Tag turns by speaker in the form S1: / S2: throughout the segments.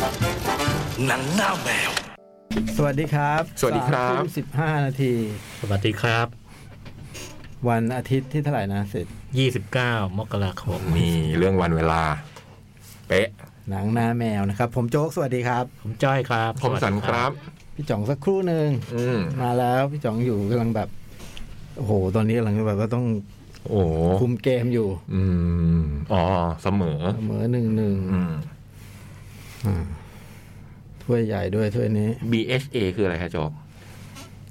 S1: หนังหน้าแมว
S2: สวัสดีครับ
S3: สวัสดีครับ
S2: สิบห้านาที
S4: สวัสดีครับ
S2: วันอาทิตย์ที่เท่าไหร่นะเสร็จ
S4: 29 มกราคม
S3: มีเรื่องวันเวลา เป๊ะ
S2: หนังหน้าแมวนะครับ ผมโจ๊กสวัสดีครับ
S4: ผมจ้อยครับ
S3: ผมสันครับ
S2: พี่จ่องสักครู่หนึ่ง
S3: อืม
S2: มาแล้วพี่จ่องอยู่กำลังแบบโอ้โหตอนนี้กำลังแบบว่าต้อง
S3: โอ้โห
S2: คุมเกมอยู่
S3: อืมอ๋อ เสมอ
S2: เสมอหนึ่งหนึ่ง
S3: อืม
S2: ถ้วยใหญ่ด้วยถ้วยนี้
S3: BHA คืออะไรครับจบ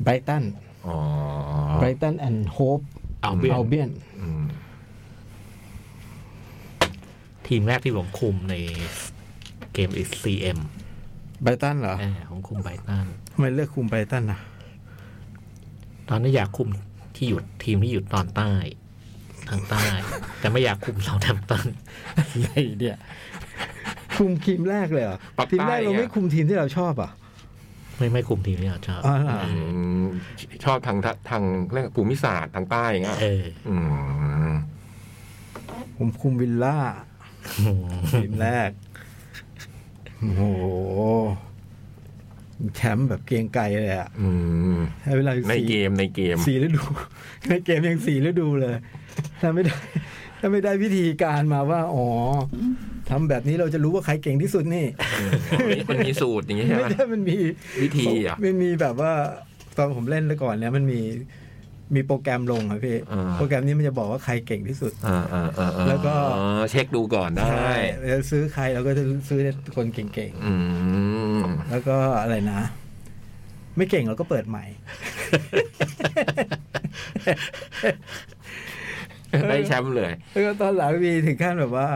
S2: ไบรตัน
S3: อ๋อ
S2: ไบรตันแอนด์โฮป
S4: เอาเบียน
S2: เบียน
S3: อืม
S4: ทีมแรกที่ผมคุมในเกม is CM
S2: ไบรตันเหรอ
S4: อ่าผมคุมไบรตัน
S2: ทำไมเลือกคุมไบรตันนะ
S4: ตอนนี้อยากคุมที่อยู่ทีมที่อยู่ตอนใต้ ทางใต้ แต่ไม่อยากคุมเซาแทมตัน
S2: อะไรเดียคุมทีมแรกเลยเหรอทีมแรกเราไม่คุมทีมที่เราชอบอ่ะ
S4: ไม่ไม่คุมทีมที่เราชอบ
S2: อ๋อเหรอ
S3: อืมชอบทางทะทางเรื่องภูมิศาสตร์ทางใต้อย่างเงี้ย
S4: เออ
S3: อืม
S2: ผมคุมวิลล่า ทีมแรก โอ้โห แชมป์แบบเกรียงไกรเลยอะ
S3: อืม
S2: ใช้เวลาอยู่
S3: ใน
S2: สี่
S3: เกมในเกม
S2: สี่ฤดู ในเกมยังสี่ฤดูเลย ถ้าไม่ได้ ถ้าไม่ได้วิธีการมาว่า อ๋อทำแบบนี้เราจะรู้ว่าใครเก่งที่สุดนี่
S3: มันมีสูตรอย่างงี้ใช่ไห
S2: ไม่
S3: ม
S2: ใช่มันมี
S3: วิธีเหรอ
S2: มันมีแบบว่าตอนผมเล่นแต่ก่อนเนี่ยมันมีมีโปรแกรมลงอะพี่
S3: อ่า
S2: โปรแกรมนี้มันจะบอกว่าใครเก่งที่สุด
S3: อ่าอ่าอ่าอ่า
S2: แล้วก็
S3: เช็คดูก่อนได้
S2: แล้วซื้อใครเราก็จะซื้อคนเก่งๆ
S3: อืม
S2: แล้วก็อะไรนะ ไม่เก่งเราก็เปิดใหม่
S3: ได้แชมป์เลย
S2: แล้วก็ตอนหลังมีถึงขั้นแบบว่า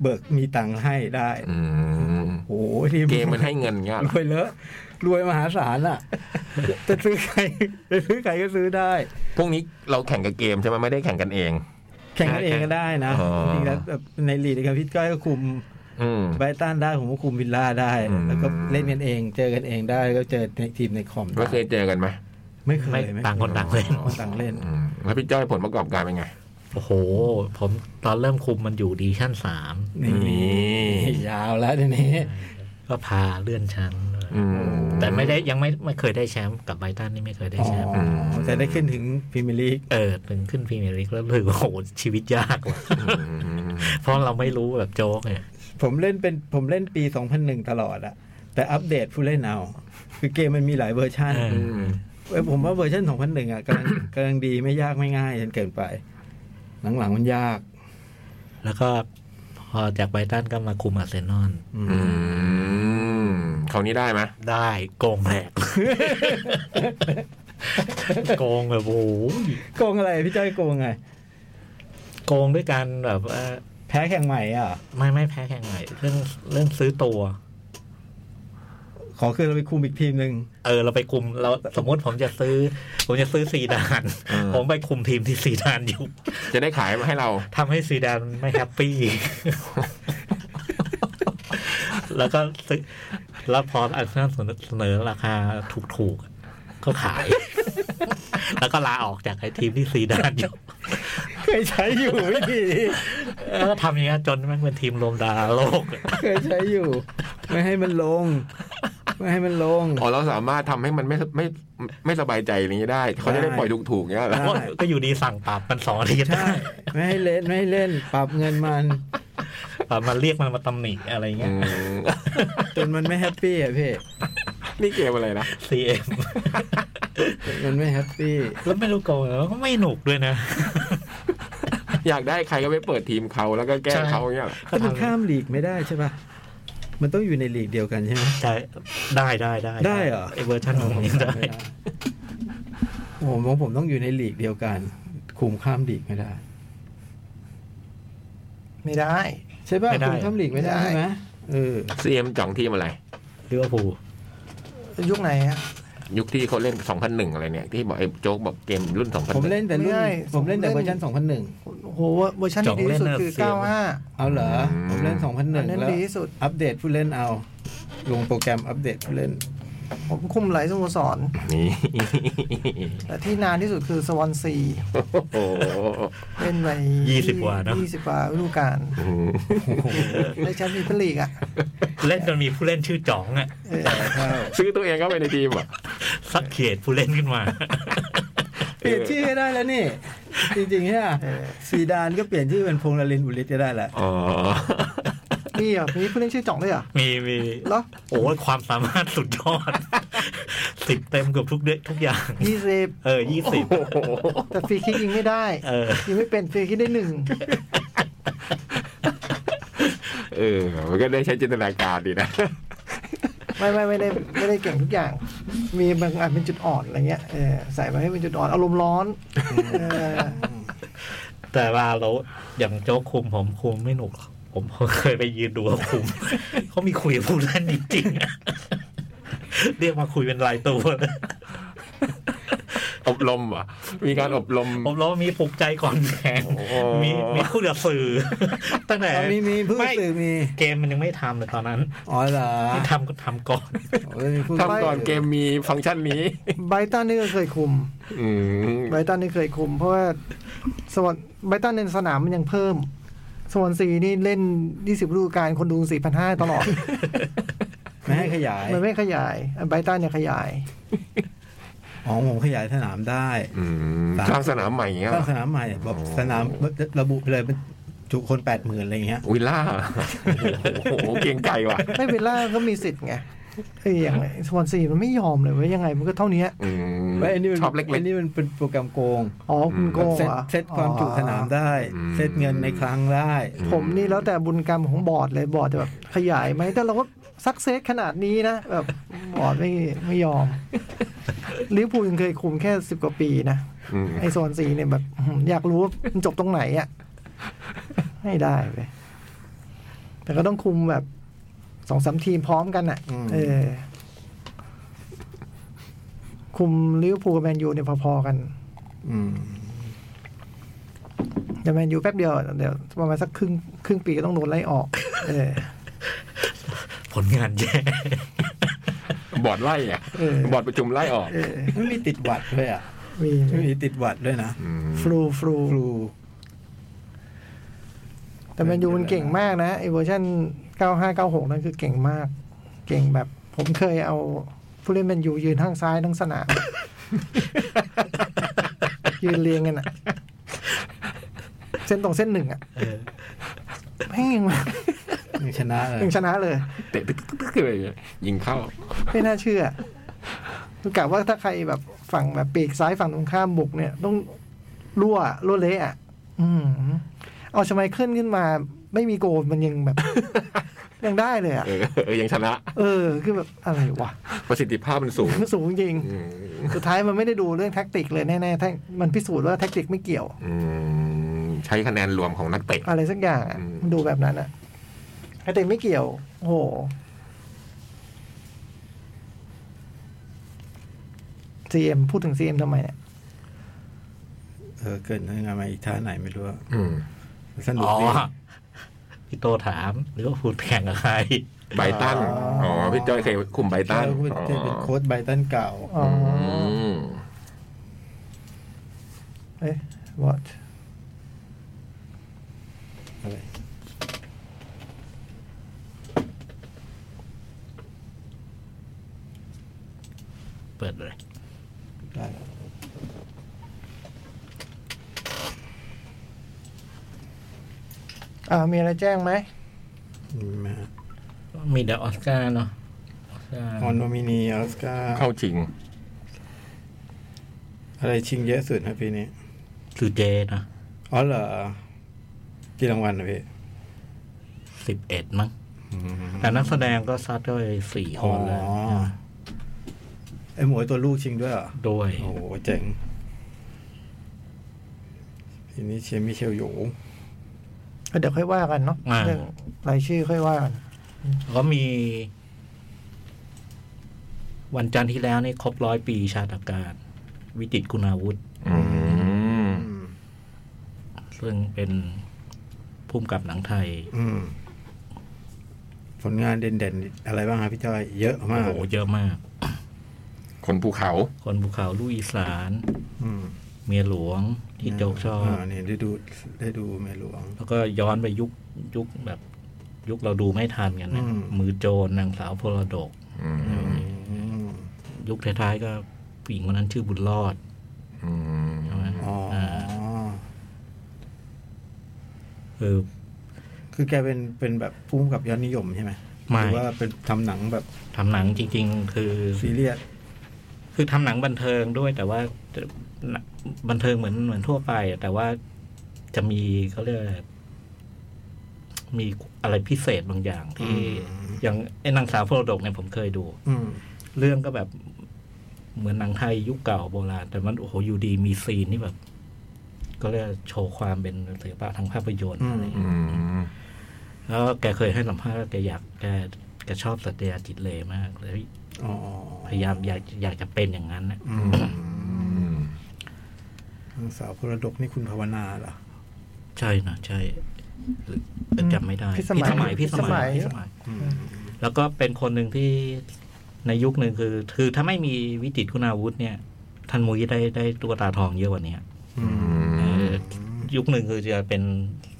S2: เบิกมีตังค์ให้ได้
S3: อืม
S2: โอ้โหทีม
S3: เกมมันให้เงินเงี้ย
S2: รวยเลอะรวยมหาศาลอ่ะ จะซื้อใครจะซื้อใครก็ซื้อได้
S3: พวกนี้เราแข่งกับเกมใช่ไหมไม่ได้แข่งกันเอง
S2: แข่งกันเองก็ได้นะ
S3: อ๋อ
S2: จริงๆแล้วแบบในลีกเดียวกับพี่ก้อยก็คุม
S3: อืม
S2: ไบรตันได้ผมก็คุมวิลล่าได้
S3: อืม
S2: แล้วก็เล่นกันเอง เจอกันเองได้แล้วก็เจอในทีมในคอมได้
S3: แล้วเคยเจอกันไหม
S2: ไม่เคย
S4: ไม่
S2: ไม่
S4: ต่างคนต่างเลย
S2: คนต่างเล่น
S3: อืมแล้วพี่จ้อยผลประกอบการเป็นไง
S4: โอ้โห ผมตอนเริ่มคุมมันอยู่ดีชั่นสาม
S2: นี่
S3: นี่
S2: ยาวแล้วทีนี้
S4: ก็พาเลื่อนชั้น
S3: อืม
S4: แต่ไม่ได้ยังไม่ไม่เคยได้แชมป์กับไบรตันนี่ไม่เคยได้
S2: อ๋
S4: แชมป์
S2: อแต่ได้ขึ้นถึงพรีเมียร์ลีก
S4: เออถึงขึ้นพรีเมียร์ ลีกแล้วถือว่าโหชีวิตยากว่ะเพราะเราไม่รู้แบบโจ๊กเนี่ย
S2: ผมเล่นเป็นผมเล่นปี 2001 ตลอดอะแต่อัปเดตผู้เล่นเอา คือเกมมันมีหลายเวอร์ชัน
S4: เออ
S3: อืม
S2: เอ้ยผมว่าเวอร์ชัน2001อะกำลัง กำลังดีไม่ยากไม่ง่ายจนเกินไป หลังๆมันยาก
S4: แล้วก็พอจากไบรตันก็มาคุมอาร์เซนอล
S2: อืม
S3: อืมคราวนี้ได้ไหม
S4: ได้โกงแหลก โกงแบบโอ้โห
S2: โกงอะไรพี่จ้อยโกงไง
S4: โกงด้วยการแบบว่า
S2: แพ้แข่งใหม่อ่ะ
S4: ไม่ไม่แพ้แข่งไหนเรื่องเรื่องซื้อตัว
S2: ขอคือเราไปคุมอีกทีมหนึ่ง
S4: เออเราไปคุมเราสมมติผมจะซื้อ ผมจะซื้อซีดานผมไปคุมทีมที่ซีดานอยู่
S3: จะได้ขายมาให้เรา
S4: ทำให้ซีดานไม่แฮปปี้ แล้วก็ซื้อแล้วพออาร์เซนอลเสนอราคาถูกๆอะก็ขาย แล้วก็ลาออกจากไอ้ทีมที่ซีดานอยู่
S2: เคยใช้อยู่วิธีนี้
S4: แล้วก็ทำอย่างนี้ยจนแม่งเป็นทีมรวมดาราโลกอะ
S2: เคยใช้อยู่ ไม่ให้มันลง ไม่ให้มันลง
S3: อ๋อเราสามารถทำให้มันไม่ไม่ไม่สบายใจอย่างนี้ได้ เขาจะได้ปล่อยถูกถูกๆเงี้ยเหรอ
S2: ได้
S4: ก็อยู่ดีสั่งปรับมันสองอาทิตย์
S2: ใช่ไม่ให้เล่นไม่ให้เล่น ปรับเงินมัน
S4: ปรับมันเรียกมันมาตำหนิอะไรเงี้
S3: อื
S4: ย
S3: ม
S2: จนมันไม่แฮปปี้อ่ะพี่
S3: นี่เกมอะไรนะ
S4: CM
S2: จนมันไม่แฮปปี้
S4: แล้วไม่รู้โกงแล้วก็ไม่หนุกด้วยนะ
S3: อยากได้ใครก็ไปเปิดทีมเขาแล้วก็แกล้งเขาเงี้ยเหรอ
S2: แต่มันข้ามลีกไม่ได้ใช่ปะมันต้องอยู่ในลีกเดียวกันใช่ไหม
S4: ใช่ได้ได้ได้
S2: ได้เหรอ
S4: ไอเวอร์ชันของผมได้
S2: ผมของผมต้องอยู่ในลีกเดียวกัน คุมข้ามลีกไม่ได้
S5: ไม่ได้
S2: ใช่ป่ะ
S4: ไม่ได้
S2: คุมข้ามลีกไม่ได้
S5: ไม่ได้
S2: ใช่ไหมเออ
S3: ซีเอ็มจ่องทีมอะไร
S4: ลิเวอร์พูล
S5: ยุคไหนฮะ
S3: ยุคที่เขาเล่น 2001 อะไรเนี่ย ที่บอกไอ้โจ๊กบอกเกมรุ่น 2001
S2: ผมเล่นแต่รุ่น
S5: ไม่ได้
S2: ผมเล่นแต่
S5: ผม
S2: เว
S5: เล่
S2: อน ร์ชัน2001
S5: โอ้โหเวอร์ชัน
S4: จ่อง
S5: ที่ดีที่สุด
S4: เล่นน่ะ
S5: คือ
S4: เสีย
S5: 95
S2: เอาเหรอ ผมเล่น
S5: อัน
S2: 2001
S5: นั้น
S2: แล้ว
S5: ดีที่สุด
S2: อัปเดตผู้เล่นเอา ลงโปรแกรมอัปเดตผู้เล่น
S5: ผมคุมหลายสโมสร
S3: นี่
S5: แต่ที่นานที่สุดคือสวอนซี
S3: โอ้โห
S5: เป็นไป
S4: 20กว่าเนอะ
S5: ยี่สิบกว่าฤดูกาลได้แชมป์พรีเมียร์ลีกอ่ะ
S4: เล่นจนมีผู้เล่นชื่อจ๋องอ่ะ
S5: เออ
S3: ซื้อตัวเองเข้าไปในทีมเหรอ่ะ
S4: สักเขตผู้เล่นขึ้นมา
S2: เปลี่ยนชื่อให้ได้แล้วนี่ จริงๆเนี่ยซีดานก็เปลี่ยนชื่อเป็นพงษ์ละลินบุริตก็ได้แหละ
S3: อ๋อ
S5: นี่อ่ะมีผู้เล่นชื่อจ่องด้วยเหรอ่ะ
S4: มีมี
S5: เหรอ
S4: โอ้ยความสามารถสุดยอด สิบเต็มเกือบทุกเดทุกอย่าง
S5: ยี่สิบ
S4: เออยี่สิบ
S5: แต่ฟรีคิกยิงไม่ได้
S4: เออ
S5: ยิงไม่เป็นฟรีคิกได้หนึ่ง
S3: เออ มันก็ได้ใช้จินตนาการดีนะ
S5: ไม่ไม่ไม่ได้ไม่ได้เก่งทุกอย่าง มีบางอันเป็นจุดอ่อนอะไรเงี้ยเออใส่มาให้เป็นจุดอ่อนอารมณ์ร้อนเออ
S4: แต่ว่าเราอย่างโจ๊กคุมผมคุมไม่หนุกหรอกผมเคยไปยืนดูเขาคุม เขามีคุยกับผู้เล่นจริงๆอะ เรียกมาคุยเป็นรายตัว เลย
S3: อบรมเหรอ่ะ มีการอบรม
S4: ผมเรามีปลุกใจก่อนแข่ง
S3: โอ้
S4: มีมีคุยกับสื่อ ตั้งแต่
S2: มีมีผู้สื่อมี
S4: เกมมันยังไม่ทำเลยตอนนั้น
S2: อ๋อเหรอ
S4: ที่ทำก็ทำก่อน
S2: โอ้ยมีผู้
S3: ทำก่อนเกมมีฟังก์ชันนี้
S5: ไบรตันนี่ก็เคยคุม
S3: อืม
S5: ไบรตันนี่เคยคุม เพราะว่าสวอนไบรตันในสนามมันยังเพิ่ม สวอนซีนี่เล่น 20ฤดูกาลคนดู 4,500 ตลอด
S2: ไม่ให้ขยาย
S5: มันไม่ขยายอ่ะไบรตันเนี่ยขยาย
S2: อ๋อผมขยายสนามได้
S3: อืมสร้างสนามใหม่อย่างเงี้ย
S2: ส
S3: เหร
S2: ร้าง
S3: อ
S2: สนามใหม่แบบสนามระบุไปเลยเป็นจุคนแปดหมื่นอะไรอย่างเงี้ย
S3: วิลล่า โอ้โห เก่งไก่ว่ะ
S5: ไม่เวลล่าก็มีสิทธิ์ไงไอ้อย่างสวอนซีมันไม่ยอมเลยเว้ยยังไงมันก็เท่านี้
S3: อืม
S2: ไม่อันนี้มัน
S3: ชอบเล็
S2: อั
S3: ก
S2: นนี้มันเป็นโปรแกรมโกง
S5: อ๋อคุณโกง
S2: เซ็ต
S5: หรอ
S2: เซ็ตความจุสนามได้
S3: อืม
S2: เซ็ตเงินในครั้งได้
S5: ผมนี่แล้วแต่บุญกรรมของบอร์ดเลยบอร์ดจะแบบขยายไหมแต่เราก็ซักเซสขนาดนี้นะแบบบอร์ดไม่ไม่ยอมลิเวอร์พูลยังเคยคุมแค่สิบกว่าปีนะ
S3: ๆอืม
S5: ไอโซนสีเนี่ยแบบอื้อหืออยากรู้ว่ามันจบตรงไหนอะ่ะ ให้ได้ไปแต่ก็ต้องคุมแบบสองสามทีมพร้อมกันอะ่ะ
S2: อืม
S5: เออ คุมลิเวอร์พูลกับแมนยูเนี่ยพอๆกัน
S2: อืม
S5: แต่แมนยูแป๊บเดียวเดี๋ยวประมาณสักครึ่งครึ่งปีก็ต้องโดนไล่ออก เออ
S4: ผลงานแย่
S3: บอร์ดไล่อ่ะ
S5: เออ
S3: บอร์ดประชุมไล่ออก
S5: เออ
S2: ไม่มีติดหวัดด้วยอ่ะ
S5: มี
S2: ไม่มีติดหวัดด้วยนะ
S3: อืม
S5: ฟลูฟลู
S2: ครู
S5: แต่แมนยูมันเก่งมากนะไอเวอร์ชันเก้าห้าเก้าหกนั่นคือเก่งมาก เก่งแบบ ผมเคยเอาผู้เล่นแมนยูยืนข้างซ้ายทั้งสนาม ยืนเรียงกันอะเส้นตรงเส้นหนึ่งอะ
S4: เออ
S5: แม่งยังแบบ
S2: ยังชนะเลย
S5: ยังชนะเลย
S3: เตะตึ๊กตึ๊กตึ๊กเลยยิงเข้า
S5: ไม่น่าเชื่อคือกะว่าถ้าใครแบบฝั่งแบบปีกซ้ายฝั่งตรงข้ามบุกเนี่ย ต้องรั่วรั่วเละอ่ะ อืมเอาชไมเคิลขึ้นมา ไม่มีโกลมันยัง แบบ ยังได้เลยอ่ะ
S3: เออเออยังชนะ
S5: เออ คือแบบอะไรวะ
S3: ประสิทธิภาพมันสูง
S5: มันสูงจริง
S3: อืม
S5: สุดท้ายมันไม่ได้ดูเรื่องแท็กติกเลยแน่ๆแท็กมันพิสูจน์ว่าแท็กติกไม่เกี่ยว
S3: อืมใช้คะแนนรวมของนักเตะ
S5: อะไรสักอย่างอะ
S3: อืม
S5: มันดูแบบนั้นอ่ะแท็กติกไม่เกี่ยว โอ้โห CM พูดถึง CM ทำไมเนี่ย
S2: เออเกิดงานมาอีกท่าไหนไม่รู้อะ
S3: อืม
S2: สนุก
S4: อ๋อ
S2: ดี
S4: พี่โตถามหรือว่าพูดแข่งกับใคร
S3: ไบรตัน อ๋อ พี่จ้อยเคยคุมไบรตัน
S2: แล้วก็จะเป็นโค้ชไบรตันเก่า
S5: อ๋อ
S3: อื
S5: อ
S3: ม
S5: เอ๊ะ what
S4: เปิดเลย
S2: ได้
S5: อ่า มีอะไรแจ้งไหม
S2: อืมฮะ
S4: มีเดอะออสการ์เนาะออสการ์
S2: ออนโนมินีออสการ์
S3: เข้าชิง
S2: อะไรชิงเยอะสุดนะปีนี้
S4: สุเจนะ
S2: อ๋อเหรอกี่รางวัลนะพี่
S4: สิบเอ็ดมั้งแต่นักแสดงก็ซัดด้วยสี่ค
S2: อ๋อน
S4: เลย
S2: ไอหมวยตัวลูกชิงด้วยเหรอ
S4: ด้วย
S2: โอ้โหเจ๋งทีนี้เชียร์มิเชลอยู่
S5: เดี๋ยวค่อยว่ากันเนาะ
S4: อ่า
S5: เรื่องรายชื่อค่อยว่ากัน
S4: แล้วก็มี วันจันทร์ที่แล้วนี่ครบร้อยปีชาตการ วิจิตรกุณาวุฒิ
S3: อืม
S4: ซึ่งเป็นผู้กำกับหนังไทย
S2: อืม ผลงานเด่นๆ อะไรบ้างครับพี่จ้อย เยอะ
S4: โอ้
S2: มาก
S4: โหเยอะมาก
S3: คนภูเขา
S4: คนภูเขาลูกอีสาน
S2: อืม
S4: เมียหลวงที่โจ๊กชอบ
S2: าเนี่ยได้ดูได้ดูเมียหลวง
S4: แล้วก็ย้อนไปยุคยุคแบบ ยุคเราดูไม่ทันกันนะ
S2: อืม
S4: มือโจรนางสาวพลดก
S3: อืม
S2: อืม
S4: ยุคท้ายๆก็ผู้หญิงคนนั้นชื่อบุญรอด
S3: อืม
S4: ใช่ไหม
S2: อ๋ออา
S4: เออ
S2: คือแกเป็นเป็นแบบพุ่มกับยอดนิยมใช่ไหม
S4: ไม่
S2: หรือว่าเป็นทำหนังแบบ
S4: ทำหนังจริง ๆ คือ
S2: ซีเรียส
S4: คือทำหนังบันเทิงด้วย แต่ว่าจะบันเทิงเหมือนเหมือนทั่วไปอะแต่ว่าจะมีเขาเรียกอะไรมีอะไรพิเศษบางอย่างที่อย่างไอ้นางสาวพลดกเนี่ยผมเคยดู
S2: อืม
S4: เรื่องก็แบบ เหมือนหนังไทยยุคเก่าโบราณ แต่มันโอ้โหอยู่ดีมีซีนที่แบบ ก็เรียกโชว์ความเป็นศิลปะทางภาพยนตร์
S2: อืม
S4: อะไรอย่าง
S3: อื
S4: เงี้ย
S3: ม
S4: แล้วแกเคยให้สัมภาษณ์ว่าแกอยากแกแกชอบสัตยาจิตเลมากเลย
S2: อ๋อ
S4: พยายามอยากอยากจะเป็นอย่างนั้นนะ
S2: อืม
S3: อืม
S2: นางสาวพลดกนี่คุณภาวนาเหรอ
S4: ใช่นะใช่หรือแต่จำไม่ได้
S5: พิสมัย
S4: พิสมัย
S5: พิ
S4: พิส
S5: สมัย
S4: มัย
S2: อืม
S4: แล้วก็เป็นคนหนึ่งที่ในยุคหนึ่งคือ คือถ้าไม่มีวิจิตรคุณาวุธเนี่ยท่านมุ้ยได้ได้ตุ๊กตาทองเยอะกว่านี้
S2: อื
S3: อื
S2: ม
S4: เอ
S3: ม
S4: อยุคหนึ่งคือจะเป็น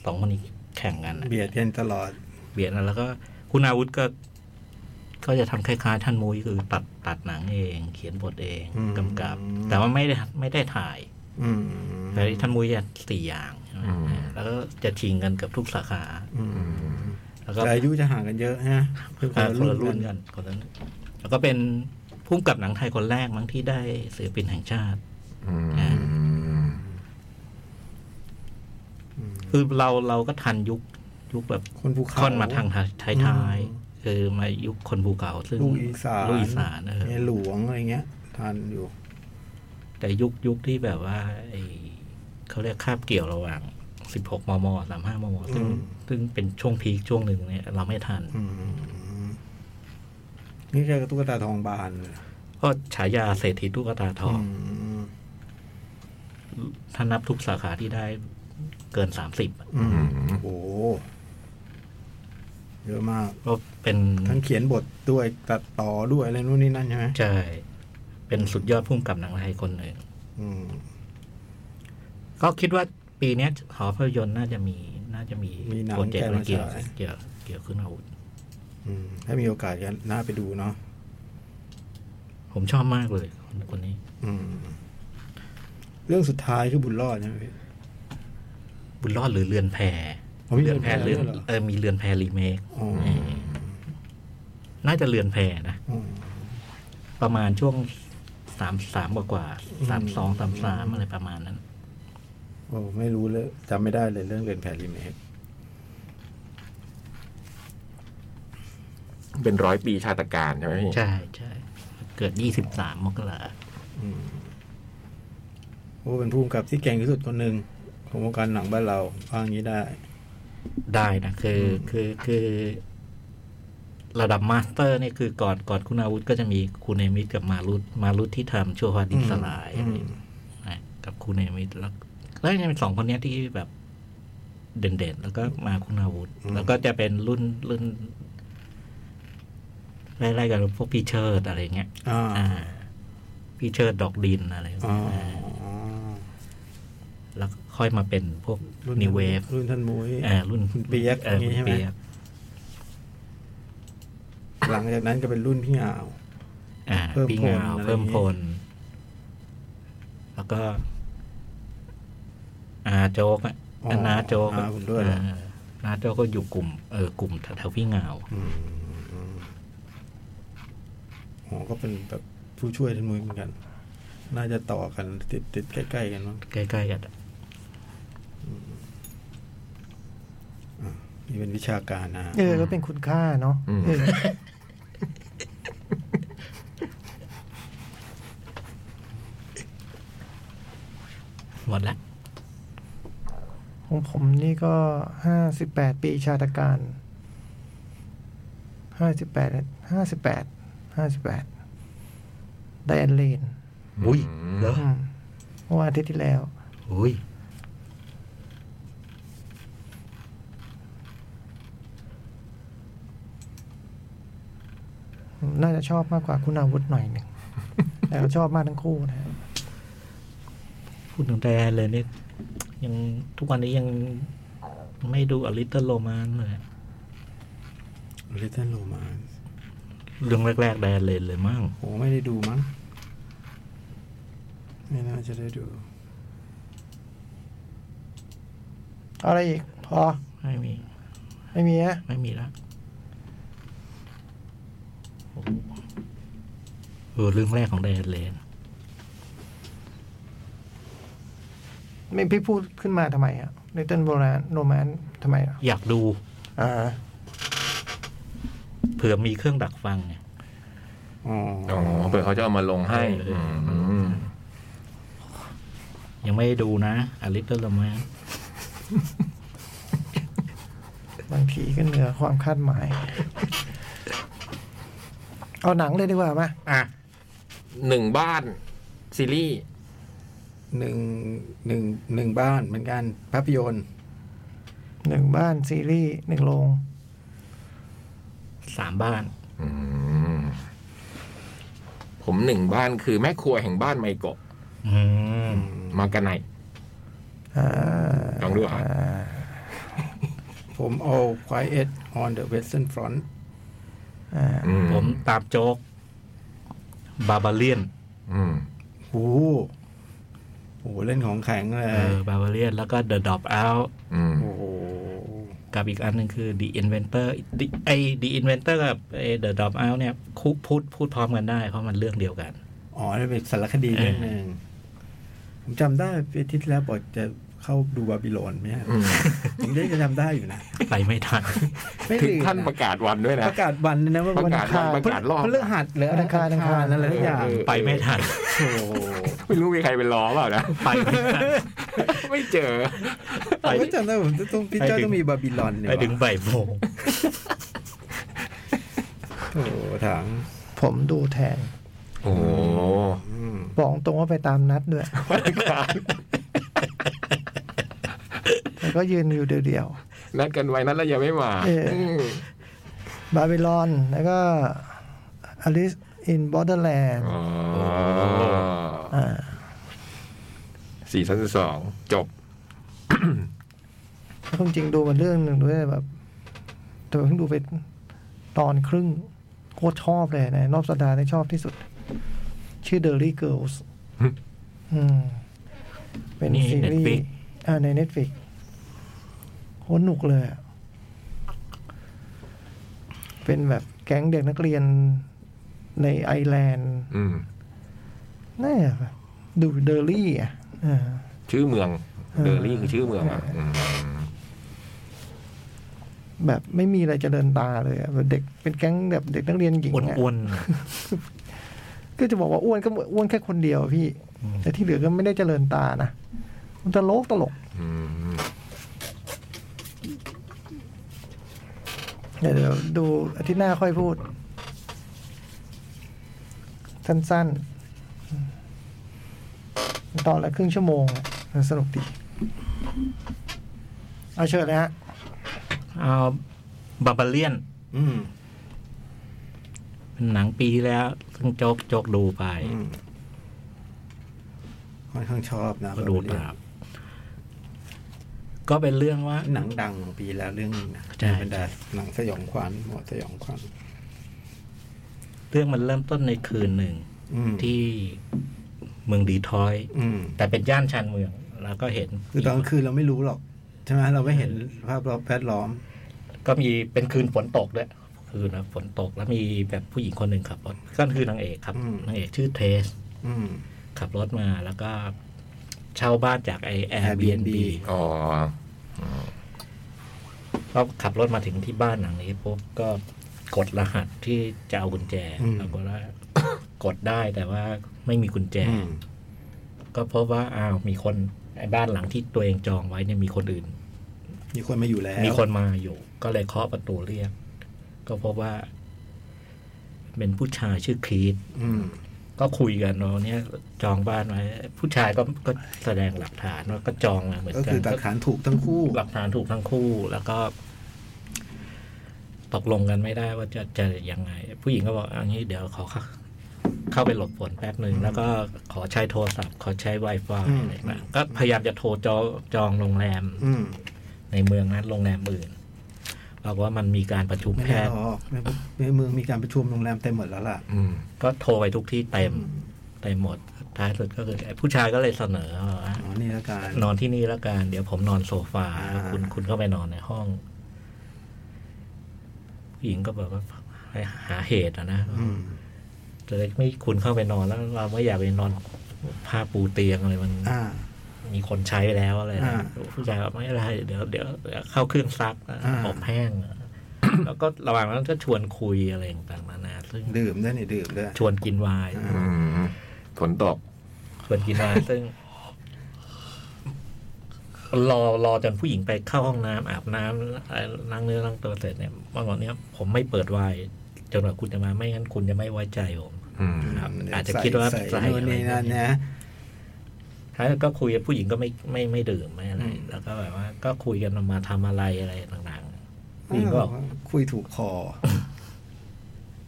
S4: สองคนนี้แข่งกันอะ
S2: เบียดกันตลอด
S4: เบียดกันแล้วก็คุณอาวุธก็ ก็จะทำคล้ายๆ ท่านมุ้ยคือตัดตัดหนังเอง เขียนบทเอง
S2: อืม
S4: กำกับ แต่ว่าไม่ได้ไม่ได้ถ่าย
S2: อืม
S4: แต่ท่านมุ้ยจะสี่อย่างใช่ไหมแล้วก็จะชิงกันเกับทุกสาขา
S2: อืม
S4: แล้วก็
S2: แต่อายุจะห่างกันเยอะฮะคือ
S4: อ่าคนละรุ่นกันคนละรุ่นแล้วก็เป็นผู้กำกับหนังไทยคนแรกมั้งที่ได้ศิลปินแห่งชาติ
S3: อืม
S2: อืม
S4: คือเราเราก็ทันยุคยุคแบบ
S2: คนภูเขา
S4: ค่อนมาทางท้าย
S2: อื
S4: ท้าย
S2: ม
S4: ๆคือมายุคคนภูเขาซึ่ง
S2: ลูกอีสาน
S4: ลูกอีสานเออ
S2: เมียหลวงอะไรเงี้ยทันอยู่
S4: แต่ยุคยุคที่แบบว่าไอ้เขาเรียกคาบเกี่ยวระหว่าง 16 มม 35 มม ซึ่ง
S2: อืม
S4: ซึ่งเป็นช่วงพีคช่วงหนึ่งเนี่ยเราไม่ทัน
S2: อืมนี่แค่ตุ๊กตาทองบานเลย
S4: ก็ฉายาเศรษฐีตุ๊กตาทอง
S2: ม
S4: ถ้านับทุกสาขาที่ได้เกิน 30อะ
S2: อื
S3: อื
S2: ม
S3: ม
S2: โอ้โหเยอะมาก
S4: ก็เป็น
S2: ทั้งเขียนบทด้วยตัดต่อด้วยอะไรนู่นนี่นั่นใช่ไหม
S4: ใช่เป็นสุดยอดพุ่มกับหนังไทยคนหนึ่ง
S2: อืม
S4: ก็คิดว่าปีเนี้ยหอภาพยนตร์น่าจะมีน่าจะมี
S2: มีหนัง
S4: โปรเจกต์อะไรเกี่ยว
S2: แกมาฉาย
S4: เกี่ยวเกี่ยวขึ้นอาวุธ
S2: อืมถ้ามีโอกาสก็น่าไปดูเนาะ
S4: ผมชอบมากเลยคนคนนี้
S2: อืม เรื่องสุดท้ายคือบุญรอดใช่ไหมพี่
S4: บุญรอดหรือเรือนแพ
S2: อ๋อมีเรือนแพ
S4: เรือน
S2: ด้วยเหรอ
S4: เออมีเรือนแพรีเมค
S2: อ๋อ
S4: น่าจะเรือนแพนะ
S2: อืม
S4: ประมาณช่วงสามสามกว่ากว่าสามสองสามสามอะไรประมาณนั้น
S2: โอ้ไม่รู้เลยจำไม่ได้เลยเรื่องเรียนแผนรีเมค
S3: เป็นร้อยปีชาตการใช่ไหมพี่
S4: ใช่ใช่เกิดยี่สิบสามมกรา
S2: โอ้เป็นผู้กำกับที่เก่งที่สุดคนหนึ่งของวงการหนังบ้านเราว่าอย่างนี้ได้
S4: ได้นะคือคือคือ ระดับมาสเตอร์เนี่ยคือก่อนก่อนคุณอาวุธก็จะมีคุณเอมิดกับมารุตมารุตที่ทำชั่วฟ้าดินสลาย
S2: อืม
S4: อะไรนะกับคุณเอมิดแล้วแล้วยังเป็นสองคนเนี้ยที่แบบเด่นๆ แล้วก็มาคุณอาวุธ แล้วก็จะเป็นรุ่นรุ่นไล่ๆกันพวกพี่เชิดอะไรเงี้ย
S2: อ่า
S4: อ่าพี่เชิดดอกดินอะไร
S2: อ๋อ
S4: แล้วค่อยมาเป็นพวกนิเวฟ
S2: รุ่นท่านมุ้ย
S4: อ่ารุ่น
S2: คุณเปียก
S4: เออ
S2: อย่างงี้
S4: คุณ
S2: ใช่ไหม
S4: เปียก
S2: หลังจากนั้นก็เป็นรุ่นพี่เหงา
S4: อ่า
S2: เพิ่ม
S4: ปี
S2: พล
S4: งา
S2: อะไรอย่า
S4: ว
S2: งงี้
S4: เพิ่มพล แล้วก็ อาโจกอะ
S2: อ๋อ
S4: นาโจกอะ
S2: อาผมด้วยเหรอ
S4: อ่านาโจกก็อยู่กลุ่มเออกลุ่มแถวๆพี่งาว
S2: อืมอ๋อก็เป็นแบบผู้ช่วยท่านมุ้ยเหมือนกัน น่าจะต่อกันติดติดใกล้ๆกันมั้ง
S4: ใกล้ๆกันอะ
S2: นี่เป็นวิชาการนะ
S5: เออก็เป็นคุณค่าเนาะ
S3: อืม
S5: เออ
S4: หมดละ
S5: ของผมนี่ก็ห้าสิบแปดปีชาตการห้าสิบแปดห้าสิบแปดห้าสิบแปดไดแอนเลน
S4: อุ้ย
S3: เหรอ
S5: มเมื่อวันอาทิตย์ที่แล้ว
S4: อุ้ย
S5: น่าจะชอบมากกว่าคุณอาวุธหน่อยหนึ่ง แต่ก็ชอบมากทั้งคู่นะฮะ
S4: พูดถึงแดนเลยนี่ยังทุกวันนี้ยังไม่ดูอลิตเต e r โรมานเลย
S2: ลิตเติ้ลโรมาน
S4: เรื่องแรกๆแดนเลยเลยมั่ง
S2: โหไม่ได้ดูมั้งไม่น่าจะได้ดู
S5: เอาอะไรอีก พอ
S4: ไม่มี
S5: ไม่มีนะ
S4: ไม่มีแล้วโอ้โหเออเรื่องแรกของแดนเลย
S5: ไม่พี่พูดขึ้นมาทำไมฮะในเต้นโบราณโรแมนทำไมอ่ะ
S4: อยากดู
S5: อ่า
S4: เผื่อมีเครื่องดักฟังไง
S2: อ๋อ
S3: อ๋อเผื่อเขาจะเอามาลงให้
S4: เอ
S3: อื
S4: อ
S3: ม
S4: ยังไม่ได้ดูนะอลิตเตอร์โรมาน
S5: บางทีก็เหนือความคาดหมาย เอาหนังเลยดีกว่ามา
S4: อ่ะ
S3: หนึ่งบ้านซีรีส์
S2: หนึ่งหนึ่งหนึ่งบ้านเหมือนกันภาพยนตร์
S5: หนึ่งบ้านซีรีส์หนึ่งโรง
S4: สามบ้าน
S3: อืมผมหนึ่งบ้านคือแม่ครัวแห่งบ้านไมโกะ
S4: อืม
S3: มากะไน
S5: อ่า
S3: ลองดูอ่ะ
S2: ผม All Quiet on the Western Front
S5: อ่า
S3: อื
S4: ผมตามโจ๊กบาบาเลียน
S3: อืม
S2: โอ้โหเล่นของแข็งเล
S4: เอย อบาบาเลียน แล้วก็เดอะดอปเอา
S3: อืม
S2: โอ้โห
S4: กับอีกอันหนึ่งคือ The Inventor The- ไอ้ The Inventor กับไอ้ The Drop Out เนี่ยคุพูดพูดพร้อมกันได้เพราะมันเรื่องเดียวกัน
S2: อ๋อนั่นเป็นสารคดีเรื่องหนึ่งผมจำได้ปีที่แล้วบอกจะเข้าดูบาบิโลนไหมฮะ
S3: อืม
S2: ผมได้จะจำได้อยู่นะ
S4: ไปไม่ทัน
S2: ไม่
S3: ถึง
S2: ลืม
S3: ท่านประกาศวันด้วยนะ
S2: ประกาศวันเลยนะว่า
S3: ป
S2: วัน
S3: ระกาศ
S2: อังคา
S3: วัน
S2: ร
S3: ประกาศรอบ
S2: พฤหัสหรืออังคารอังคารอะไรทุกอย่าง
S3: เออ
S4: ไปไม่ทัน
S2: โอ้โห
S3: ไม่รู้มีใครเป็นล้อเปล่านะ
S4: ไปไม่ทัน
S3: ไม่เจอ
S2: ผมก็จำได้ผมต้องพี่เจ้าต้องมีบาบิโลนเนี่ย
S4: ไปถึง
S2: วะ
S4: บ่ายโมง
S2: โอ้โหถัง
S5: ผมดูแทน
S3: โอ้โห
S2: อืม
S5: บอกตรงว่าไปตามนัดด้วย
S3: วันอังคาร
S5: แล้วก็ยืนอยู่เดียว
S3: นัดกันไว้นัดแล้วยังไม่มา
S5: เอออื
S3: ม
S5: ๆบาบิลอน แล้วก็อลิสอินบอ r d เ r อร์แลนด์
S3: อ๋อ
S5: อ่า
S3: สี่ชั้นสองจบ
S5: แล้วความจริงดูมันเรื่องหนึ่งด้วยแบบแต่เพิ่งดูไปตอนครึ่ง โคตรชอบเลยนะ รอบสัปดาห์ได้ชอบที่สุด ชื่อ Dirty Girls
S3: หึ
S5: อืม เป็น
S4: นี่
S5: ซีรี
S4: Netflix
S5: ส์อ่าใน Netflix โคตรหนุกเลยอะเป็นแบบแก๊งเด็กนักเรียนในไอร์แลนด์
S3: อืม
S5: น่าจะดูเดอรี่อ่ะอ่า
S3: ชื่อเมือง
S5: เออ
S3: เดอรี่คือชื่อเมืองอ่ะอืม
S5: แบบไม่มีอะไรเจริญตาเลยอะแบบเด็กเป็นแก๊งแบบเด็กนักเรียนหญิงอะ
S4: อ้วน
S5: ก็จะบอกว่าอ้วนก็อ้วนแค่คนเดียวพี่ แต่ที่เหลือก็ไม่ได้เจริญตานะมันตลกตลก
S3: อืม
S5: เดี๋ยวเดี๋ยวดูอาทิตย์หน้าค่อยพูด สั้นๆ ตอนละครึ่งชั่วโมงอะสนุกดี เอาเชิญเลยฮะ
S4: ๆเอาบาบาเลียน
S2: อืม
S4: เป็นหนังปีที่แล้ว ซึ่งโจกโจกดูไป
S2: อืมค่อนข้างชอบนะ
S4: ก็ดู
S2: บาบิโลน
S4: นะครับ ก็เป็นเรื่องว่า
S2: หนังดังของปีแล้วเรื่องหนึงนะ
S4: ใช่
S2: บรรดาหนังสยองขวัญหมอสยองขวัญ
S4: เรื่องมันเริ่มต้นในคืนหนึ่ง
S2: อืม
S4: ที่เมืองดีทรอยต์
S2: อืม
S4: แต่เป็นย่านชานเมือง แล้วก็เห็น
S2: คือตอนกลางคืนเราไม่รู้หรอก ใช่ไหมเราไม่เห็นภาพรอบแวดล้อม
S4: ก็มีเป็นคืนฝนตกด้วยคืนนะฝนตกแล้วมีแบบผู้หญิงคนหนึ่งขับรถก็คือนางเอกครับ
S2: อืม
S4: นางเอกชื่อเทส
S2: อืม
S4: ขับรถมาแล้วก็เช่าบ้านจากไอแอร์บี
S2: Airbnb
S4: บี
S3: อ๋อ
S4: ก็ขับรถมาถึงที่บ้านหลังนี้ปุ๊บก็กดรหัสที่จะเอากุญแจ
S2: อืม
S4: ปรากฏว่ากดได้แต่ว่าไม่มีกุญแจ
S2: อืม
S4: ก็พบว่าอ้าวมีคนไอ้บ้านหลังที่ตัวเองจองไว้เนี่ยมีคนอื่น
S2: มีคนมาอยู่แล้ว
S4: มีคนมาอยู่ ก็เลยเคาะประตูเรียก ก็พบว่า เป็นผู้ชายชื่อครีด
S2: อืม
S4: ก็คุยกันเนาะเนี่ยจองบ้านไว้ผู้ชายก็ก็แสดงหลักฐานว่าก็จองมาเหมือน
S2: ก็
S4: กั
S2: คื
S4: น
S2: อตักฐานถูกทั้งคู่
S4: หลักฐานถูกทั้งคู่ แล้วก็ ตกลงกันไม่ได้ว่าจะจะยังไง ผู้หญิงก็บอกเอันนี้เดี๋ยวขอค่ะ เข้าไปหลบฝนแป๊บหนึ่งแล้วก็ขอใช้โทรศัพท์ขอใช้ Wi-Fi
S2: อืม
S4: อะไรนะก็พยายามจะโทรจองจองโรงแรม
S2: อืม
S4: ในเมืองนั้นโรงแรมอื่นบอกว่ามันมีการประชุม
S2: ไม่
S4: แพ
S2: ได้
S4: ทย์
S2: หรอกในเมืองมีการประชุมโรงแรมเต็มหมดแล้วล่ะ
S3: อืม
S4: ก็โทรไปทุกที่เต็มเต็มหมดท้ายสุดก็คือไอ้ผู้ชายก็เลยเสนอว่า
S2: อ๋อ นี่ละกัน
S4: นอนที่นี่แล้วกันเดี๋ยวผมนอนโซฟา
S2: อ่า
S4: แล้วคุณคุณเข้าไปนอนในห้องผู้หญิงก็แบบว่าหาเหตุอะนะ
S2: อืม
S4: จะได้ไม่คุณเข้าไปนอนแล้วเราไม่อยากไปนอนผ้าปูเตียงอะไรมัน
S2: อ่า
S4: มีคนใช้ไปแล้วอะไรนะ
S2: อ่า
S4: ผู้ชายบอกไม่เป็นไรเดี๋ยวเดี๋ยวเดี๋ยวเข้าเครื่องซักนะ
S2: อ่า
S4: อบแห้งนะแล้วก็ระหว่างนั้นก็ชวนคุยอะไรต่างๆนานาซึ่ง
S2: ดื่มด้วยนี่ดื่มด้วย
S4: ชวนกินไวน์
S3: อืมฝนตก
S4: ชวนกินมา ซึ่ง รอรอจนผู้หญิงไปเข้าห้องน้ำอาบน้ำเอ่อล้างเนื้อล้างตัวเสร็จเนี่ยบางวันเนี้ยผมไม่เปิดไวน์จนกว่าคุณจะมาไม่งั้นคุณจะไม่ไว้ใจผม
S3: อืม
S4: ครับอาจจะคิดว่า
S2: ใส่
S4: ใส่
S2: ใส่นู่นนี่นั่น
S4: อะไร
S2: นะ
S4: ท้ายสุดก็คุยกับผู้หญิงก็ไม่ไม่ไม่ดื่มไม่อะไร
S2: อืม
S4: แล้วก็แบบว่า ก็คุยกันมาทำอะไรอะไรต่างๆผู้หญิงก็บอก
S2: คุยถูกคอ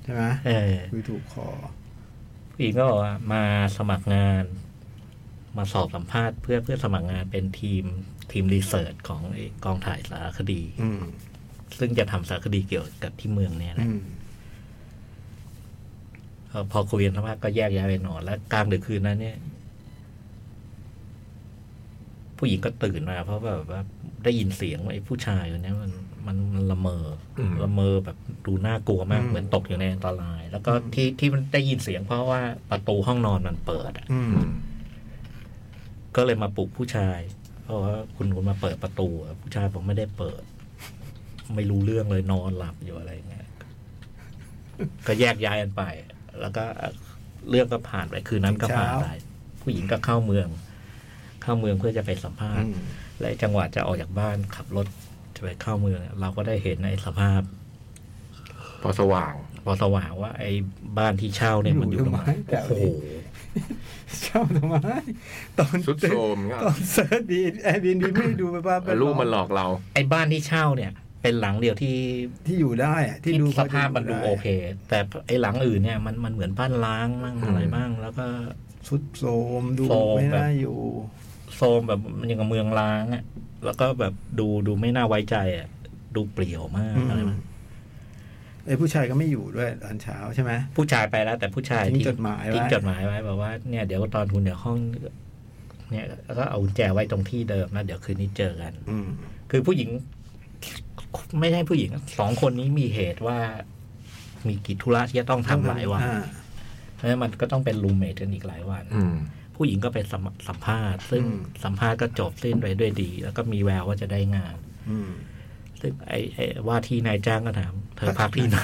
S2: ใช่ไหม
S4: เออ
S2: คุยถูกคอ
S4: ผู้หญิงก็บอกว่ามาสมัครงาน มาสอบสัมภาษณ์เพื่อเพื่อสมัครงานเป็นทีมทีมรีเสิร์ชของไอ้กองถ่ายสารคดี
S2: อืม
S4: ซึ่งจะทำสารคดีเกี่ยวกับที่เมืองเนี่ยนะ
S2: อืม
S4: พอพอคุยกันสักพักก็แยกย้ายไปนอนแล้วกลางดึกคืนนั้นเนี่ย ผู้หญิงก็ตื่นมา เพราะแบบว่าได้ยินเสียงว่าไอ้ผู้ชายคนเนี้ยมันมันมันละเมออ
S3: ม
S4: ละเมอแบบดูน่ากลัวมาก
S2: อืม
S4: เหมือนตกอยู่ในอันตราย แล้วก็ที่ที่มันได้ยินเสียง เพราะว่าประตูห้องนอนมันเปิดอะ
S2: อืม
S3: อืม
S4: ก็เลยมาปลุกผู้ชายเพราะว่าคุณคุณมาเปิดประตูอะผู้ชายบอกไม่ได้เปิด ไม่รู้เรื่องเลยนอนหลับอยู่อะไรอย่างเงี้ย ก็แยกย้ายกันไป แล้วก็เรื่องก็ผ่านไปคืนนั้นก็ผ่านไปผู้หญิงก็เข้าเมือง เข้าเมืองเพื่อจะไปสัมภาษณ์ และจังหวะจะออกจากบ้านขับรถจะไปเข้าเมืองเนี่ยเราก็ได้เห็นไอ้สภาพ
S3: พอสว่าง
S4: พอสว่างว่าไอ้บ้านที่เช่าเนี่ยมันอยู่ตรงไหน
S2: อยู่ตรงไหน
S4: โอ้โห
S2: เช่าทำไมตอน
S3: สุดโทรมเงี้ย
S2: ตอนเซิร์ชดีแอร์บินดี ไม่ดูไปบ้า
S3: ลูกมันหลอกเรา
S4: ไอ้บ้านที่เช่าเนี่ย เป็นหลังเดียวที่
S2: ที่อยู่ได้อะที่
S4: ที่
S2: ดู
S4: สภาพมันดู
S2: ได้
S4: โอเค แต่ไอ้หลังอื่นเนี่ยมันมันเหมือนบ้านล้างมั่งอะไรบ้างแล้วก็
S2: สุดโทรมดู
S4: โทรม
S2: ไม่
S4: แบบ
S2: น่าอยู่
S4: โซมแบบมันยังกับเมืองล้างอะแล้วก็แบบดูดูไม่น่าไว้ใจอะดูเปลี่ยวมาก
S2: อืม
S4: อะไรมัน
S2: ไอ้ผู้ชายก็ไม่อยู่ด้วยตอนเช้าใช่ไหม
S4: ผู้ชายไปแล้ว แต่ผู้ชาย
S2: ทิ้งจดหมายไว้
S4: ทิ้งจดหมายไว้บอกว่าเนี่ยเดี๋ยวตอนคุณเดี๋ยวห้อง เนี่ยก็เอากุญแจไว้ตรงที่เดิมนะเดี๋ยวคืนนี้เจอกัน
S2: อืม
S4: คือผู้หญิง ไม่ใช่ผู้หญิงสองคนนี้มีเหตุว่า มีกิจธุระที่จะต้องทำหลายวัน
S2: อ่
S4: เพราะฉะนั้นมันก็ต้องเป็นรูมเมทกันอีกหลายวัน
S3: อืม
S4: ผู้หญิงก็ไปสมสัมภาษณ์ ซึ่ง
S2: อืม
S4: สัมภาษณ์ก็จบสิ้นไปด้วยดี แล้วก็มีแววว่าจะได้งาน
S2: อืม
S4: ซึ่งไอ้ไอ้ว่าที่นายจ้างก็ถาม เธอพัก ที่ไหน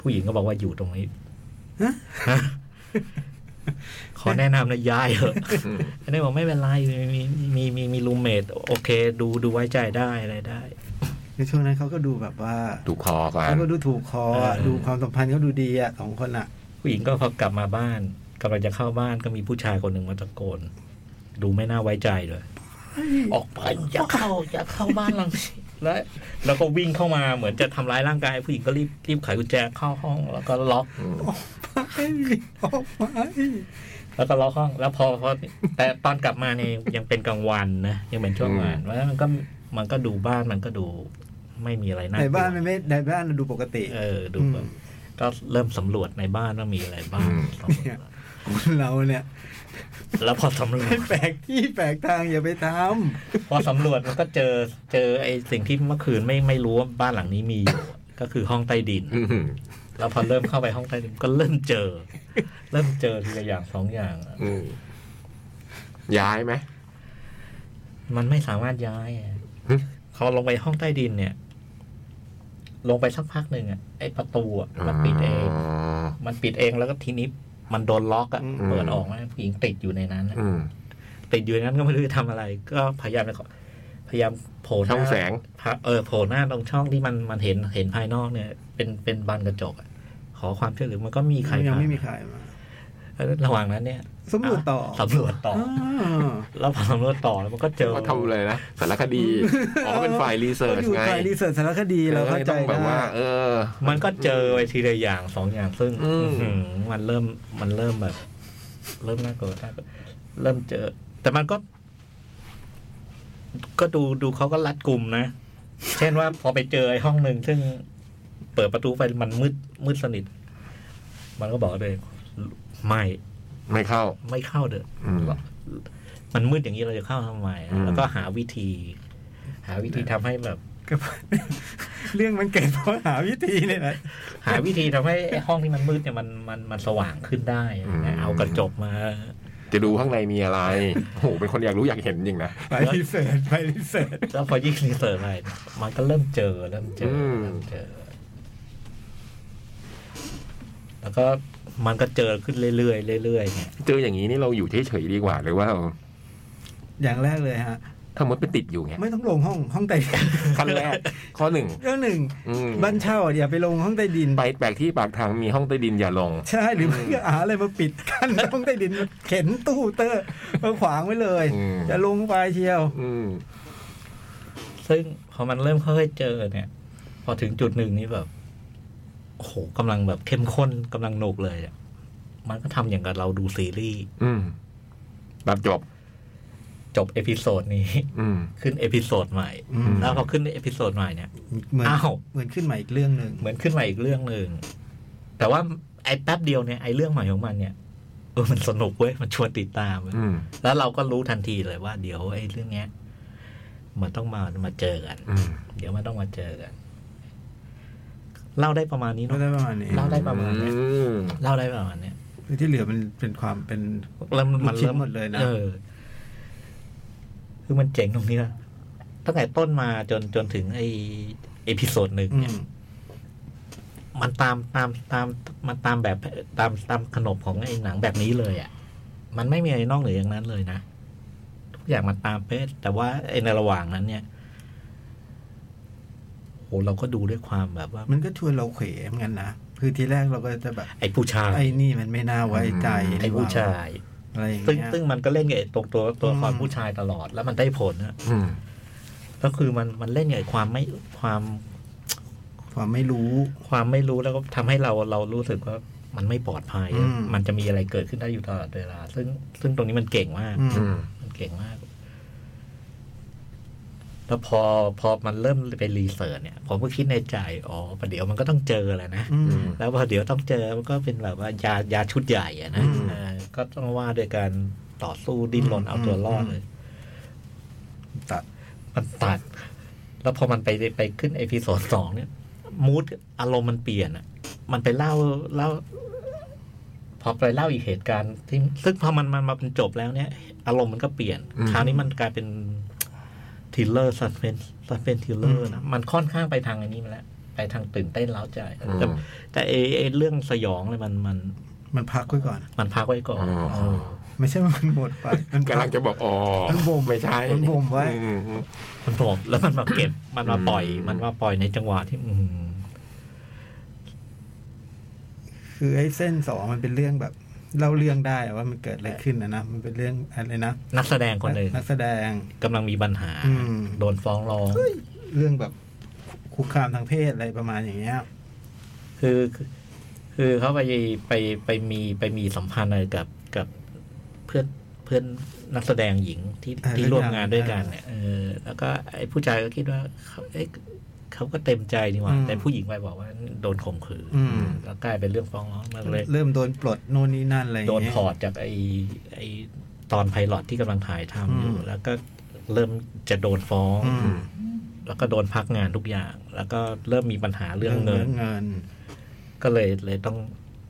S4: ผู้หญิงก็บอกว่าอยู่ตรงนี้
S2: ฮะ
S4: ฮะขอแนะนำนะย้ายเถอะ อันนี้บอกไม่เป็นไรมีมีมีมีรูมเมทโอเค ดูดูไว้ใจได้อะไรได้
S2: ในช่วงนั้นเขาก็ดูแบบว่า
S3: ดูคอกัน
S2: เขาก็ดูถูกคออะ
S4: เออ
S2: ดูความสัมพันธ์เขาดูดีอ่ะสองคนอ่ะ
S4: ผู้หญิงก็พอกลับมาบ้านกำลังจะเข้าบ้านก็มีผู้ชายคนหนึ่งมาตะโกน ดูไม่น่าไว้ใจเลย ออกไปอย่าเข้า อย่าเข้าบ้านหลังนี้แล้วแล้วก็วิ่งเข้ามาเหมือนจะทำร้ายร่างกาย ผู้หญิงก็รีบรีบไขกุญแจเข้าห้อง แล้วก็ล็อก
S2: ไปออกไป
S4: แล้วก็ล็อกห้อง แล้วพอพอแต่ตอนกลับมาเนี่ยยังเป็นกลางวันนะยังเป็นช่วงงานเพราะฉะนั้นมันก็มันก็ดูบ้านมันก็ดูไม่มีอะไรน่าก
S2: ใน
S4: ลัว
S2: บ้านมันไม่ในบ้านมันดูปกติ
S4: เออดูแบบ
S2: อืม
S4: ก็เริ่มสำรวจในบ้านว่ามีอะไรบ้าง
S3: อืม
S4: สำรวจ
S2: คนเราเนี่ย
S4: แล้วพอสำรวจ
S2: แปลกที่แปลกทางอย่าไปท
S4: พอสำรวจมันก็เจอเจอไอ้สิ่งที่เมื่อคืนไม่ไม่รู้ว่าบ้านหลังนี้มีอยู่อะก็คือห้องใต้ดิน
S3: อืม
S4: แล้วพอเริ่มเข้าไปห้องใต้ดินก็เริ่มเจอ เริ่มเจอทีละอย่างสองอย่างอะ
S3: อืม ย้ายไหม
S4: มันไม่สามารถย้ายอะ
S3: หึ
S4: เขาลงไปห้องใต้ดินเนี่ย ลงไปสักพักหนึ่งอ่ะไอ้ประตูอะมันปิดเอง
S3: อ
S4: มันปิดเองแล้วก็ทีนี้มันโดนล็อกอ่ะเปิดออกมาผู้หญิงติดอยู่ในนั้นอะ
S3: อืม
S4: ติดอยู่ในนั้นก็ไม่รู้จะทำอะไร ก็พยายามจะขอพยายามโผล่ห
S3: ช่อง
S4: น้า
S3: แสง
S4: พะเออโผล่หน้าตรงช่องที่มันมันเห็นเห็นภายนอกเนี่ย เป็นเป็นบานกระจกอะขอความช่วยเหลือมันก็มี
S2: ำ
S4: ใคร
S2: ยังไม่มี
S4: ผ่าน
S2: ใครมา
S4: แล้วระหว่างนั้นเนี่ย
S2: สำรวจต่อ
S4: สำรวจต่อ
S2: า
S4: แล้วพอสำรวจต่อแล้วมันก็เจอ
S3: เขาทำเลยนะสารคดีอ๋อเป็นฝ่ายรีเสิร์ช
S2: ก็อยู่
S3: ไง
S2: ฝ่ายรีเสิร์ชสารคดีเราเข้าใจ
S3: ต้องแบบ
S2: ได้
S3: ว่า เออ
S4: มันก็เจอไปทีละอย่างสองอย่างซึ่ง
S3: อืม
S4: อื้อหือมันเริ่มมันเริ่มแบบ เริ่มน่ากลัวน่ากลัวเริ่มเจอ แต่มันก็ ก็ดูดูเขาก็รัดกลุ่มนะ เช่นว่าพอไปเจอไอ้ห้องหนึ่งซึ่งเปิดประตูไปมันมืดมืดสนิท มันก็บอกเลยไม่
S3: ไม่เข้า
S4: ไม่เข้าเด้อ
S3: อืม
S4: มันมืดอย่างนี้เราจะเข้าทำไม
S3: อืม
S4: แล้วก็หาวิธี หาวิธีทำให้แบบ
S2: ก็ เรื่องมันเกิดเพราะหาวิธีเนี่ย นะ
S4: หาวิธีทำให้ไอ้ห้องที่มันมืดเนี่ยมันมันมันสว่างขึ้นได้อะไรเงี้ย
S3: อืม
S4: เอากระจกมา
S3: จะดูข้างในมีอะไรโอ้โหเป็นคนอยากรู้อยากเห็นจริงนะ
S2: ไปรีเสิร์ชไปรีเสิร์ช
S4: แล้วพอยิ่งรีเสิร์ชไปมันก็เริ่มเจอเริ่มเจอ
S3: ม
S4: เริ่มเจอ แล้วก็มันก็เจอขึ้นเรื่อยๆเรื่อยๆเนี่ย
S3: เจออย่างนี้นี่เราอยู่เฉยๆดีกว่าหรือว่าเรา
S2: อย่างแรกเลยฮะ
S3: ถ้ามดไปติดอยู่เงี้ย
S2: ไม่ต้องลงห้องห้องใต้ดิน
S3: ขั้นแรก ข้อหนึ่ง
S2: เรื่องหนึ่ง
S3: อืม
S2: บ้านเช่าอ่ะอย่าไปลงห้องใต้ดิน
S3: ไปแปลกที่ปากทางมีห้องใต้ดินอย่าลง
S2: ใช่หรือไม่ก็หาอะไรมาปิดกั้นห้องใต้ดิน มันเข็นตู้เตอร์มาขวางไว้เลย
S3: อืม
S2: อย่าลงไปเชียว
S3: อืม
S4: ซึ่งพอมันเริ่มค่อยๆเจอเนี่ย พอถึงจุดหนึ่งนี่แบบโอ้โหกำลังแบบเข้มข้นกำลังหนุกเลยอะมันก็ทำอย่างกับเราดูซีรีส์
S3: อืมตัดจบ
S4: จบเอพิโซดนี้
S3: อืม
S4: ขึ้นเอพิโซดใหม่
S2: อืม
S4: แล้วพอขึ้นเอพิโซดใหม่เนี่ย
S2: เหมือน
S4: อ้าว
S2: เหมือนขึ้นมาอีกเรื่องหนึ่ง
S4: เหมือนขึ้นมาอีกเรื่องหนึ่ง แต่ว่าไอ้แป๊บเดียวเนี่ยไอ้เรื่องใหม่ของมันเนี่ยเออมันสนุกเว้ยมันชวนติดตามเว้ย
S3: อืม
S4: แล้วเราก็รู้ทันทีเลยว่า เดี๋ยวไอ้เรื่องเนี้ย มันต้องมามาเจอกัน
S3: อืม
S4: เดี๋ยวมันต้องมาเจอกันเล่าได้ประมาณนี้
S2: ก็
S4: เนาะ
S2: ได้ประมาณนี้
S4: เล่าได้ประมาณเนี้ย
S3: อืม
S4: เล่าได้ประมาณเนี้ย
S2: คือที่เหลือมันเป็นความเป็น
S4: แล้วมัน
S2: ลูกชิ้นหมดเลยนะ
S4: ออคือมันเจ๋งตรงนี้นะตั้งแต่ต้นมาจนจนถึงไอเอพิโซดหนึ่ง
S2: อื
S4: เนี่ย
S2: ม
S4: มันตามตามตามมันตามแบบตามตามขนบของไอ้หนังแบบนี้เลยอะ่ะ มันไม่มีอะไรนอกเหนืออย่างนั้นเลยนะ ทุกอย่างมันตามเป๊ะแต่ว่าไอ้ในระหว่างนั้น เนี่ยโหเราก็ดูด้วยความแบบว่า
S2: มันก็ชวนเราเขวเหมือนกันนะ คือทีแรกเราก็จะแบบ
S4: ไอ้ผู้ชาย
S2: ไอ้นี่มันไม่น่าไว้ใจ
S3: อืม
S4: ไอ้
S2: นี่หว่
S4: ผู้ชาย
S2: อะไรอย่าง
S4: ซึ่ง
S2: เงี้ย
S4: ซึ่งมันก็เล่นกับไอ้ตรงตัวตัว
S2: อืม
S4: ความผู้ชายตลอด แล้วมันได้ผลนะ
S3: อืม
S4: ก็คือมันมันเล่นกับไอ้ความไม่ความ
S2: ความไม่รู้
S4: ความไม่รู้แล้วก็ทำให้เราเรารู้สึกว่ามันไม่ปลอดภัย
S2: อืม
S4: มันจะมีอะไรเกิดขึ้นได้อยู่ตลอดเวลา ซึ่งซึ่งตรงนี้มันเก่งมาก
S2: อืม
S3: อืม
S4: มันเก่งมาก แล้วพอพอมันเริ่มไปรีเสิร์ชเนี่ย ผมก็คิดในใจ อ๋อประเดี๋ยวมันก็ต้องเจอแหละนะ
S2: อืม
S4: แล้วพอเดี๋ยวต้องเจอ มันก็เป็นแบบว่ายายาชุดใหญ่อะนะ
S2: อืม
S4: เออก็ต้องว่าด้วยการต่อสู้ดิ้นรนเอาตัวรอดเลย
S2: ตัด
S4: มันตัด แล้วพอมันไปไปขึ้นเอพิโซดสองเนี่ย มูดอารมณ์มันเปลี่ยนอะมันไปเล่าเล่า พอไปเล่าอีกเหตุการณ์ที่ซึ่งพอมันมันมาเป็นจบแล้วเนี่ย อารมณ์มันก็เปลี่ยน
S3: อืม
S4: คราวนี้มันกลายเป็นทริลเลอร์สัสเพนสัสเพนทริลเลอร์
S2: อืม
S4: นะมันค่อนข้างไปทางอันนี้มาแล้ว ไปทางตื่นเต้นเร้าใจ
S3: อืม
S4: แต่แต่เอเอเรื่องสยองเลยมันมัน
S2: มันพักไว้ก่อน
S4: มันพักไว้ก่อน
S3: อ๋อ
S4: เออ
S2: ไม่ใช่ว่ามันหมดไป มันพั
S3: กำลังจะบอกอ๋อ
S2: มันบ่ม
S3: ไม่ใช่
S2: มันบ่มไว้
S3: อือืม
S4: มันโผล่แล้วมันมาเก็บ มันมาปล่อย
S3: อืม
S4: มันมาปล่อยในจังหวะที่ อืม
S2: คือไอ้เส้นสองมันเป็นเรื่องแบบเล่าเรื่องได้ว่ามันเกิดอะไรขึ้นนะนะ มันเป็นเรื่องอะไรนะ
S4: นักแสดงคนหนึ่ง
S2: นักแสดง
S4: กำลังมีปัญหา
S2: อืม
S4: โดนฟ้องร้อง
S2: เรื่องแบบคุกคามทางเพศอะไรประมาณอย่างเงี้ย
S4: คือคือคือเขาไปไปไปมีไปมีสัมพันธ์อะไรกับกับเพื่อนเพื่อนนักแสดงหญิงที่
S2: อ่า
S4: ที่
S2: เล่น
S4: ร่วมงาง
S2: าน น
S4: ด้วยกันเนี่ยเออแล้วก็ไอ้ผู้ชายก็คิดว่าเขาเอ๊ะเขาก็เต็มใจนี่หว่า
S2: อืม
S4: แต่ผู้หญิงไปบอกว่าโดนข่มขืน
S2: อืม
S4: แล้วกลายเป็นเรื่องฟ้องร้องมันเลย
S2: เริ่มโดนปลดโน่นนี่นั่นอะไรอย่าง
S4: โดน
S2: เงี้ย
S4: พอร์ตจากไอ้ไอ้ตอนไพลอตที่กำลังถ่ายทำอยู่
S2: อืม
S4: แล้วก็เริ่มจะโดนฟ้อง
S2: อืม
S4: แล้วก็โดนพักงานทุกอย่าง แล้วก็เริ่มมีปัญหาเรื่องเงิน
S2: เงิน
S4: ก็เลยเลยต้อง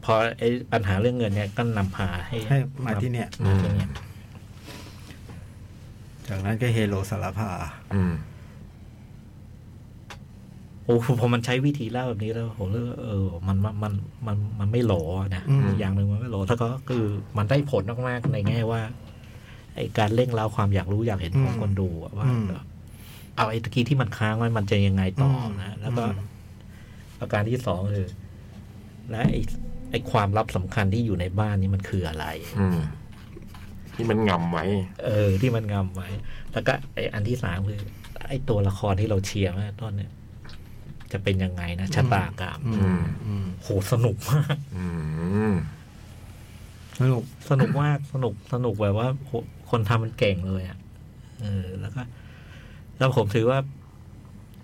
S4: พอไอ้ปัญหาเรื่องเงินเนี่ยก็นำพาให้
S2: ให้มาที่เนี่ย
S4: มาที่เนี่ย
S2: จากนั้นก็เฮโลสารภา
S3: อืม
S4: โอ้โหพอมันใช้วิธีเล่าแบบนี้แล้วโหเลิกเออมันมันมันมันมันไม่โหลอะนะ
S2: อืม
S4: อย่างหนึ่งมันไม่โหลแล้วก็คือมันได้ผลมากๆในแง่ว่าไอ้การเร่งเร้าความอยากรู้อยากเห็นของคนดูอะว่า
S2: อืม
S4: เอาไอ้ตะกี้ที่มันค้างไว้มันจะยังไงต่อนะ
S2: อืม
S4: แล้วก็
S2: อืม
S4: ประการที่สองคือ และไอ้ไอ้ความลับสำคัญที่อยู่ในบ้านนี่มันคืออะไร
S3: อืม ที่มันงำไว้
S4: เออ ที่มันงำไว้ แล้วก็ไออันที่สามคือ ไอตัวละครที่เราเชียร์มากต้นเนี่ย จะเป็นยังไงนะชะตากรรม
S2: อืมอืม
S4: โหสนุกมาก
S3: อืม
S2: สนุก
S4: สนุกมาก สนุกสนุกแบบว่าโหคนทำมันเก่งเลยอ่ะเออ แล้วก็ แล้วผมถือว่า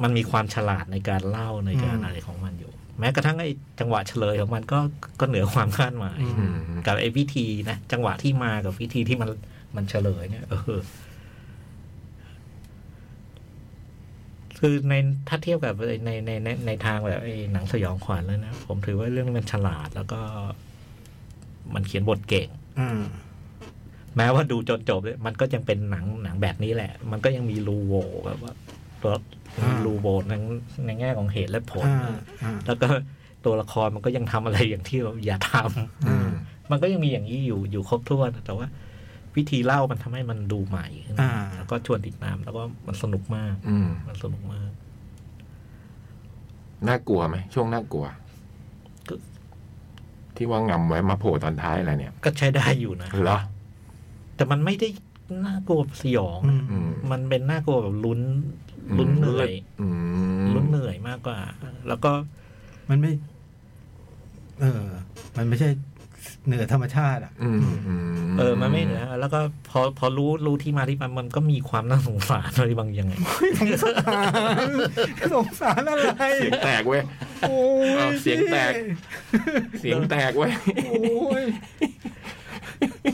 S4: มันมีความฉลาดในการเล่าในการอะไรของมันอยู่ แม้กระทั่งไอ้จังหวะเฉลยของมันก็ก็เหนือความคาดหมาย
S3: อืม
S4: กับไอ้วิธีนะจังหวะที่มากับวิธีที่มันมันเฉลยเนี่ยเออคือในถ้าเทียบกับในในในในทางแบบไอ้หนังสยองขวัญแล้วนะ ผมถือว่าเรื่องนี้มันฉลาดแล้วก็ มันเขียนบทเก่ง
S2: อ่า
S4: แม้ว่าดูจนจบเนี่ยมันก็ยังเป็นหนังหนังแบบนี้แหละ มันก็ยังมีรูโหวแบบว่าตัวมีรูโหวในในแง่ของเหตุและผล
S2: อ่าอ่า
S4: แล้วก็ตัวละครมันก็ยังทำอะไรอย่างที่เราอย่าทำ
S2: อ่า
S4: มันก็ยังมีอย่างนี้อยู่อยู่ครบถ้วนแต่ว่า วิธีเล่ามันทำให้มันดูใหม่ขึ้นมา
S2: อ่า
S4: แล้วก็ชวนติดตาม แล้วก็มันสนุกมาก
S3: อืม
S4: มันสนุกมาก
S3: น่ากลัวไหมช่วงน่ากลัว ที่ว่างำไว้มาโผล่ตอนท้ายอะไรเนี่ย
S4: ก็ใช้ได้อยู่นะ
S3: เหรอ
S4: แต่มันไม่ได้น่ากลัวสยอง
S2: อื
S4: นะ
S2: ม
S3: อืม
S4: มันเป็นน่ากลัวแบบลุ้นลุ้นเหนื่อย
S3: อื
S4: ลุ้น
S3: ม
S4: เหนื่อยมากกว่า แล้วก็
S2: มันไม่ เออ มันไม่ใช่เหนือธรรมชาติอ่ะ
S3: อืม
S4: เออมันไม่เหนื่อยแล้วก็พอพอรู้รู้ที่มาที่ไปมันก็มีความน่าสงสารอะไรบางอย่าง
S2: สาร สงสารอะไร
S3: เสียงแตกเว้ย
S2: โอ้
S3: อ้าวย เสียงแตก เสียงแตกเว้ย
S2: โอ้ยส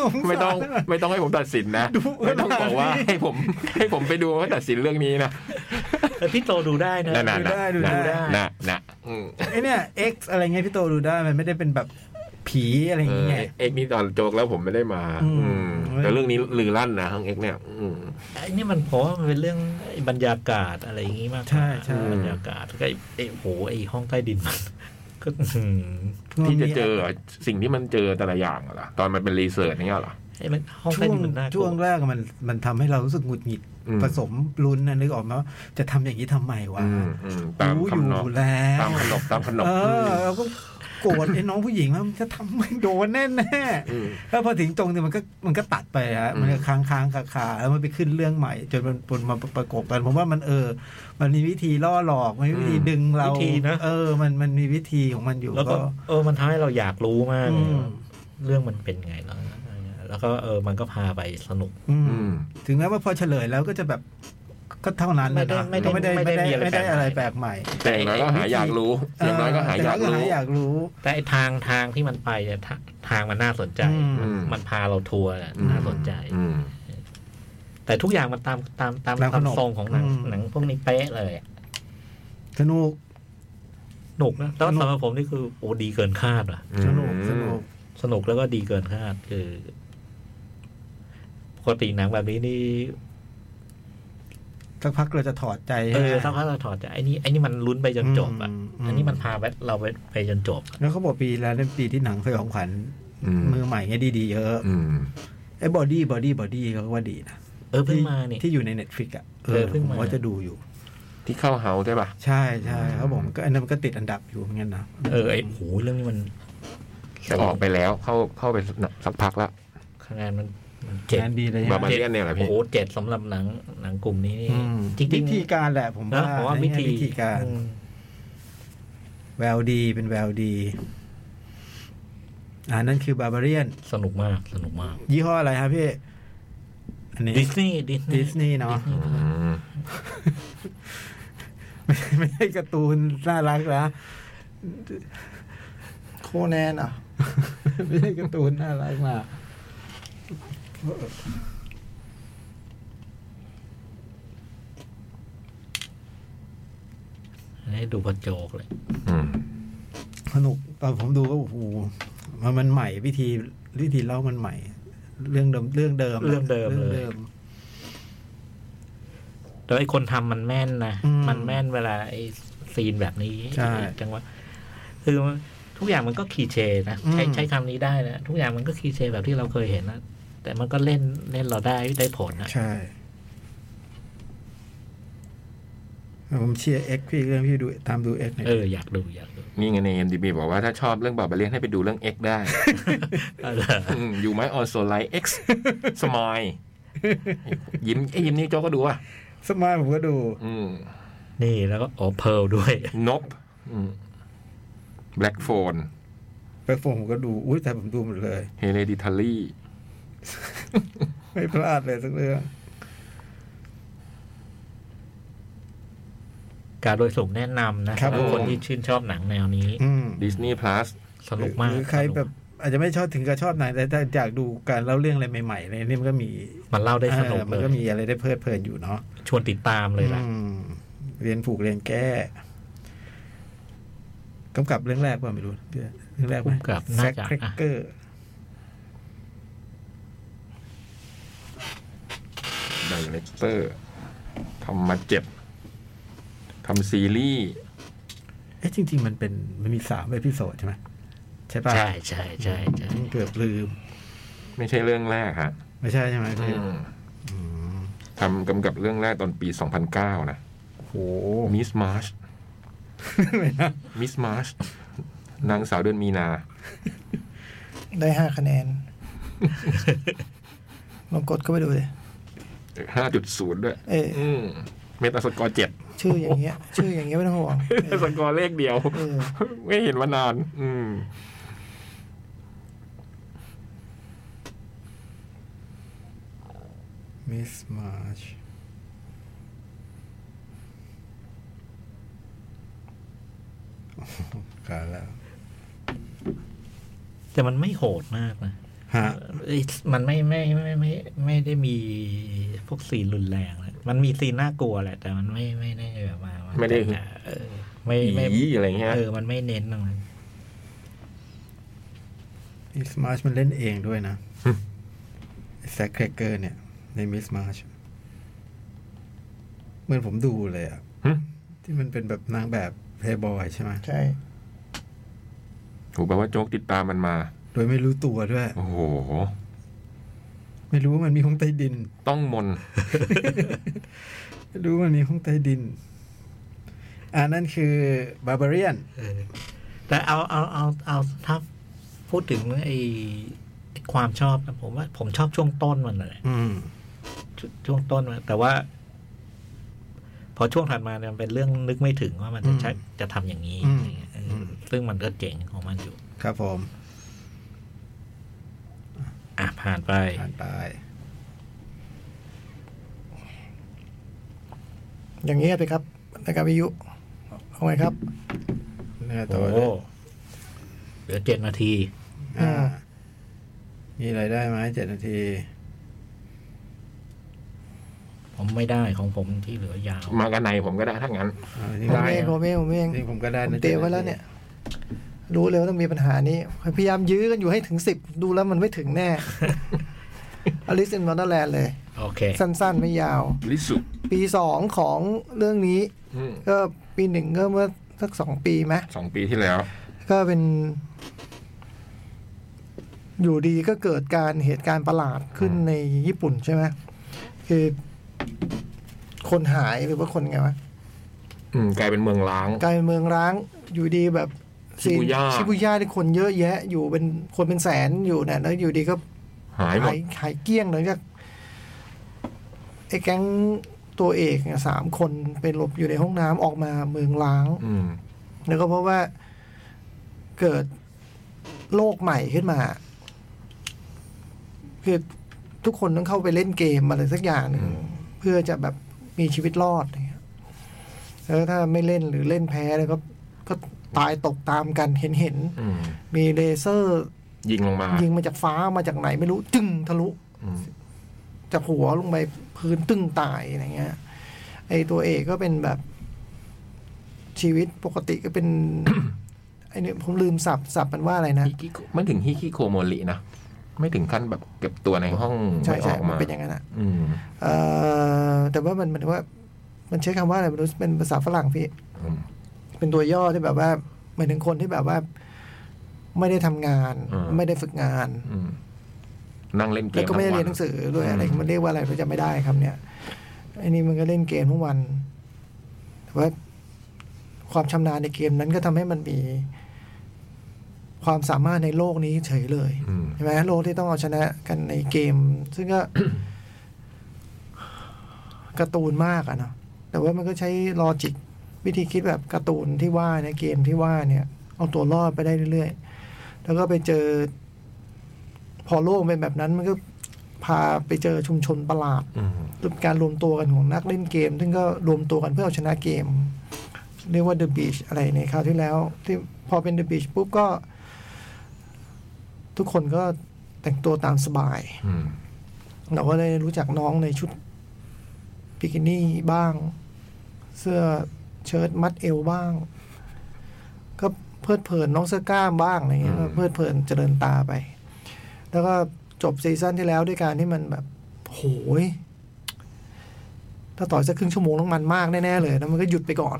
S2: สาร
S3: ไม่ต้องไม่ต้องให้ผมตัดสินนะ
S2: ดู
S3: ไม่ต้องบอกว่า
S2: เออ
S3: ให้ผม ให้ผมไปดูว่าตัดสินเรื่องนี้นะ
S4: เออพี่โตดูได้นะ
S3: นะนะนะ
S2: ดูได้
S3: นะ
S2: ดูได้
S3: นะนะอืม
S2: ไอเนี่ย X อะไรเงี้ยพี่โตดูได้ มันไม่ได้เป็นแบบผีอะไร
S3: เอ
S2: เงี้
S3: อย เอกนี่ตอนโจกแล้วผมไม่ได้มา
S2: อืม
S3: อืมแต่เรื่องนี้ลือลั่นนะทั้งเอกเนี่ย อืม
S4: ไอ้นี่มันเพราะว่ามันเป็นเรื่องไอ้บรรยากาศอะไรอย่างงี้มากกว่า
S2: ใช่ใช่
S4: บรรยากาศแล้วก็ไอ้ไอ้โหไอ้ห้องใต้ดินมัน ก็อื้อหือ
S3: ที่จะเจอเหรอสิ่งที่มันเจอแต่ละอย่างเหรอตอนมันเป็นรีเสิร์ชอย่างเงี้ยเหรอ
S4: ไอ้มันห้อง
S2: ช่
S4: ใต้
S2: วง
S4: ดินมันน่ากลั
S2: ช่
S4: ว
S2: วงแรกมันมันทำให้เรารู้สึกหงุดหงิด
S3: อืม
S2: ผสมลุ้นนะนึกออกไหมว่าจะทำอย่างนี้ทำไมวะ
S3: อืมอืมตาม
S2: รู้อ
S3: คำน
S2: ยู่
S3: อง
S2: แล้ว
S3: ตามขนบตามขนบ
S2: เออเราก็โกรธไอ้ น้องผู้หญิงว่ามันจะทำมันโดนแน่แน่ๆ
S3: ม
S2: แล้วพอถึงตรงนี้มันก็มันก็ตัดไปฮะ
S3: อืม
S2: มันก็ค้างค้างคาคาแล้วมันไปขึ้นเรื่องใหม่ จนมันปนมาประกบกันผมว่ามันเออ มันมีวิธีล่อหลอกมันมีวิธีดึงเรา
S4: วิธีนะ
S2: เออ มันมันมีวิธีของมันอยู่
S4: แล้วก็
S2: ก็
S4: เออมันทำให้เราอยากรู้มาก
S2: อืม
S4: เลยว่าเรื่องมันเป็นไงแล้วอะไรเงี้ยแล้วก็เออมันก็พาไปสนุก
S2: อื
S3: อื
S2: ม
S3: ม
S2: ถึงแม้ว่าพอเฉลยแล้วก็จะแบบก็เท่านั้นนะนะ
S4: ไม่ได้ไม่
S2: ไม่
S4: ได้
S2: ได้
S4: ไม่
S2: ไม่ได้
S4: ได้มี
S2: ไม่
S4: อะไร
S2: ได้
S4: แปลกใหม่
S2: อะไรแปลกใหม่
S3: แต่อย่างน้อยก็หาอยากรู้อย่างน้อยก็หาอยาก
S2: แต่
S3: รู้
S2: อยากรู้
S4: แต่ไอ้ทางทางที่มันไปเนี่ยทาทางมันน่าสนใจ
S2: อืม
S4: มันมันพาเราทัวร์น่ะ
S3: อืม
S4: น่าสนใจ
S3: อืม
S4: แต่ทุกอย่างมันตามตามตาม
S2: ตามข
S4: ตาม
S2: นบ
S4: ทรงของหนัง
S2: อืม
S4: หนังพวกนี้เป๊ะเลยอะ
S2: สนุก
S4: หนุกนะแล้วสำหรับผมนี่คือโอ้ดีเกินคาดว่ะ
S2: สนุกสนุก
S4: สนุกแล้วก็ดีเกินคาดคือปกติหนังแบบนี้นี่
S2: สักพักเราจะถอดใจ
S4: เออสักพักเราถอดใจไอ้นี่ไอ้นี่มันลุ้นไปจนจบอ่ะ
S2: ม
S4: อันนี้มันพาไปเราไปไปจนจบอะ
S2: แล้วเขาบอกปีแล้วเป็นปีที่หนังสยองขวัญ
S3: อืม
S2: มือใหม่เนี่ยดีๆเยอะ
S3: อืม
S2: ไอ้บอดี้บอดี้บอดี้เขาก็ว่าดีนะ
S4: เออเพิ่งมานี่
S2: ที่อยู่ในเน็ตฟลิกอะ
S4: เออเพิ่งมา
S2: ผว่าจะดูอยู่
S3: ที่เข้าเฮาใช่ป่ะ
S2: ใช่ใช่เขาบอกมันก็อันนั้นมันก็ติดอันดับอยู่เหมือนกันนะ
S4: เออไอ้โหเรื่องนี้มัน
S3: แต่ออกไปแล้วเข้าเข้าไปสักพักแล้ว
S4: คะแนนมันมันเจ็ด
S2: งานดีเลยใช่
S3: บา
S2: ไหม
S3: บาเลียนเนี่ยเหรอ
S4: โอ้
S3: พี่
S4: โหเจ็ดสำหรับหนังหนังกลุ่มนี้นี่
S2: อืม
S4: จริง
S2: วิธีการแหละผม
S4: ๆนะ
S2: ว่า
S4: ผมว่า
S2: ใน
S4: วิ
S2: แง่
S4: ธี
S2: วิธีการ
S4: อืม
S2: แววดีเป็นแววดี อ่านั่นคือบาบาเรียน
S4: สนุกมากสนุกมาก
S2: ยี่ห้ออะไรครับพี่ อันนี้
S4: ดิสนีย์ดิสนี
S2: ดิส
S4: ย์
S2: นีย์เนาะ
S3: อืม
S2: ไม่ไม่ใช่การ์ตูนน่ารักนะ
S5: โคแนนอ่ะ
S2: ไม่ใช่การ์ตูนน่ารักมาก
S4: ให้ดูกระโจกเลย
S3: อืม
S2: สนุกตอนผมดูก็โอ้โหมันมันใหม่วิธีวิธีเล่ามันใหม่ เรื่องเดิมเรื่องเดิม
S4: เรื่องเดิม
S2: รื่อง
S4: เลย
S2: เดิม
S4: แต่ไอ้คนทำมันแม่นนะ
S2: อืม
S4: มันแม่นเวลาไอ้ซีนแบบนี้
S2: ใช่
S4: ไอ้จังหวะคือทุกอย่างมันก็คลีเช่นะ ใช้
S2: อืม
S4: ใช้คำนี้ได้นะ ทุกอย่างมันก็คลีเช่แบบที่เราเคยเห็นนะ แต่มันก็เล่นเล่นเราได้ได้ผลนะ
S2: ใช่ ผมเชียร์เอ็กพี่เรื่องพี่ดูตามดูเอ็กเนี่ย
S4: เอออยากดูอยากดู
S3: นี่ไงใน MDB บอกว่าถ้าชอบเรื่องบาบาเลียนให้ไปดูเรื่อง X ได้
S4: อะไร
S3: อยู่ไหมออนโซไล X สมายยิ้มไอ้ยิ้มนี่โจกก็ดูอ่ะ
S2: สมัยผมก็ดู
S3: อืม
S4: นี่แล้วก็อ๋อเพิร์ลด้วย
S3: นบแบล็กโฟน
S2: ไปโฟมผมก็ดู อุ้ยแต่ผมดูหมดเลย
S3: เฮเลดิทารี
S2: ไม่พลาดเลยสักเรื่อง
S4: การโดยสูงแนะนำนะครับ
S2: ผม
S4: คนที่ชื่นชอบหนังแนวนี้
S2: อืม
S3: ดิสนีย์พลัส
S4: สนุกมาก
S2: หรือใครแบบ อาจจะไม่ชอบถึงกับชอบหนังแต่แต่อยากดูการเล่าเรื่องอะไรใหม่ๆในนี่มันก็มี
S4: มันเล่าได้สนุก
S2: เออ
S4: เล
S2: มัน
S4: ย
S2: ก็มีอะไรได้เพลิดเพลินอยู่เนาะ
S4: ชวนติดตามเลยล่ะ
S2: อืมเรียนผูกเรียนแก้กำกับเรื่องแรกป่ะไม่รู้เรื่องแรกไหม
S4: กำกับ
S2: แซ
S4: น่า
S2: ค
S4: จะ
S2: ครกเกอร์
S3: ดิเรคเตอร์ทำมาเจ็บทำซีรีส์
S2: เอ๊ะจริง ๆ มันเป็นมันมีสามเอพิโซดใช่ไหมใช่ป่ะ
S4: ใช่ใช่ใช่ใช่
S2: เกือบลืม
S3: ไม่ใช่เรื่องแรกฮะ
S2: ไม่ใช่ใช่ไหมพี่
S3: ทำกำกับเรื่องแรกตอนปี 2009 นะ
S2: โอ้โห
S3: มิสมาร์ช มิสมาร์ช นางสาวเดือนมีนา
S5: ได้ห้าคะแนน ลองกดเข้าไปดูเลย
S3: 5.0 ด้วย
S5: เออ
S3: อืมเมตาสกอร์เจ็ด
S5: ชื่ออย่างเงี้ย ชื่ออย่างเงี้ยไม่ต้องห่วง
S3: เมต าสกอร์เลขเดียว
S5: เออ
S3: ไม่เห็นมานาน อืม
S2: มิสมาร์ชการแล้ว
S4: แต่มันไม่โหดมากนะ
S2: ฮะ
S4: เอ้ยมันไม่ไม่ไม่ไม่ไม่ได้มีพวกซีนรุนแรงนะมันมีซีนน่ากลัวแหละ แต่มันไม่ไม่ได้แบบว่า
S3: ไม่ได้
S4: เออไม่ไม่
S3: อีอะไรเงี้ย
S4: เออมันไม่เน้นตรงนั้น
S2: มิสมาร์ชมันเล่นเองด้วยนะแซคเครกเกอร์เนี่ย ในมิสมาร์ชเหมือนผมดูเลยอะ
S3: หึ
S2: ที่มันเป็นแบบนางแบบเพย์บอยใช่ไหม
S5: ใช่
S3: ถูกแปลว่าโจ๊กติดตามมันมา
S2: โดยไม่รู้ตัวด้วย
S3: โอ้โห
S2: ไม่รู้ว่ามันมีห้องใต้ดิน
S3: ต้องมน
S2: ไม่รู้ว่ามันมีห้องใต้ดิน อ่านั่นคือบาบาเรียน
S4: เออ แต่เอาเอาเอาเอาถ้าพูดถึงไอ้ไอ้ความชอบนะผมว่า ผมชอบช่วงต้นมันแหละ
S2: อืม
S4: ชช่วงต้นมาแต่ว่า พอช่วงถัดมาเนี่ยมันเป็นเรื่องนึกไม่ถึงว่ามันจะใช้
S2: อืม
S4: จะทำอย่างนี้
S2: อืม
S4: อะไรเงี้ยเอออ
S2: ม
S4: ซึ่งมันก็เจ๋งของมันอยู่
S2: ครับผม
S4: อ่ะผ่านไป
S2: ผ่านไป
S5: อย่างเงี้ยไปครับรายการวิทยุเอาไงครับ
S2: เนื้อตัว
S4: โอ้
S2: เลย
S4: เหลือเจ็ดนาที
S2: อ่า มีอะไรได้ไหมเจ็ดนาที
S4: ผมไม่ได้ของผมที่เหลือยาว
S3: มากันในผมก็ได้ถ้างั้น
S2: อ่า
S5: ผม
S2: ได้
S5: เองผมเองผมเอง
S2: นี่ผมก็ได้
S5: ผม
S2: นะ
S5: เตรียมไว้แล้วเนี่ย รู้เลยว่าต้องมีปัญหานี้ พยายามยื้อกันอยู่ให้ถึงสิบดูแล้วมันไม่ถึง แน่ อลิซ i นว n น e r l แลนด์เลย
S4: โอเค
S5: สั้นๆ ไม่ยาว
S3: ลิสุ
S5: ปีสองของเรื่องนี้
S3: อืม
S5: ก็ปีหนึ่งก็เมื่อสักสองปีไหม
S3: สองปีที่แล้ว
S5: ก็เป็น อยู่ดีก็เกิดการเหตุการณ์ประหลาดขึ้นในญี่ปุ่นใช่ไหมคือ คนหายหรือว่าคนไงวะ
S3: อืม กลายเป็นเมืองล้าง
S5: กลายเป็นเมืองร้างอยู่ดีแบบ
S3: ชิบุย่า
S5: ชิบุย่าที่คนเยอะแยะ อยู่เป็นคนเป็นแสนอยู่เนี่ยแล้วอยู่ดีก็
S3: หายหมด
S5: หายหายเกลี้ยงหลังจากไอ้แก๊งตัวเอกเนี่ยสามคนเป็นหลบอยู่ในห้องน้ำออกมาเมืองร้าง
S3: อืม
S5: แล้วก็เพราะว่าเกิดโลกใหม่ขึ้นมา คือทุกคนต้องเข้าไปเล่นเกมอะไรสักอย่างหนึ่ง
S3: อืม
S5: เพื่อจะแบบมีชีวิตรอดอะไรเงี้ยแล้วถ้าไม่เล่นหรือเล่นแพ้แล้วก็ก็ตายตกตามกันเห็นเห็น
S3: อืม
S5: ๆมีเลเซอร์
S3: ยิงลงมา
S5: ยิงมาจากฟ้ามาจากไหนไม่รู้จึงทะลุ
S3: อืม
S5: จากหัวลงไปพื้นตึ้งตายอะไรเงี้ย ไอตัวเอกก็เป็นแบบชีวิตปกติก็เป็น ไอเนี่ยผมลืมสับสับมันว่าอะไรนะ
S3: ฮิกิโกไม่ถึงฮิกิโคโมรินะ ไม่ถึงขั้นแบบเก็บตัวในห้อง
S5: ใช่
S3: ไม่อ
S5: ใช่
S3: อก
S5: มั
S3: มาน
S5: เป็นอย่างนั้นอะ
S3: อืม
S5: เอ่อแต่ว่ามันมันว่า มันใช้คำว่าอะไรไม่รู้เป็นภาษาฝรั่งพี่
S3: อืม
S5: เป็นตัวย่อที่แบบว่าหมายถึงคนที่แบบว่า ไม่ได้ทำงาน
S3: อ่า
S5: ไม่ได้ฝึกงาน
S3: อืมนั่งเล่นเกม
S5: แล้วก็ไม่ได้
S3: ทั้
S5: เรี
S3: วั
S5: ย
S3: น
S5: หนังสือด้วย
S3: ม
S5: อะไรมันเรียกว่าอะไรก็จะไม่ได้ครับเนี่ยไอ้นี่มันก็เล่นเกมทุกวัน ว่าความชำนาญในเกมนั้นก็ทำให้มันมีความสามารถในโลกนี้เฉยเลย
S3: อืม
S5: ใช่ไหมโลกที่ต้องเอาชนะกันในเกม ซึ่งก็ การ์ตูนมากอะเนาะแต่ว่ามันก็ใช้ลอจิกวิธีคิดแบบการ์ตูนที่ว่าเนี่ยเกมที่ว่าเนี่ย เอาตัวรอดไปได้เรื่อยๆ แล้วก็ไปเจอ พอโลกเป็นแบบนั้นมันก็พาไปเจอชุมชนประหลาด
S3: อืม
S5: การรวมตัวกันของนักเล่นเกม ซึ่งก็รวมตัวกันเพื่อเอาชนะเกม เรียกว่า The Beach อะไรในคราวที่แล้ว ที่พอเป็น The Beach ปุ๊บก็ ทุกคนก็แต่งตัวตามสบาย
S3: อืม
S5: เราก็ได้รู้จักน้องในชุดบิกินี่บ้าง เสื้อเชิ้ตมัดเอวบ้าง ก็เพลิดเพลินน้องเสื้อกล้ามบ้างอะไรเงี้ย
S3: อืม
S5: ก็เพลิดเพลินเจริญตาไป แล้วก็จบซีซั่นที่แล้วด้วยการที่มันแบบโหย ถ้าต่อยสักครึ่งชั่วโมงต้องมันมากแน่ ๆ เลยแล้วมันก็หยุดไปก่อน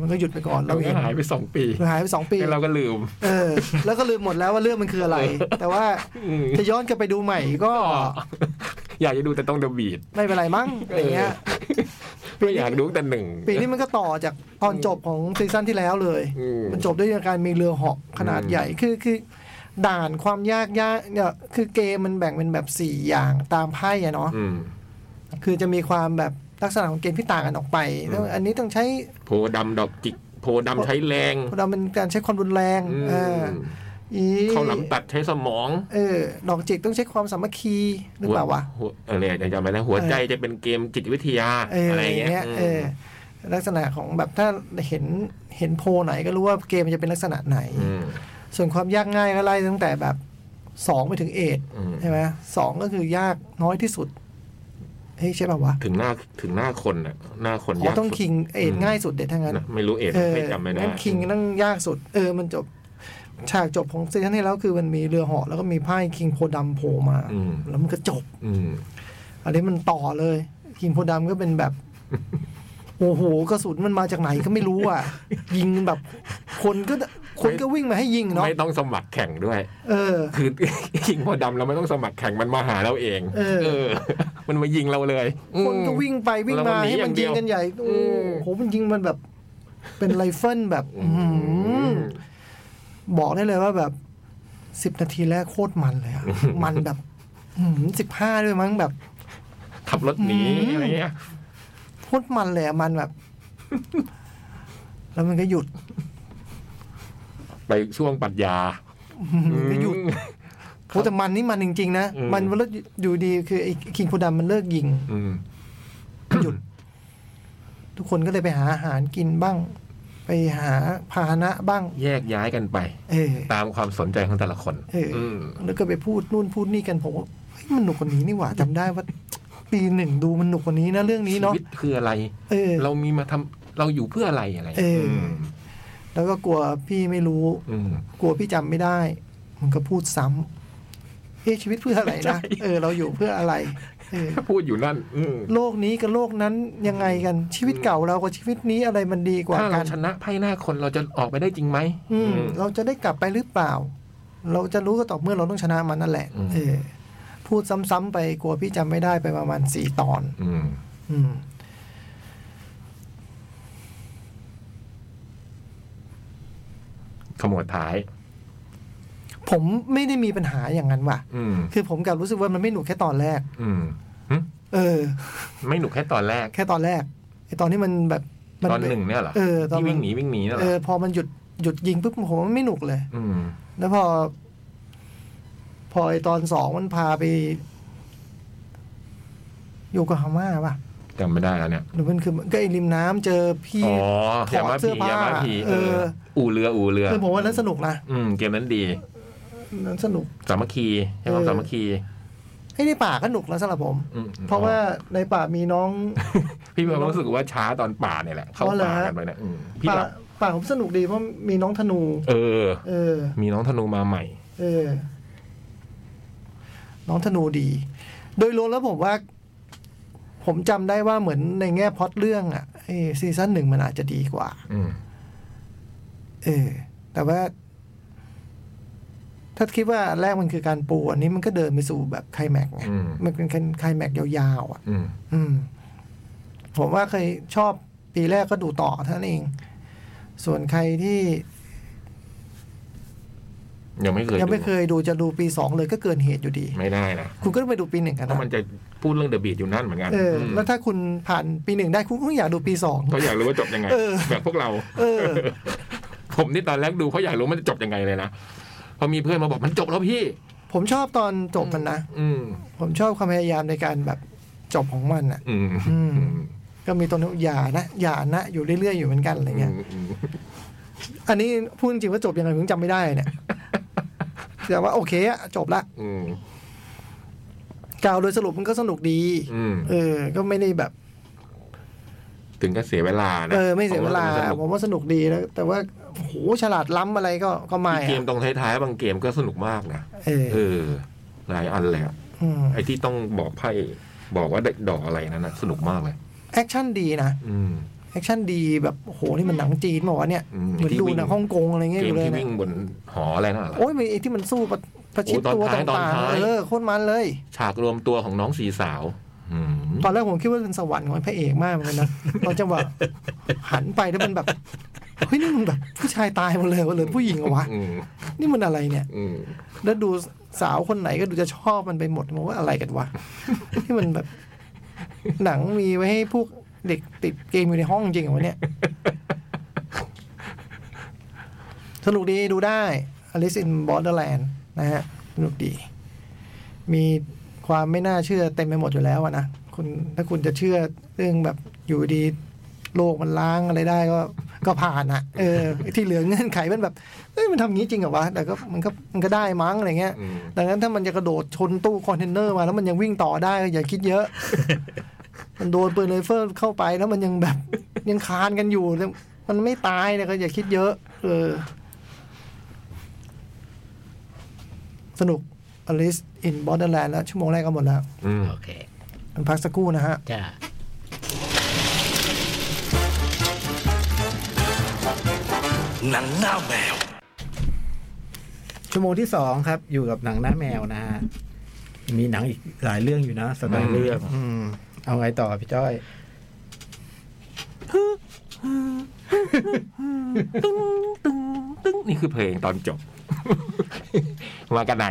S5: มันก็หยุดไปก่อน
S3: เรา
S5: เราเห็น
S3: หายไปสองปี
S5: มันหายไปสองปี
S3: แล้วเราก็ลืม
S5: เออ แล้วก็ลืมหมดแล้วว่าเรื่องมันคืออะไร แต่ว่า
S3: อืม
S5: จะย้อนกลับไปดูใหม่ก็
S3: อยากจะดูแต่ต้องเดบีด
S5: ไม่เป็นไร มั้งอะไรเงี้ย
S3: ไม่อยากดูแต่หนึ่ง
S5: ปีนี้มันก็ต่อจากตอนจบของซีซั่นที่แล้วเลย
S3: อืม
S5: มันจบด้วยการมีเรือเหาะขนาด
S3: อืม
S5: ใหญ่ คือคือด่านความยากยากเนี่ยคือเกมมันแบ่งเป็นแบบสี่อย่างตามไพ่อะเนาะ
S3: อืม
S5: คือจะมีความแบบลักษณะของเกมที่ต่างกันออกไปแล้วอันนี้ต้องใช้
S3: โพดำดอกจิก โพดำใช้แรง
S5: เราเป็นการใช้ความรุนแรง
S3: อืม
S5: เอออี
S3: ข้าวหลามตัดใช้สมอง
S5: เออ ดอกจิกต้องใช้ความสามัคคีหรือเปล่าวะ
S3: หัวอะไรจำไม่ได้หัวใจจะเป็นเกมจิตวิทยา
S5: เออ
S3: อะ
S5: อะไร ไร
S3: อย่างเงี้
S5: เงี้
S3: ย
S5: ยเออลักษณะของแบบถ้าเห็นเห็นโพลไหนก็รู้ว่าเกมมันจะเป็นลักษณะไหน
S3: ม
S5: ส่วนความยากง่ายก็ไล่ตั้งแต่แบบสองไปถึงเอท
S3: อืม
S5: ใช่ไหมสองก็คือยากน้อยที่สุดเฮ้ยใช่ป่าวะ
S3: ถึงหน้าถึงหน้าคนอ่ะหน้าค
S5: อ๋อย
S3: นาก
S5: ต้อง
S3: สุด
S5: คิงเอทง่ายสุดเด็ดทั้งนั้น
S3: นะไม่รู้เอ็ด
S5: เออ
S3: ไม่จำไม่ได้
S5: งั้นคิงต้องยากสุด เออ มันจบ ฉากจบของซีซั่นที่แล้วคือมันมีเรือเหาะแล้วก็มีไพ่คิงโพดำโผล่มา
S3: อืม
S5: แล้วมันก็จบ
S3: อืม
S5: อันนี้มันต่อเลยคิงโพดำก็เป็นแบบ โอ้โหกระสุนมันมาจากไหนก็ไม่รู้อ่ะ ยิงแบบ คนก็คนก็วิ่งมาให้ยิงเนาะ
S3: ไม่ต้องสมัครแข่งด้วย
S5: เออ
S3: คือ ยิงพอดำเราไม่ต้องสมัครแข่งมันมาหาเราเอง
S5: เออ
S3: มันมายิงเราเลยอืม
S5: คนก็วิ่งไปวิ่ง
S3: แล้วมั
S5: มาน
S3: หนี
S5: ให้มั
S3: อย่า
S5: น
S3: งเดี
S5: ยิ
S3: ย
S5: ง
S3: ว
S5: กันใหญ่โอ้
S3: อืม
S5: โหมันยิงมันแบบ เป็นไรเฟิลแบบ
S3: อื
S5: อื้อหื
S3: ม
S5: อบอกได้เลยว่าแบบสิบนาทีแรกโคตรมันเลยอะมันแบบสิบห้าด้วยมั้งแบบ
S3: ขับรถหนีอะไรเงี้ย
S5: โคตรมันเลยอะมันแบบ แล้วมันก็หยุด
S3: ไปช่วงปรัดยา
S5: ก็หยุด
S3: อืม
S5: โอ้แต่มันนี่มันจริงๆนะ
S3: อืม
S5: มันมันเลิกอยู่ดีคือไอ้คิงโพดัมมันเลิกยิง
S3: อืม
S5: หยุด ทุกคนก็เลยไปหาอาหารกินบ้าง ไปหาพาหนะบ้าง
S3: แยกย้ายกันไป
S5: เออ
S3: ตามความสนใจของแต่ละคน
S5: เอออ
S3: ม
S5: แล้วก็ไปพูดนู่นพูดนี่กันผมว่าเฮ้ยมันหนุกกว่านี้นี่หว่าจำได้ว่า ปีหนึ่งดูมันหนุกกว่านี้นะเรื่องนี้
S3: ชี
S5: เนาะ
S3: วิตคืออะไร
S5: เออ
S3: เรามีมาทำเราอยู่เพื่ออะไรอะไร
S5: เอออื
S3: ม
S5: แล้วก็กลัวพี่ไม่รู้
S3: อืม
S5: กลัวพี่จำไม่ได้ มันก็พูดซ้ำเอ๊ะชีวิตเพื่ออะไรนะเออ เราอยู่เพื่ออะไร เออ
S3: พูดอยู่นั่น อืม
S5: โลกนี้กับโลกนั้นยังไงกันชีวิตเก่าเรากับชีวิตนี้อะไรมันดีกว่า
S3: ถ้า
S5: กั
S3: เรา
S5: น
S3: ชนะไพ่หน้าคนเราจะออกไปได้จริงไหม
S5: อืม
S3: อืม
S5: เราจะได้กลับไปหรือเปล่า เราจะรู้ก็ต่อเมื่อเราต้องชนะมันนั่นแหละ
S3: อืม
S5: เออ พูดซ้ำๆไปกลัวพี่จำไม่ได้ไปประมาณสี่ตอน
S3: อืม
S5: อืม
S3: ขมวดท้าย
S5: ผมไม่ได้มีปัญหาอย่างนั้นว่ะ
S3: อืม
S5: คือผมกลับรู้สึกว่ามันไม่หนุกแค่ตอนแรก
S3: อืมหึ
S5: เออ
S3: ไม่หนุกแค่ตอนแรก
S5: แค่ตอนแรกไอตอนที่มันแบบมั
S3: ตอนหนึ่งเนี่ยเหรอ
S5: เออตอน
S3: ที่
S5: มั
S3: วิ่งหนีวิ่งหนีนั่นเหร
S5: เอ
S3: อ
S5: อพอมันหยุดหยุดยิงปุ๊บผมว่ามันไม่หนุกเลย
S3: อืม
S5: แล้วพอ พอไอตอนสองมันพาไปโยโกฮาม่าป่ะ
S3: จำไม่ได้แล้วเนี่ย
S5: หรือมันคือก็ไอริมน้ำเจอพี่
S3: อ๋อ
S5: ถ
S3: ยา
S5: อด
S3: มา
S5: เสื้อผ้าย
S3: ผีามาผี
S5: เออ
S3: อู่เรืออู่เรือ
S5: คือผมว่านั้นสนุกนะ
S3: อืม เกมนั้นดี
S5: นั้นสนุก
S3: สามัคคีใช่ไหม
S5: เออ
S3: สามัคคี
S5: ไอในป่าก็หนุกแล้วสำหรับผม
S3: อืม
S5: เพราะว่าในป่ามีน้อง
S3: พี่มีความรู้สึกว่าช้าตอนป่าเนี่ยแหละ เข้า
S5: อ๋อเหรอ
S3: ป่ากันไปเนี่ยอืมพี่
S5: ป่า
S3: หลับ
S5: ป่าผมสนุกดีเพราะมีน้องธนู
S3: เออ
S5: เออ
S3: มีน้องธนูมาใหม่
S5: เออ น้องธนูดี โดยรวมแล้วผมว่า ผมจำได้ว่าเหมือนในแง่พล็อดเรื่องอะไอ้ซีซั่นหนึ่งมันอาจจะดีกว่า
S3: อืม
S5: เออ แต่ว่า ถ้าคิดว่าอันแรกมันคือการปูอันนี้มันก็เดินไปสู่แบบไคลแม็กซ์ไง
S3: อืม
S5: มันเป็นไคลแม็กซ์ยาวๆอ่ะ
S3: อืม
S5: อืม ผมว่าเคยชอบ ปีแรกก็ดูต่อเท่านั้นเอง ส่วนใครที่
S3: ยังไม่เคย
S5: ยังไม่เค
S3: ด
S5: ยดูจะดูปีสองเลยก็เกินเหตุอยู่ดี
S3: ูไม่ได้นะ
S5: คุณก็ต้องไปดูปีหนึ่งกัน
S3: เพราะมัน
S5: นะ
S3: จะพูดเรื่องเดอะบีดอยู่นั่นเหมือนกัน
S5: เอออ
S3: ม
S5: แล้วถ้าคุณผ่านปีหนึ่งได้คุณก็อยากดูปีสอง
S3: เขาอยากรู้ว่าจบยังไง
S5: เออ
S3: แบบพวกเรา
S5: เออ
S3: ผมนี่ตอนแรกดูเขาอยากรู้มันจะจบยังไงเลยนะพอมีเพื่อนมาบอกมันจบแล้วพี่
S5: ผมชอบตอนจบมันนะ
S3: อืม
S5: ผมชอบความพยายามในการแบบจบของมันอ่ะ
S3: อืม
S5: อืม ก็มีตัวนึงอย่านะ อย่านะ อยู่เรื่อยๆอยู่เหมือนกันอะไรเงี้ย
S3: อืม
S5: อันนี้พูดจริงว่าจบยังไงผมจำไม่ได้ เนี่ย แต่ว่าโอเคอะจบละ
S3: อืม
S5: กล่าวโดยสรุปมันก็สนุกดี
S3: อืม
S5: เออ ก็ไม่ได้แบบ
S3: ถึงก็เสียเวลานะ
S5: เออ ไม่เสียเวลา
S3: สนุก
S5: ผมว่าสนุกดีแล้ว แต่ว่าโอ้โหฉลาดล้ำอะไรก็ก็ไม่
S3: เกม
S5: อะ
S3: ตรงท้ายๆบางเกมก็สนุกมากนะ
S5: เออ
S3: เออ หลายอันเลยอะ
S5: ม
S3: ไอ้ที่ต้องบอกไพ่บอกว่าได้ดอกอะไรนั้นนะสนุกมากเลย
S5: แอคชั่นดีนะ
S3: อืม
S5: แอคชั่นดีแบบโอ้โหนี่มันหนังจีนมาวะเนี่ย
S3: อืม
S5: เหมือน
S3: ที่
S5: ดู
S3: วิ่ง
S5: หนังฮ่องกงอะไรเงี้ย
S3: เกม
S5: อยู่เลย
S3: ที่
S5: เนี่ย
S3: วิ่งบนหออะไรนั่นเหรอ
S5: โอ้ยมีไอ้ที่มันสู้ประประชิด
S3: โอ้ยตอนท้ายตอ
S5: ตัว
S3: น
S5: ต่าง
S3: ท้าย
S5: ๆเออโคตรมันเลย
S3: ฉากรวมตัวของน้องสีสาว อืม
S5: ตอนแรกผมคิดว่าเป็นสวรรค์ของพระเอกมากเหมือนกันนะ ตอนจังหวะหันไปแล้วมันแบบเฮ้ยนี่มันแบบ ผู้ชายตายหมดเลยวะเหลือผู้หญิงเหรอวะ
S3: อืม
S5: นี่มันอะไรเนี่ย
S3: อืม
S5: แล้วดูสาวคนไหนก็ดูจะชอบมันไปหมดมองว่าอะไรกัน วะ ที่มันแบบ หนังมีไว้ให้พวกเด็กติดเกมอยู่ในห้องจริงเหรอวะเนี่ยสนุกดีดูได้ Alice in Borderland นะฮะสนุกดี มีความไม่น่าเชื่อเต็มไปหมดอยู่แล้วอะนะคุณถ้าคุณจะเชื่อเรื่องแบบอยู่ดีโลกมันล้างอะไรได้ก็ ก็ผ่านอะเออที่เหลือเงื่อนไขมันแบบเอ้ยมันทำงี้จริงเหรอวะแต่ก็มันก็มันก็ได้มั้งอะไรเงี้ย
S3: อืม
S5: ดังนั้นถ้ามันจะกระโดดชนตู้คอนเทนเนอร์มาแล้วมันยังวิ่งต่อได้ก็อย่าคิดเยอะ มันโดนปืนไรเฟิลเข้าไปแล้วมันยังแบบ ยังคานกันอยู่แล้วมันไม่ตายเนี่ยก็อย่าคิดเยอะ เออ สนุก Alice in Borderland แล้ว ชั่วโมงแรกก็หมดแล้ว
S3: อืม
S4: โอเค
S5: มันพักสักครู่นะฮะ
S4: จ้า
S1: หนังหน้าแมว
S2: ชั่วโมงที่สองครับ อยู่กับหนังหน้าแมวนะฮะมีหนังอีกหลายเรื่องอยู่นะสำห
S3: ห
S2: รั
S3: ลา
S2: บ
S3: ยเรื่อง
S2: อืม เอาไงต่อพี่จ้อย
S3: ตึ้งนี่คือเพลงตอนจ บ มากันไหน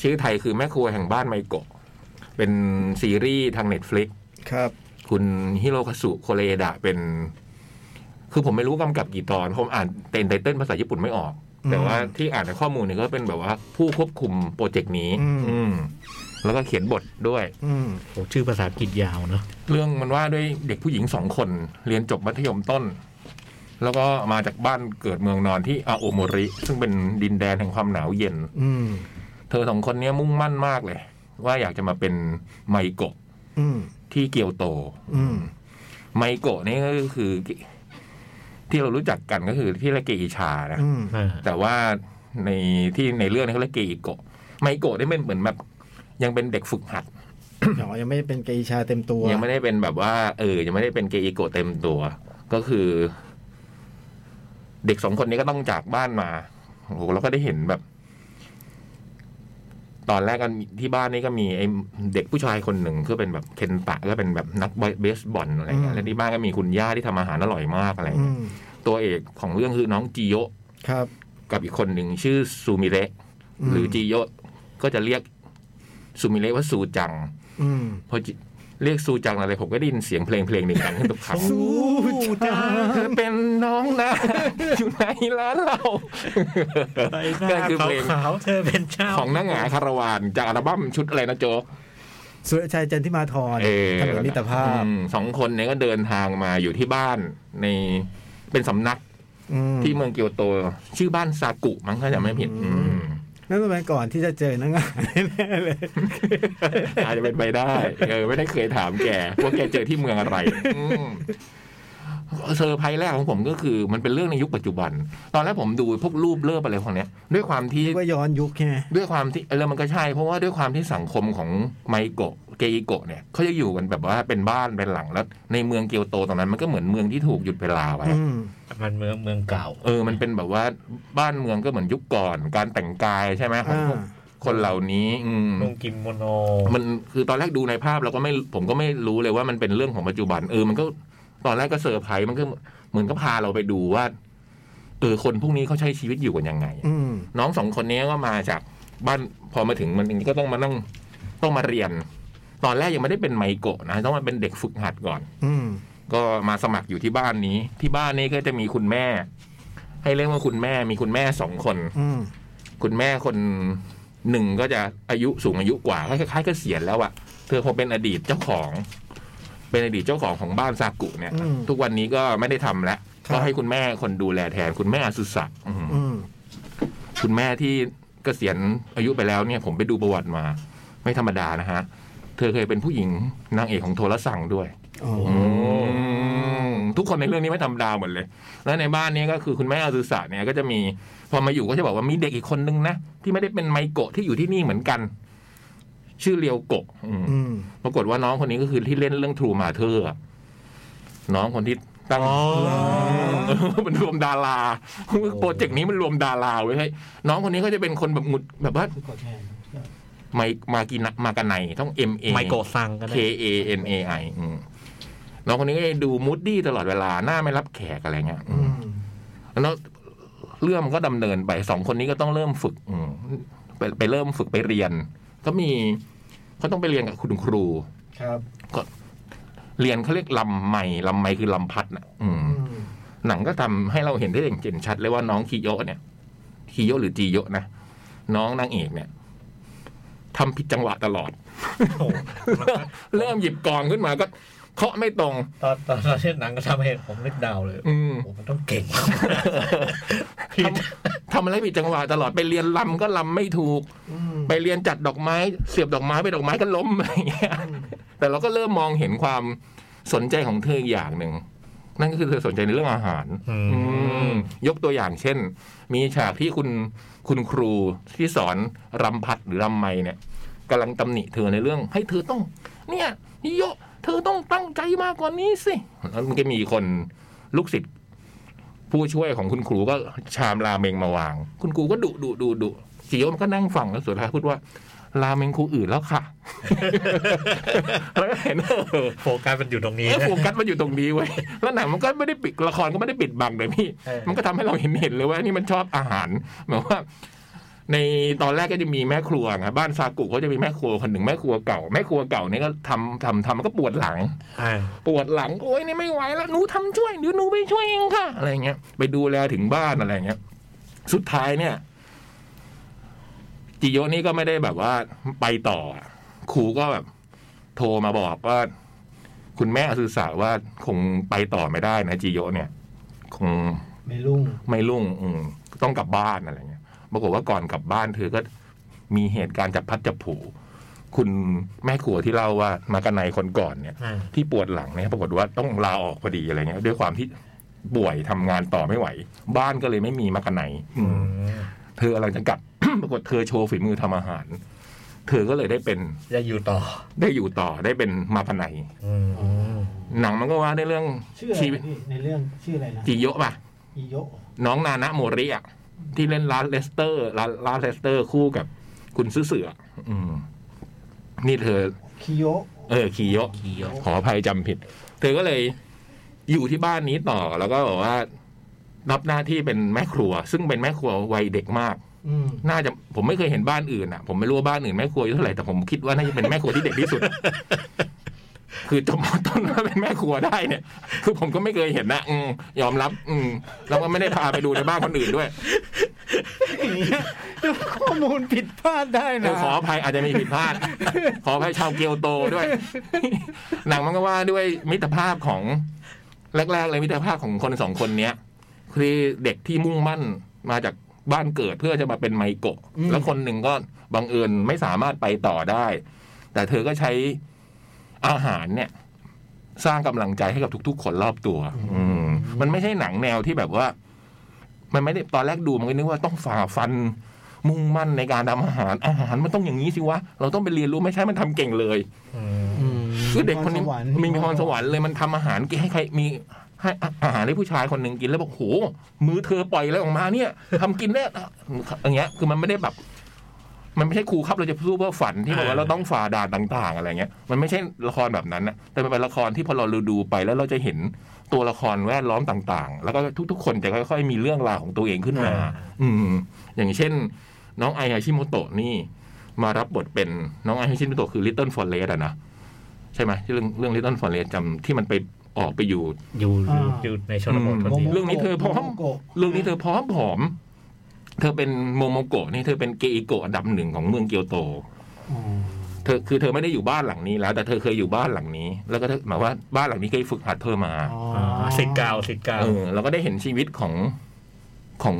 S3: ชื่อไทยคือแม่ครัวแห่งบ้านไมโกะเป็นซีรีส์ทางเน็ตฟลิก
S2: ครับ
S3: คุณฮิโรคาสุโคเรดะเป็น คือผมไม่รู้กำกับกี่ตอน ผมอ่านเต็นไตเติ้ลภาษาญี่ปุ่นไม่ออก
S2: อืม
S3: แต่ว่าที่อ่านในข้อมูลเนี่ยก็เป็นแบบว่าผู้ควบคุมโปรเจกต์นี้
S2: อืม
S3: อืมแล้วก็เขียนบทด้วย
S2: อืม
S4: โอ้ชื่อภาษาอังกฤษยาวเนอะ
S3: เรื่องมันว่าด้วยเด็กผู้หญิงสองคน เรียนจบมัธยมต้น แล้วก็มาจากบ้านเกิดเมืองนอนที่อาโอโมริ ซึ่งเป็นดินแดนแห่งความหนาวเย็น
S2: อืม
S3: เธอสองคนเนี้ยมุ่งมั่นมากเลย ว่าอยากจะมาเป็นไมโกะ
S2: อืม
S3: ที่เกียวโต
S2: อืม
S3: ไมโกะนี่ก็คือ ที่เรารู้จักกันก็คือที่เรียกเกอิชานะ
S2: อืม
S4: เออ
S3: แต่ว่าในที่ในเรื่องนี้เขาเรียกเกอิโกะ ไมโกะนี่มันเหมือนแบบ ยังเป็นเด็กฝึกหัด
S2: หนอยังไม่ได้เป็นเกย์ชาเต็มตัว
S3: ยังไม่ได้เป็นแบบว่า เออ ยังไม่ได้เป็นเกอิโกะเต็มตัว ก็คือ เด็กสองคนนี้ก็ต้องจากบ้านมาโอ้โหเราก็ได้เห็นแบบ ตอนแรกกันที่บ้านนี่ก็มีไอ้เด็กผู้ชายคนหนึ่งก็เป็นแบบเคนตะก็เป็นแบบนักเบสบอลอะไรเงี้
S2: อืม
S3: ยแล้วที่บ้านก็มีคุณย่าที่ทำอาหารอร่อยมากอะไร
S2: อื
S3: เงี้ย
S2: ม
S3: ตัวเอกของเรื่องคือน้องจิโยะ
S2: ครับ
S3: กับอีกคนหนึ่งชื่อซูมิเระ
S2: อืม
S3: หรือจิโยะก็จะเรียกซูมิเระว่าซูจัง
S2: อืม
S3: พอจิเรียกซูจังอะไรผมก็ได้ยินเสียงเพลงเพลงหนึ่งดังขึ้นทุกค รั้ง
S2: สู้จ้า
S3: เธอเป็นน้อง นะ อยู่ในร้านเรา
S4: ใบหน้า
S3: ก็คือเพลง
S4: ขาวๆเธอเป็นเจ้า
S3: ของนางหงาคารวานจากอัลบั้มชุดอะไรนะโจก
S2: สุรชัยจันทิมาธร
S3: เออ
S2: ถนนมิตรภาพ
S3: อืมสองคนเนี่ยก็เดินทางมาอยู่ที่บ้านในเป็นสำนัก
S2: อืม
S3: ที่เมืองเกียวโต ชื่อบ้านซากุมั้งถ้าจำไม่ผิด
S2: อื
S3: อื
S2: ม
S3: ม
S2: นั่นสมัยก่อนที่จะเจอนังอ่ะแน่ๆเลย
S3: อาจจะเป็นไปได้ เออ ไม่ได้เคยถามแกว่าแกเจอที่เมืองอะไรอืมเซอร์ไพรส์แรกของผมก็คือ มันเป็นเรื่องในยุคปัจจุบัน ตอนแรกผมดูพวกรูปเลิฟอะไรของเนี้ย ด้วยความที่
S2: ว่าย้อนยุคใช่ไหม
S3: ด้วยความที่เออมันก็ใช่ เพราะว่าด้วยความที่สังคมของไมโกะเกอิโกะเนี่ยเขาจะอยู่กันแบบว่าเป็นบ้านเป็นหลังแล้ว ในเมืองเกียวโตตอนนั้นมันก็เหมือนเมืองที่ถูกหยุดเวลาไว้
S2: อืม
S4: มันเมืองเมืองเก่า
S3: เออ มันเป็นแบบว่าบ้านเมืองก็เหมือนยุคก่อน การแต่งกายใช่ไหมของพวก
S2: อ่า
S3: คนเหล่านี้ อืม
S4: นุ่งกิโมโน
S3: มันคือตอนแรกดูในภาพเราก็ไม่ผมก็ไม่รู้เลยว่ามันเป็นเรื่องของปัจจุบัน เออมันก็ ตอนแรกก็เซอร์ไพรส์มันก็เหมือนก็พาเราไปดูว่าเออคนพวกนี้เขาใช้ชีวิตอยู่กันยังไง
S2: อืม
S3: น้องสองคนนี้ก็มาจากบ้านพอมาถึงมันก็ต้องมานั่งต้องมาเรียน ตอนแรกยังไม่ได้เป็นไมโกะนะต้องมาเป็นเด็กฝึกหัดก่อน
S2: อืม
S3: ก็มาสมัครอยู่ที่บ้านนี้ ที่บ้านนี้ก็จะมีคุณแม่ ให้เรียกว่าคุณแม่มีคุณแม่สองคน
S2: อืม
S3: คุณแม่คนหนึ่งก็จะอายุสูงอายุกว่าคล้ายๆเกษียณแล้วอะเธอคงเป็นอดีตเจ้าของ เป็นอดีตเจ้าของของบ้านซากุเนี่ย
S2: อืม
S3: ทุกวันนี้ก็ไม่ได้ทำแล้ว
S2: ครับ
S3: ก็ให้คุณแม่คนดูแลแทนคุณแม่อสุสะอืม
S2: อืม
S3: คุณแม่ที่เกษียณอายุไปแล้วเนี่ย ผมไปดูประวัติมา ไม่ธรรมดานะฮะ เธอเคยเป็นผู้หญิงนางเอกของโทรสั่งด้วย
S2: อ๋อ
S3: ทุกคนในเรื่องนี้ไม่ธรรมดาหมดเลย แล้วในบ้านเนี้ก็คือคุณแม่อาสุสะเนี่ยก็จะมี พอมาอยู่ก็จะบอกว่ามีเด็กอีกคนนึงนะ ที่ไม่ได้เป็นไมโกะที่อยู่ที่นี่เหมือนกัน ชื่อเรียวโกะอืม
S2: อืม
S3: ปรากฏว่าน้องคนนี้ก็คือที่เล่นเรื่องทรูมาเธอน้องคนที่ตั้ง
S4: อ๋อ
S3: เออมันรวมดาราโปรเจกต์นี้มันรวมดาราไว้ให้น้องคนนี้ก็จะเป็นคนแบบหงุดแบบว่าไม่มากินนะมากันในต้อง M A
S4: ไมโกะซังก็ได้
S3: K A N A I อืมน้องคนนี้ก็จะดูมูดดี้ตลอดเวลาหน้าไม่รับแขกอะไรเงี้ยอืมแล้วเรื่องมันก็ดำเนินไปสองคนนี้ก็ต้องเริ่มฝึก อืมไปไปเริ่มฝึกไปเรียน ก็มีเขาต้องไปเรียนกับคุณครู
S2: ครับ
S3: เรียนเขาเรียกลำไม่ลำไม่คือลำพัดนะอืม
S2: อืม
S3: หนังก็ทำให้เราเห็นได้อย่างเห็นชัดเลยว่าน้องคิโยะเนี่ยคิโยะหรือจีโยะนะน้องนางเอกเนี่ยทำผิดจังหวะตลอด
S4: โอ้โห
S3: เริ่มหยิบกลองขึ้นมาก็เคาะไม่ตรง
S4: ตอนตอนเราเล่นหนังก็ทำให้ผมนึกดาวเลย
S3: อืม
S4: โอ้โหมันต้องเก่ง
S3: ทำทำอะไรผิดจังหวะตลอดไปเรียนลำก็ลำไม่ถูก ไปเรียนจัดดอกไม้ เสียบดอกไม้ไปดอกไม้ก็ล้ม อะไรอย่างเงี้ยแต่เราก็เริ่มมองเห็นความสนใจของเธออีกอย่างหนึ่งนั่นก็คือเธอสนใจในเรื่องอาหาร
S4: อืม
S3: อืมยกตัวอย่างเช่น มีฉากที่คุณคุณครูที่สอนรำพัดหรือรำไมเนี่ยกำลังตำหนิเธอในเรื่อง ให้เธอต้อง เนี่ยนิโยะเธอต้องตั้งใจมากกว่านี้สิแล้วมันก็มีคนลูกศิษย์ผู้ช่วยของคุณครูก็ชามราเมงมาวาง คุณครูก็ดุดุดุดุจิโยะมันก็นั่งฟังแล้วสุดท้ายพูดว่า ราเมงครูอื่นแล้วค่ะ แล้วก็เห็นเออ
S4: โฟกัสมันอยู่ตรงนี้
S3: เออ
S4: นะ
S3: โฟกัสมันอยู่ตรงนี้เว้ย แล้วหนังมันก็ไม่ได้ปิดละครก็ไม่ได้ปิดบังเลยพี่
S4: เออ
S3: มันก็ทำให้เราเห็นเห็นเลยว่านี่มันชอบอาหารหมายว่า ในตอนแรกก็จะมีแม่ครัวครับบ้านซากุเขาจะมีแม่ครัวคนหนึ่งแม่ครัวเก่า แม่ครัวเก่าเนี่ยก็ทำทำทำแล้วก็ปวดหลัง
S4: อ่า
S3: ปวดหลังโอ้ยนี่ไม่ไหวแล้วหนูทำช่วยเดี๋ยวหนูไปช่วยเองค่ะ อะไรเงี้ยไปดูแลถึงบ้านอะไรเงี้ย สุดท้ายเนี่ย จิโยะนี่ก็ไม่ได้แบบว่าไปต่ออะครูก็แบบ โทรมาบอกว่า คุณแม่อสุสาว่าคงไปต่อไม่ได้นะจิโยะเนี่ย คง
S2: ไม่รุ่ง
S3: ไม่รุ่งอืมต้องกลับบ้านอะไรเงี้ยปรากฏว่าก่อนกลับบ้านเธอก็มีเหตุการณ์จับพลัดจับผลูคุณแม่ครัวที่เล่าว่ามากะในคนก่อนเนี่ย
S4: อ่า
S3: ที่ปวดหลังเนี่ยปรากฏว่าต้องลาออกพอดีอะไรเงี้ยด้วยความที่ป่วยทำงานต่อไม่ไหว บ้านก็เลยไม่มีมากะไหนอื
S4: อื
S3: ม
S4: ม
S3: เธอกำลังจะกลับ ปรากฏเธอโชว์ฝีมือทำอาหาร เธอก็เลยได้เป็น
S4: จะอยู่ต่อ
S3: ได้อยู่ต่อได้เป็นมาพะไหน
S4: อืม
S3: หนังมันก็ว่าในเรื่อง
S6: ชื่ออะไร
S3: ชีวิต
S6: นะพี่ในเรื่องชื่ออะไรนะ
S3: จิโยะป่ะ
S6: อิโยะ
S3: น้องนานะโมริอะที่เล่นลาสเลสเตอร์ลาลาสเลสเตอร์คู่กับคุณซื้อเสืออืมนี่เธอ
S6: คิโยะ
S3: เออคีโยะ
S4: เกี่ยว
S3: ขออภัยจำผิด เธอก็เลยอยู่ที่บ้านนี้ต่อแล้วก็บอกว่ารับหน้าที่เป็นแม่ครัว ซึ่งเป็นแม่ครัววัยเด็กมาก
S2: อืม
S3: น่าจะผมไม่เคยเห็นบ้านอื่นอ่ะ ผมไม่รู้ว่าบ้านอื่นแม่ครัวอายุเท่าไหร่แต่ผมคิดว่าน่าจะเป็นแม่ครัวที่เด็กที่สุด คือจบมต้นมาเป็นแม่ครัวได้เนี่ย คือผมก็ไม่เคยเห็นนะอืมยอมรับ อืมแล้วก็ไม่ได้พาไปดูในบ้านคนอื่นด้วย
S2: ข้อมูลผิดพลาดได้
S3: เอ
S2: นะ
S3: อขออภัยอาจจะมีผิดพลา ด ขออภัยชาวเกียวโตด้วย หนังมันก็ว่าด้วยมิตรภาพของแรกๆเลยมิตรภาพของคนสองคนเนี้ยคือเด็กที่มุ่งมั่นมาจากบ้านเกิดเพื่อจะมาเป็นไมโกะ
S2: อืม
S3: แล้วคนหนึ่งก็บังเอิญไม่สามารถไปต่อได้ แต่เธอก็ใช้อาหารเนี่ย สร้างกำลังใจให้กับทุก ๆ คนรอบตัว อืม มันไม่ใช่หนังแนวที่แบบว่า มันไม่ได้ตอนแรกดูมันก็นึกว่าต้องฝ่าฟัน มุ่งมั่นในการทำอาหาร อาหารมันต้องอย่างนี้สิวะ เราต้องไปเรียนรู้ไม่ใช่มันทำเก่งเลย
S2: อืม
S3: คือเด็กคนนี้
S2: พรสวรรค์
S3: มีพรสวรรค์เลยมันทำอาหารให้ใครมีให้อาหารให้ผู้ชายคนหนึ่งกินแล้วบอกโหมือเธอปล่อยอะไรออกมาเนี่ยทำกินได้อย่างเงี้ย คือมันไม่ได้แบบ มันไม่ใช่ครูครับเราจะสู้เพื่อฝันที่บอกว่า
S4: อ่า
S3: เราต้องฝ่าด่านต่างๆ อะไรเงี้ย มันไม่ใช่ละครแบบนั้นนะแต่มันเป็นละครที่พอเราดูไปแล้วเราจะเห็นตัวละครแวดล้อมต่างๆ แล้วก็ทุกๆ คนจะค่อยๆมีเรื่องราวของตัวเองขึ้นมา อืม อย่างเช่น น้องไอฮาชิโมโตะนี่ มารับบทเป็นน้องไอฮาชิโมโตะคือลิตเติ้ลฟอร์เรสอะนะใช่ไหมที่เรื่องเรื่องลิตเติ้ลฟอร์เรสจำที่มันไปออกไปอยู่
S4: อยู่
S6: อ่า
S4: อยู่ในชนบทคน
S3: อืม
S4: เดียว
S3: เรื่องนี้เธอพร้อม
S6: โกะ
S3: เรื่องนี้เธอพร้อมผอม เธอเป็นโมโมโกะนี่เธอเป็นเกอิโกะอันดับหนึ่งของเมืองเกียวโต
S6: อ๋อ
S3: เธอคือเธอไม่ได้อยู่บ้านหลังนี้แล้ว แต่เธอเคยอยู่บ้านหลังนี้ แล้วก็เธอหมายว่าบ้านหลังนี้เคยฝึกหัดเธอมา
S6: อ๋อ
S4: อ่าสิทธิ์เก่าสิทธิ์เก่า
S3: เออเราก็ได้เห็นชีวิตของของ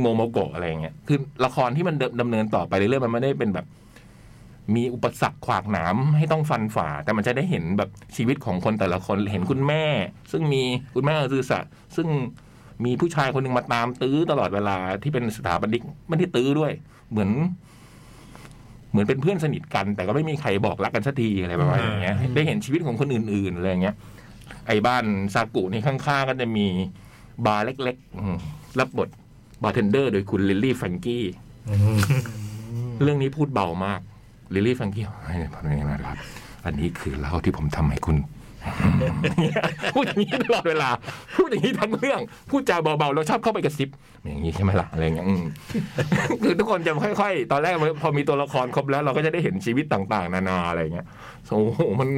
S3: โมโมโกะอะไรอย่างเงี้ยคือละครที่มันดำดำเนินต่อไปเรื่อยๆมันไม่ได้เป็นแบบ มีอุปสรรคขวากหนามให้ต้องฟันฝ่า แต่มันจะได้เห็นแบบชีวิตของคนแต่ละคนเห็นคุณแม่ ซึ่งมีคุณแม่คือสะซึ่งมีผู้ชายคนหนึ่งมาตามตื้อตลอดเวลาที่เป็นสถาปนิกไม่ได้ตื้อด้วย เหมือน เหมือนเป็นเพื่อนสนิทกัน แต่ก็ไม่มีใครบอกรักกันสักทีอะไรประมาณอย่างเงี้ย ได้เห็นชีวิตของคนอื่นๆอะไรอย่างเงี้ย ไอ้บ้านซากุนี่ข้างๆก็จะมีบาร์เล็กๆอืมรับบทบาร์เทนเดอร์โดยคุณลิลลี่แฟรงกี้
S4: อืม
S3: เรื่องนี้พูดเบามากลิลลี่แฟรงกี้ให้ผมนี่นะครับ อันนี้คือเหล้าที่ผมทำให้คุณ พูดอย่างนี้ตลอดเวลา พูดอย่างนี้ทั้งเรื่อง พูดจาเบาๆแล้วชอบเข้าไปกระซิบ อย่างนี้ใช่ไหมล่ะอะไรอย่างเงี้ยอืม คือทุกคนจะค่อยๆ ตอนแรกพอมีตัวละครครบแล้ว เราก็จะได้เห็นชีวิตต่างๆ นานาอะไรอย่างเงี้ยโอ้โหมัน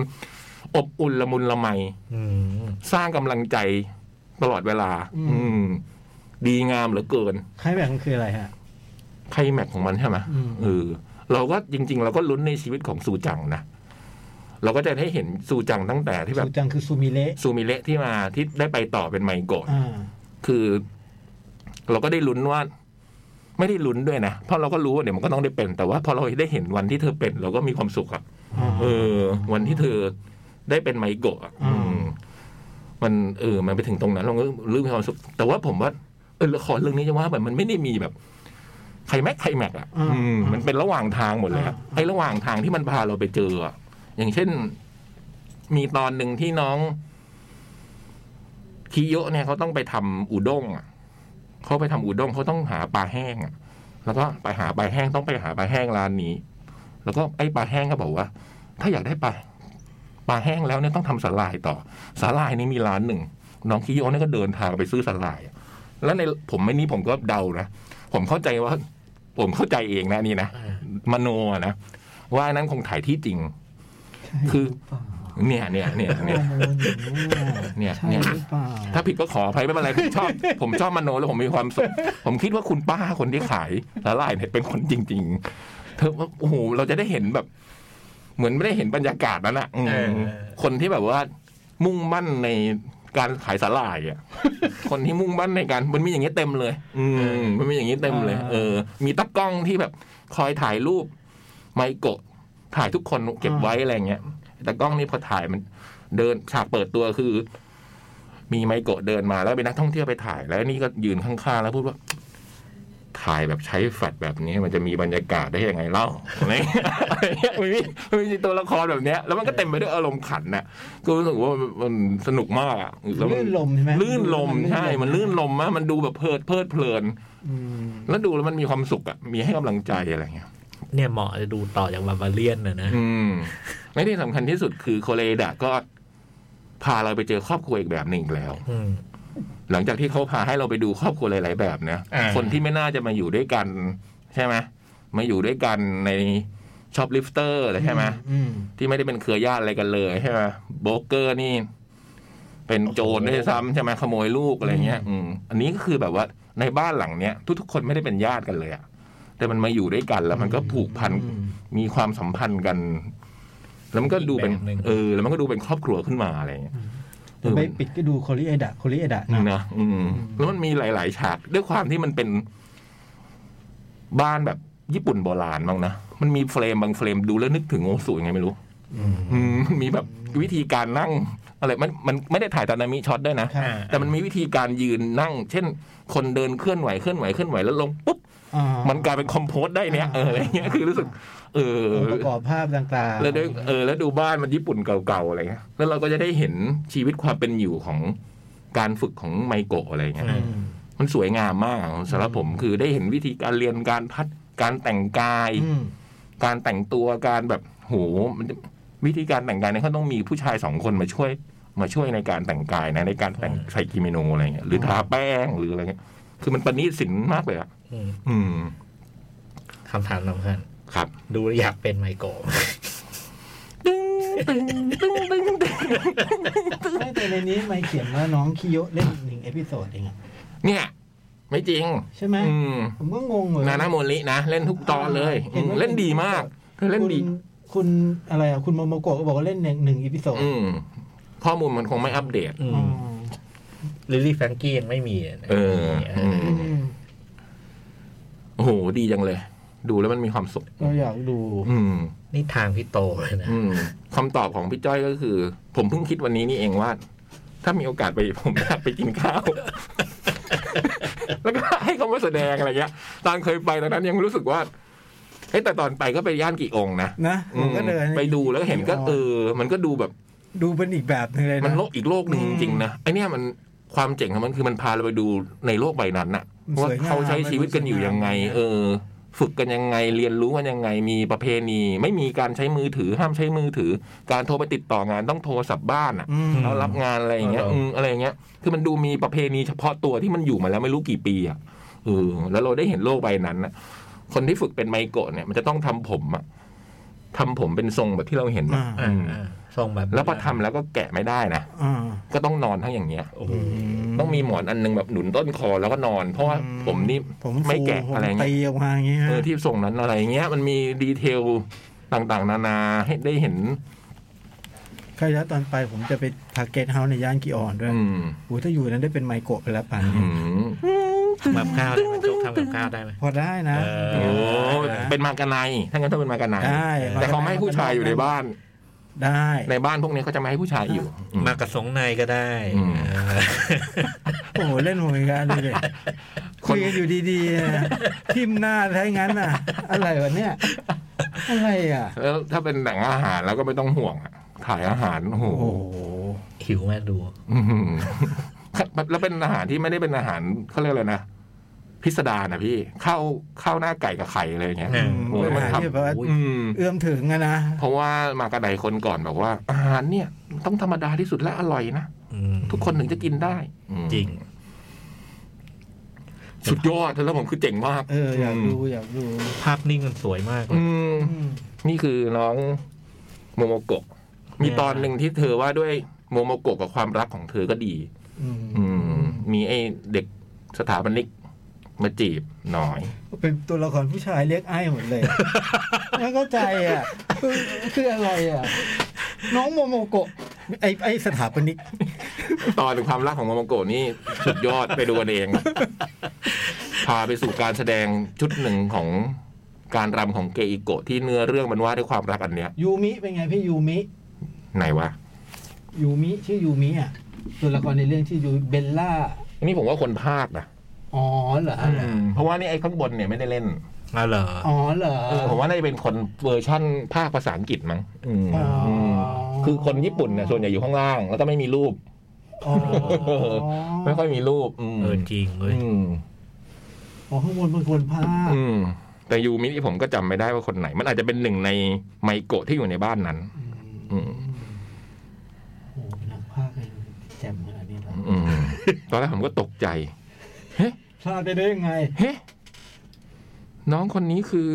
S3: อบอุ่นละมุนละไม
S4: อืม
S3: สร้างกำลังใจตลอดเวลา อืม ดีงามเหลือเกิน
S6: คล้ายแบบมันคืออะไรฮะ
S3: ไคลแม็กซ์ของมันใช่ไหม
S6: อืม
S3: เออเราก็จริง ๆ เราก็ลุ้นในชีวิตของซูจังนะ เราก็จะได้เห็นซูจังตั้งแต่ที่แบบ
S6: สูจังคือซูมิเละ
S3: ซูมิเละที่มาที่ได้ไปต่อเป็นไมโกะ
S6: อ่า
S3: คือ เราก็ได้ลุ้นว่า ไม่ได้ลุ้นด้วยนะเพราะเราก็รู้ว่าเดี๋ยวมันก็ต้องได้เป็น แต่ว่าพอเราได้เห็นวันที่เธอเป็น เราก็มีความสุขอะ
S6: อ่า
S3: เออ วันที่เธอได้เป็นไมโกะอะ
S6: อืม
S3: อืมมันเออ มันไปถึงตรงนั้น เราก็รู้มีความสุข แต่ว่าผมว่าเออละครเรื่องนี้จะว่าแบบมันไม่ได้มีแบบไคลแม็กซ์ไคลแม็กซ์อะ
S6: อ่า
S3: อืมมันเป็นระหว่างทางหมดเลยอะ
S6: อ่า
S3: ไอ้ระหว่างทางที่มันพาเราไปเจออะอย่างเช่น มีตอนหนึ่งที่น้องคิโยะเนี่ยเขาต้องไปทำอุด้งอะเขาไปทำอุด้งเขาต้องหาปลาแห้งอะแล้วก็ไปหาปลาแห้งต้องไปหาปลาแห้งร้านนี้ แล้วก็ไอ้ปลาแห้งก็บอกว่า ถ้าอยากได้ปลาปลาแห้งแล้วเนี่ยต้องทำสาหร่ายต่อสาหร่ายนี่มีร้านหนึ่งน้องคิโยะเนี่ยก็เดินทางไปซื้อสาหร่ายอะแล้วในผมไม่นี่ผมก็เดานะผมเข้าใจว่า ผมเข้าใจเองนะนี่นะ
S4: อ่าม
S3: โนอะนะว่าอันนั้นคงถ่ายที่จริง คือเนี่ยเนี่ยเนี่ยเนี่ย เนี่ย
S6: ใช่
S3: เนี่ย
S6: หรือเปล่า
S3: ถ้าผิดก็ขออภัยไม่เป็นไรผมชอบ ผมชอบมโนแล้วผมมีความสุขผมคิดว่าคุณป้าคนที่ขายละลายเนี่ยเป็นคนจริง ๆ เธอว่าโอ้โหเราจะได้เห็นแบบ เหมือนไม่ได้เห็นบรรยากาศนั้นอ่ะอืม
S4: เออ
S3: คนที่แบบว่า มุ่งมั่นในการขายสาหร่ายอ่ะ คนที่มุ่งมั่นในการมันมีอย่างนี้ยเต็มเลย อืมมันมีอย่างนี้เต็มเลย เออ มีตากล้องที่แบบ คอยถ่ายรูป ไมโกะถ่ายทุกคนเก็บไว้อะไรอย่างเงี้ย แต่กล้องนี่พอถ่ายมัน เดินฉากเปิดตัวคือ มีไมโกะเดินมาแล้วเป็นนักท่องเที่ยวไปถ่าย แล้วนี่ก็ยืนข้างๆแล้วพูดว่า ถ่ายแบบใช้แฟลชแบบนี้มันจะมีบรรยากาศได้ยังไงเล่าอะไรเงี้ย อะไรเงี้ยมันมีมันมีตัวละครแบบเนี้ย แล้วมันก็เต็มไปด้วยอารมณ์ขันน่ะก็รู้สึกว่ามันมันสนุกมากอ่ะแล้วมั
S6: ลื่นลมใช่ไหม
S3: ลื่นลมใช่ มันลื่นลมมากมันดูแบบเพลิดเพลิดเพลิน
S6: อืม
S3: แล้วดูแล้วมันมีความสุขอ่ะมีให้กำลังใจอะไรเงี้ย
S4: เนี่ยเหมาะจะดูต่อจากบาบาเลียนนะนะ
S3: อืมและที่สำคัญที่สุดคือโคเลดะก็พาเราไปเจอครอบครัวอีกแบบหนึ่งอีกแล้ว
S4: อืม
S3: หลังจากที่เขาพาให้เราไปดูครอบครัวหลาย ๆ แบบนะ
S4: อ่า
S3: คนที่ไม่น่าจะมาอยู่ด้วยกัน ใช่ไหมมาอยู่ด้วยกันในช็อปลิฟเตอร์อะไรใช่ไหม
S6: อืม
S3: ที่ไม่ได้เป็นเครือญาติอะไรกันเลยใช่ไหมโบรกเกอร์นี่ เป็นโจรด้วยซ้ำใช่ไหมขโมยลูกอะไรเงี้ย อืมอันนี้ก็คือแบบว่าในบ้านหลังเนี้ย ทุก ๆ คนไม่ได้เป็นญาติกันเลยอะแต่มันมาอยู่ด้วยกันแล้วมันก็ผูกพัน มีความสัมพันธ์กัน แล้วมันก็ดูเป็น
S4: อีกแบบหนึ่ง
S3: เออ แล้วมันก็ดูเป็นครอบครัวขึ้นมาอะไรอย่างเงี้ยเอ
S6: แต่
S3: อ
S6: ไปปิดก็ดูโคลิเอดะโคลิเอดะ
S3: มั
S6: นะ
S3: นนะอืมแล้วมันมีหลาย ๆ ฉาก ด้วยความที่มันเป็นบ้านแบบญี่ปุ่นโบราณบ้างนะ มันมีเฟรมบางเฟรมดูแล้วนึกถึงโอสุยังไงไม่รู้ อืมมีแบบวิธีการนั่ง อะไรมันมันไม่ได้ถ่ายตอนนามิช็อตด้วยนะ
S6: ครับ
S3: แต่มันมีวิธีการยืนนั่ง เช่น คนเดินเคลื่อนไหวเคลื่อนไหวเคลื่อนไหวแล้วลงปุ๊บ
S6: อ่า
S3: มันกลายเป็นคอมโพสได้เนี่ยเอออะไรอย่างเงี้ยคือรู้สึก เออ
S6: องค์ประกอบภาพต่างๆ
S3: แล้วด้วยเออแล้วดูบ้านมันญี่ปุ่นเก่าๆอะไรเงี้ยแล้วเราก็จะได้เห็นชีวิตความเป็นอยู่ของการฝึกของไมโกะอะไรเงี้ย
S4: อื
S6: อืม
S3: มันสวยงามมากสำหรับผมคือได้เห็นวิธีการเรียนการพัดการแต่งกาย
S6: อืม
S3: การแต่งตัวการแบบโหมันวิธีการแต่งกายเนี่ยเขาต้องมีผู้ชายสองคนมาช่วย มาช่วยในการแต่งกายนะในการแต่งใส่กิโมโนอะไรเงี้ยหรือทาแป้งหรืออะไรเงี้ยคือมันประณีตสินมากเลยอะ
S4: อืม
S3: อืม
S4: คำถามสำคัญ
S3: ครับ
S4: ดูแล้วอยากเป็นไมโกะไหม
S3: ตึ้งตึ้งตึ้งตึ้งตึ้ง
S6: แต่ในนี้ไม่เขียนว่าน้องคิโยะเล่นหนึ่งเอพิโซดเองอะ
S3: เนี่ย ไม่จริง
S6: ใช่ไหม
S3: อืม
S6: ผมก็งงเลย
S3: นานาโมลินะ เล่นทุกตอนเลยอืมเล่นดีมากเธอเล่นดี
S6: คุณคุณอะไรอ่ะคุณโมโมโกะก็บอกว่าเล่นหนึ่งหนึ่งเอพิโซด
S3: อืมข้อมูลมันคงไม่อัปเดต
S4: อื
S6: อ๋อ
S4: มลิลลี่แฟรงกี้ยังไม่มีะนะ
S3: เออ
S4: เอ
S3: อื
S4: อ
S3: ม
S6: อืม
S3: โอ้โห ดีจังเลย ดูแล้วมันมีความสุข
S6: เราอยากดู
S3: อืม
S4: นี่ทางพี่โตเลยนะ
S3: อืมคำตอบของพี่จ้อยก็คือ ผมเพิ่งคิดวันนี้นี่เองว่า ถ้ามีโอกาสไป ผมอยากไปกินข้าว แล้วก็ให้เขามาแสดงอะไรเงี้ย ตอนเคยไปตอนนั้นยังรู้สึกว่าเอ้แต่ตอนไปก็ไปย่านกี่องค์นะ
S2: นะผมก็เดิน
S3: ไปดูแล้วเห็นก็เออ มันก็ดูแบบ
S2: ดูเป็นอีกแบบหนึงเลยนะ
S3: มันโลกอีกโลกหนึ่ง
S2: อื
S3: จ
S2: ม
S3: ริงๆนะไอเนี่ยมันความเจ๋งของมันคือมันพาเราไปดูในโลกใบนั้นน่ะ
S2: มัน
S3: ว่า
S2: สวยงาม
S3: เขาใช้ชีวิตกันอยู่ยังไง
S2: มันสวยงาม
S3: เออ ฝึกกันยังไงเรียนรู้กันยังไงมีประเพณี ไม่มีการใช้มือถือห้ามใช้มือถือ การโทรไปติดต่องานต้องโทรศัพท์บ้านอ่ะ
S2: อืม
S3: เรารับงานอะไรอย่างเงี้ย
S4: อ๋อ
S3: อืมอะไรอย่างเงี้ย คือมันดูมีประเพณีเฉพาะตัวที่มันอยู่มาแล้วไม่รู้กี่ปีอ่ะเออแล้วเราได้เห็นโลกใบนั้นน่ะ คนที่ฝึกเป็นไมโกะเนี่ยมันจะต้องทำผมอ่ะทำผมเป็นทรงแบบที่เราเห็นน่ะ
S4: อ่าอ่าส่งแบบ
S3: แล้วพอทำแล้วก็แกะไม่ได้นะ
S2: อ่า
S3: ก็ต้องนอนทั้งอย่างเงี้ย
S4: โอ้โห
S3: ต้องมีหมอนอันหนึงแบบหนุนต้นคอแล้วก็นอน เพราะว่า
S2: อืม
S3: ผมนี่
S2: ผม
S3: ไม่แกะ
S2: ฟูผม
S3: อะไรเงี้ย
S2: ตีออกมาอย่างเงี้ยฮะ
S3: เออที่ส่งนั้นอะไรเงี้ย มันมีดีเทลต่างๆ นานาให้ได้เห็น
S2: ใครแล้วตอนไปผมจะไปพาเกตเฮาส์ในย่านกีออนด้วย
S3: อืม
S2: โอ้ยถ้าอยู่นั้นได้เป็นไมโกะไปแล้วป่านนี้
S3: อืม
S4: ทำกับข้าวได้ไหมโจ๊กทำกับข้าวได้ไหม
S2: พอได้นะ
S4: เอ
S3: โอ้เป็นมากระไนถ้างั้นต้องเป็นมากระไน
S2: ได้
S3: แต่เขาไม่ให้
S2: มากะไน
S3: ผู้ชายอยู่ในบ้าน
S2: ได้
S3: ในบ้านพวกนี้เขาจะไม่ให้ผู้ชายอยู่อืม
S4: มากับสงในก็ได้
S3: อืม
S4: เออ
S2: โอ้โหเล่นโหยกันเลยเนี่ยคุยกันอยู่ดีๆนะทิมหน้าใช้งั้นน่ะ อะไรวะเนี่ย อะไรอ่ะ
S3: แล้วถ้าเป็นหนังอาหารแล้วก็ไม่ต้องห่วงอะถ่ายอาหารโอ้โห
S2: โอ้โห
S4: หิวแม่ดู
S3: อื้อหือ แล้วเป็นอาหารที่ไม่ได้เป็นอาหารเขาเรียกอะไรนะพิสดารนะพี่ข้าวข้าวหน้าไก่กับไข่อะไรอย่างเงี้ย
S4: อื
S2: อืม
S3: โอ้ย
S2: ปัญ
S3: มัน
S2: หา
S3: ทำ
S2: ที่แบบว่า
S4: โอ้ย
S3: อืม
S2: เอื้อมถึงอะนะ
S3: เพราะว่ามากระไดคนก่อนบอกว่า อาหารเนี่ย ต้องธรรมดาที่สุดและอร่อยนะ
S4: อืม
S3: ทุกคนถึงจะกินได้อืม
S4: จริง
S3: สุดยอดแล้วผมคือเจ๋งมาก
S2: เอออยากดูอยากดู
S4: ภาพนิ่งมันสวยมากเล
S3: อื
S4: ย
S3: ม
S2: อืม
S3: นี่คือน้องโมโมโกะ มีตอนหนึ่งที่เธอว่าด้วยโมโมโกะกับความรักของเธอก็ดี
S2: อืม
S3: อืม มีไอ้เด็กสถาปนิกมาจีบหน่อย
S2: เป็นตัวละครผู้ชายเรียกไอ้หมดเลย ไม่เข้าใจอ่ะคือคืออะไรอ่ะ น้องโมโมโกะไอไอสถาปนิก
S3: ตอนความรักของโมโมโกะนี่สุดยอด ไปดูกันเอง พาไปสู่การแสดงชุดหนึ่งของการรำของเกอิโกะที่เนื้อเรื่องมันว่าด้วยความรักอันเนี้ย
S6: ยูมิเป็นไงพี่ยูมิ
S3: ไหนวะ
S6: ยูมิชื่อยูมิอ่ะตัวละครในเรื่องชื่อยูเบลล่า
S3: นี่ผมว่าคนภาคนะ
S6: อ๋อเหรอ
S3: เพราะว่านี่ไอ้ข้างบนเนี่ยไม่ได้เล่น
S4: อ๋อเหรอ
S6: อ๋อเหรอ
S3: ผมว่าน่าจะเป็นคนเวอร์ชั่นภาคภาษาอังกฤษมั้งอืม
S6: อ๋ออื
S3: มคือคนญี่ปุ่นเนี่ยส่วนใหญ่อยู่ข้างล่าง แล้วก็ไม่มีรูป
S6: อ๋อ
S3: ไม่ค่อยมีรูป อืม
S4: เออจริงเว้ย
S3: อืม
S6: อ๋อข้างบนเป็นคนพาค
S3: อืมแต่ยูมินี่ผมก็จำไม่ได้ว่าคนไหน มันอาจจะเป็นหนึ่งในไมโกะที่อยู่ในบ้านนั้น อืม
S6: โอ้โหนักพาคเลยแจ่มขนาดนี้เหรอ
S3: อืมตอนแรกผมก็ตกใจ
S6: พลาดไปได้ยังไง
S3: เฮ้ น้องคนนี้คือ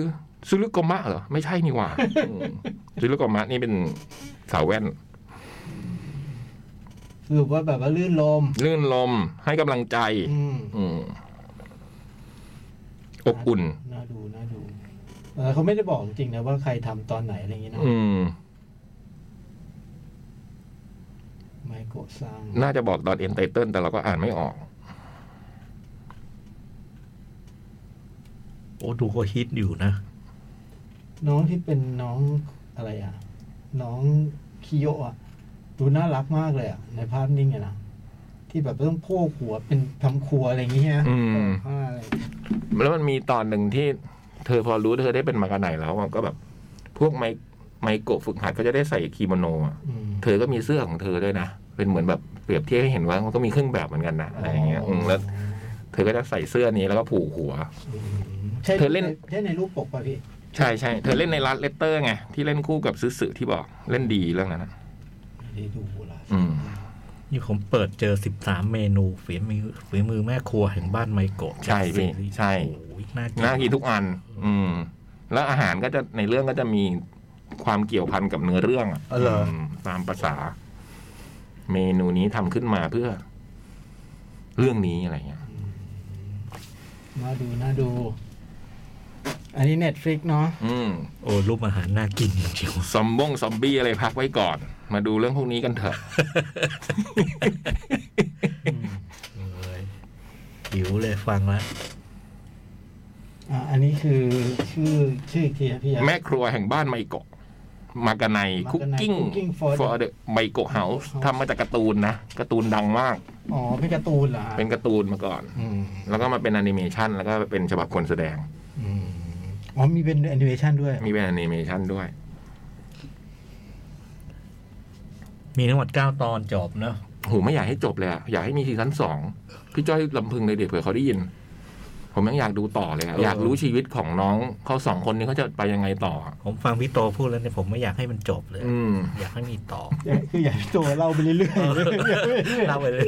S3: ซุรุโกมะเหรอ ไม่ใช่นี่หว่าอืมซุรุโกมะนี่เป็นสาวแว่น
S6: สรุปว่าแบบว่าลื่นลม
S3: ลื่นลมให้กำลังใจ
S6: อืม
S3: อืมอบอุ่น
S6: น่าดูน่าดูเออเขาไม่ได้บอกจริงๆนะว่าใครทำตอนไหนอะไรอย่างงี้เนาะ
S3: อืม
S6: ไมโกะซัง
S3: น่าจะบอกตอนเอ็นไตเติลแต่เราก็อ่านไม่ออก
S4: โอ้ดูก็ฮิตอยู่นะ
S6: น้องที่เป็นน้องอะไรอ่ะ น้องคิโยะอ่ะดูน่ารักมากเลยอ่ะในภาพนิ่งอะนะที่แบบต้องโพกหัวเป็นทำครัวอะไรอย่างเงี้ย
S3: อืม
S6: ผ้าอะไร
S3: แล้วมันมีตอนหนึ่งที่ เธอพอรู้เธอได้เป็นมากาไหนแล้วอะก็แบบ พวกไมไมโกะฝึกหัดก็จะได้ใส่คีโมโนอะ
S6: อืม
S3: เธอก็มีเสื้อของเธอด้วยนะ เป็นเหมือนแบบเปรียบเทียบให้เห็นว่ามันก็มีเครื่องแบบเหมือนกันนะอะไรอย่างเงี้ยอืมแล้วเธอก็จะใส่เสื้อนี้แล้วก็ผูกหัว
S6: ใช่
S3: เธอเล่น
S6: ใช่ในรูปปกป่ะพี่
S3: ใช่ใช่เธอเล่นในรัดเลตเตอร์ไง ที่เล่นคู่กับซื้อสื่อที่บอกเล่นดีเรื่องนั้นอะ
S6: ไม่ได้ดูละ
S3: อืม
S4: นี่ผมเปิดเจอสิบสามเมนูฝีมือฝีมือแม่ครัวแห่งบ้านไมโกะ
S3: ใช่พี่ใช่
S4: โอ้ยน่ากิน
S3: น่ากินทุกอัน อืม แล้วอาหารก็จะในเรื่องก็จะมีความเกี่ยวพันกับเนื้อเรื่องอะ
S5: อ๋อเหรออื
S3: มตามภาษา เมนูนี้ทำขึ้นมาเพื่อ เรื่องนี้อะไรเงี้ย
S6: น่าดูน่าดู
S2: อันนี้เน็ตฟลิกเนาะ
S3: อืม
S4: โอ้รูปอาหารน่ากินจริง
S3: ซอมบงซอมบี้อะไรพักไว้ก่อน มาดูเรื่องพวกนี้กันเถอะ
S4: ๆเลยหิวเลยฟังแล้ว
S6: อ่า อันนี้คือชื่อชื่ออีกทีครับพี่ยักษ์
S3: แม่ครัวแห่งบ้านไมโกะมากาไนคุกกิ้ง
S6: Cooking for the-
S3: ฟอร์เดไมโกะเฮาส์ทำมาจากการ์ตูนนะการ์ตูนดังมาก
S6: อ๋อเป็นการ์ตูนเหรอฮะ
S3: เป็นการ์ตูนมาก่อน
S6: อืม
S3: แล้วก็มาเป็นแอนิเมชันแล้วก็เป็นฉบับคนแสดง
S6: อืม
S2: อ๋อมีเป็นแอนิเมชันด้วย
S3: มีเป็นแอนิเมชันด้วย
S4: มีทั้งหมดเก้าตอนจบเนอะ
S3: โหไม่อยากให้จบเลยอะอยากให้มีซีซั่นสองพี่จ้อยลำพึงเลยเดี๋ยวเผื่อเขาได้ยิน ผมยังอยากดูต่อเลยอะอยากรู้ชีวิตของน้องเขาสองคนนี้เขาจะไปยังไงต่ออะ
S4: ผมฟังพี่โตพูดแล้วเนี่ยผมไม่อยากให้มันจบเลย
S3: อืม
S4: อยากให้มีต่อ
S6: คืออยากให้ตัวเล่าไปเรื่อย
S4: เล่าไปเลย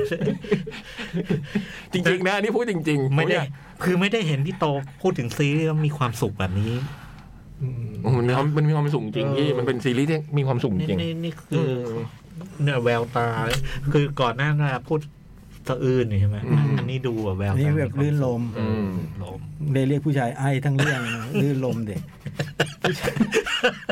S3: จริงๆนะอันนี่พูดจริงๆ
S4: ไม่
S3: ผ
S4: ได้
S3: อยาก
S4: คือไม่ได้เห็นพี่โตพูดถึงซีรีส์แล้วมีความสุขแบบนี้
S6: ๆอืม
S3: โอ้โหมันมีความมันมีความสูงจริงพี่
S4: เออ
S3: มันเป็นซีรีส์ที่มีความสูงจ
S4: นี่
S3: ริง
S4: นี่นี่
S3: เอ
S4: คือ
S3: อ
S4: เนี่ยแววตา คือก่อนหน้านาพูดสะอื่นนี่ใช่ไหม
S3: อืม
S4: อันนี้ดูอะแวว
S2: อั
S4: ตาน
S2: นี้
S4: มี
S2: แบบ
S4: ความ
S2: ลื่นลม
S3: อืม
S4: ลม
S2: ได้เรียกผู้ชายไอ้ทั้งเรื่อง ลื่นลมเด็กผู้ชาย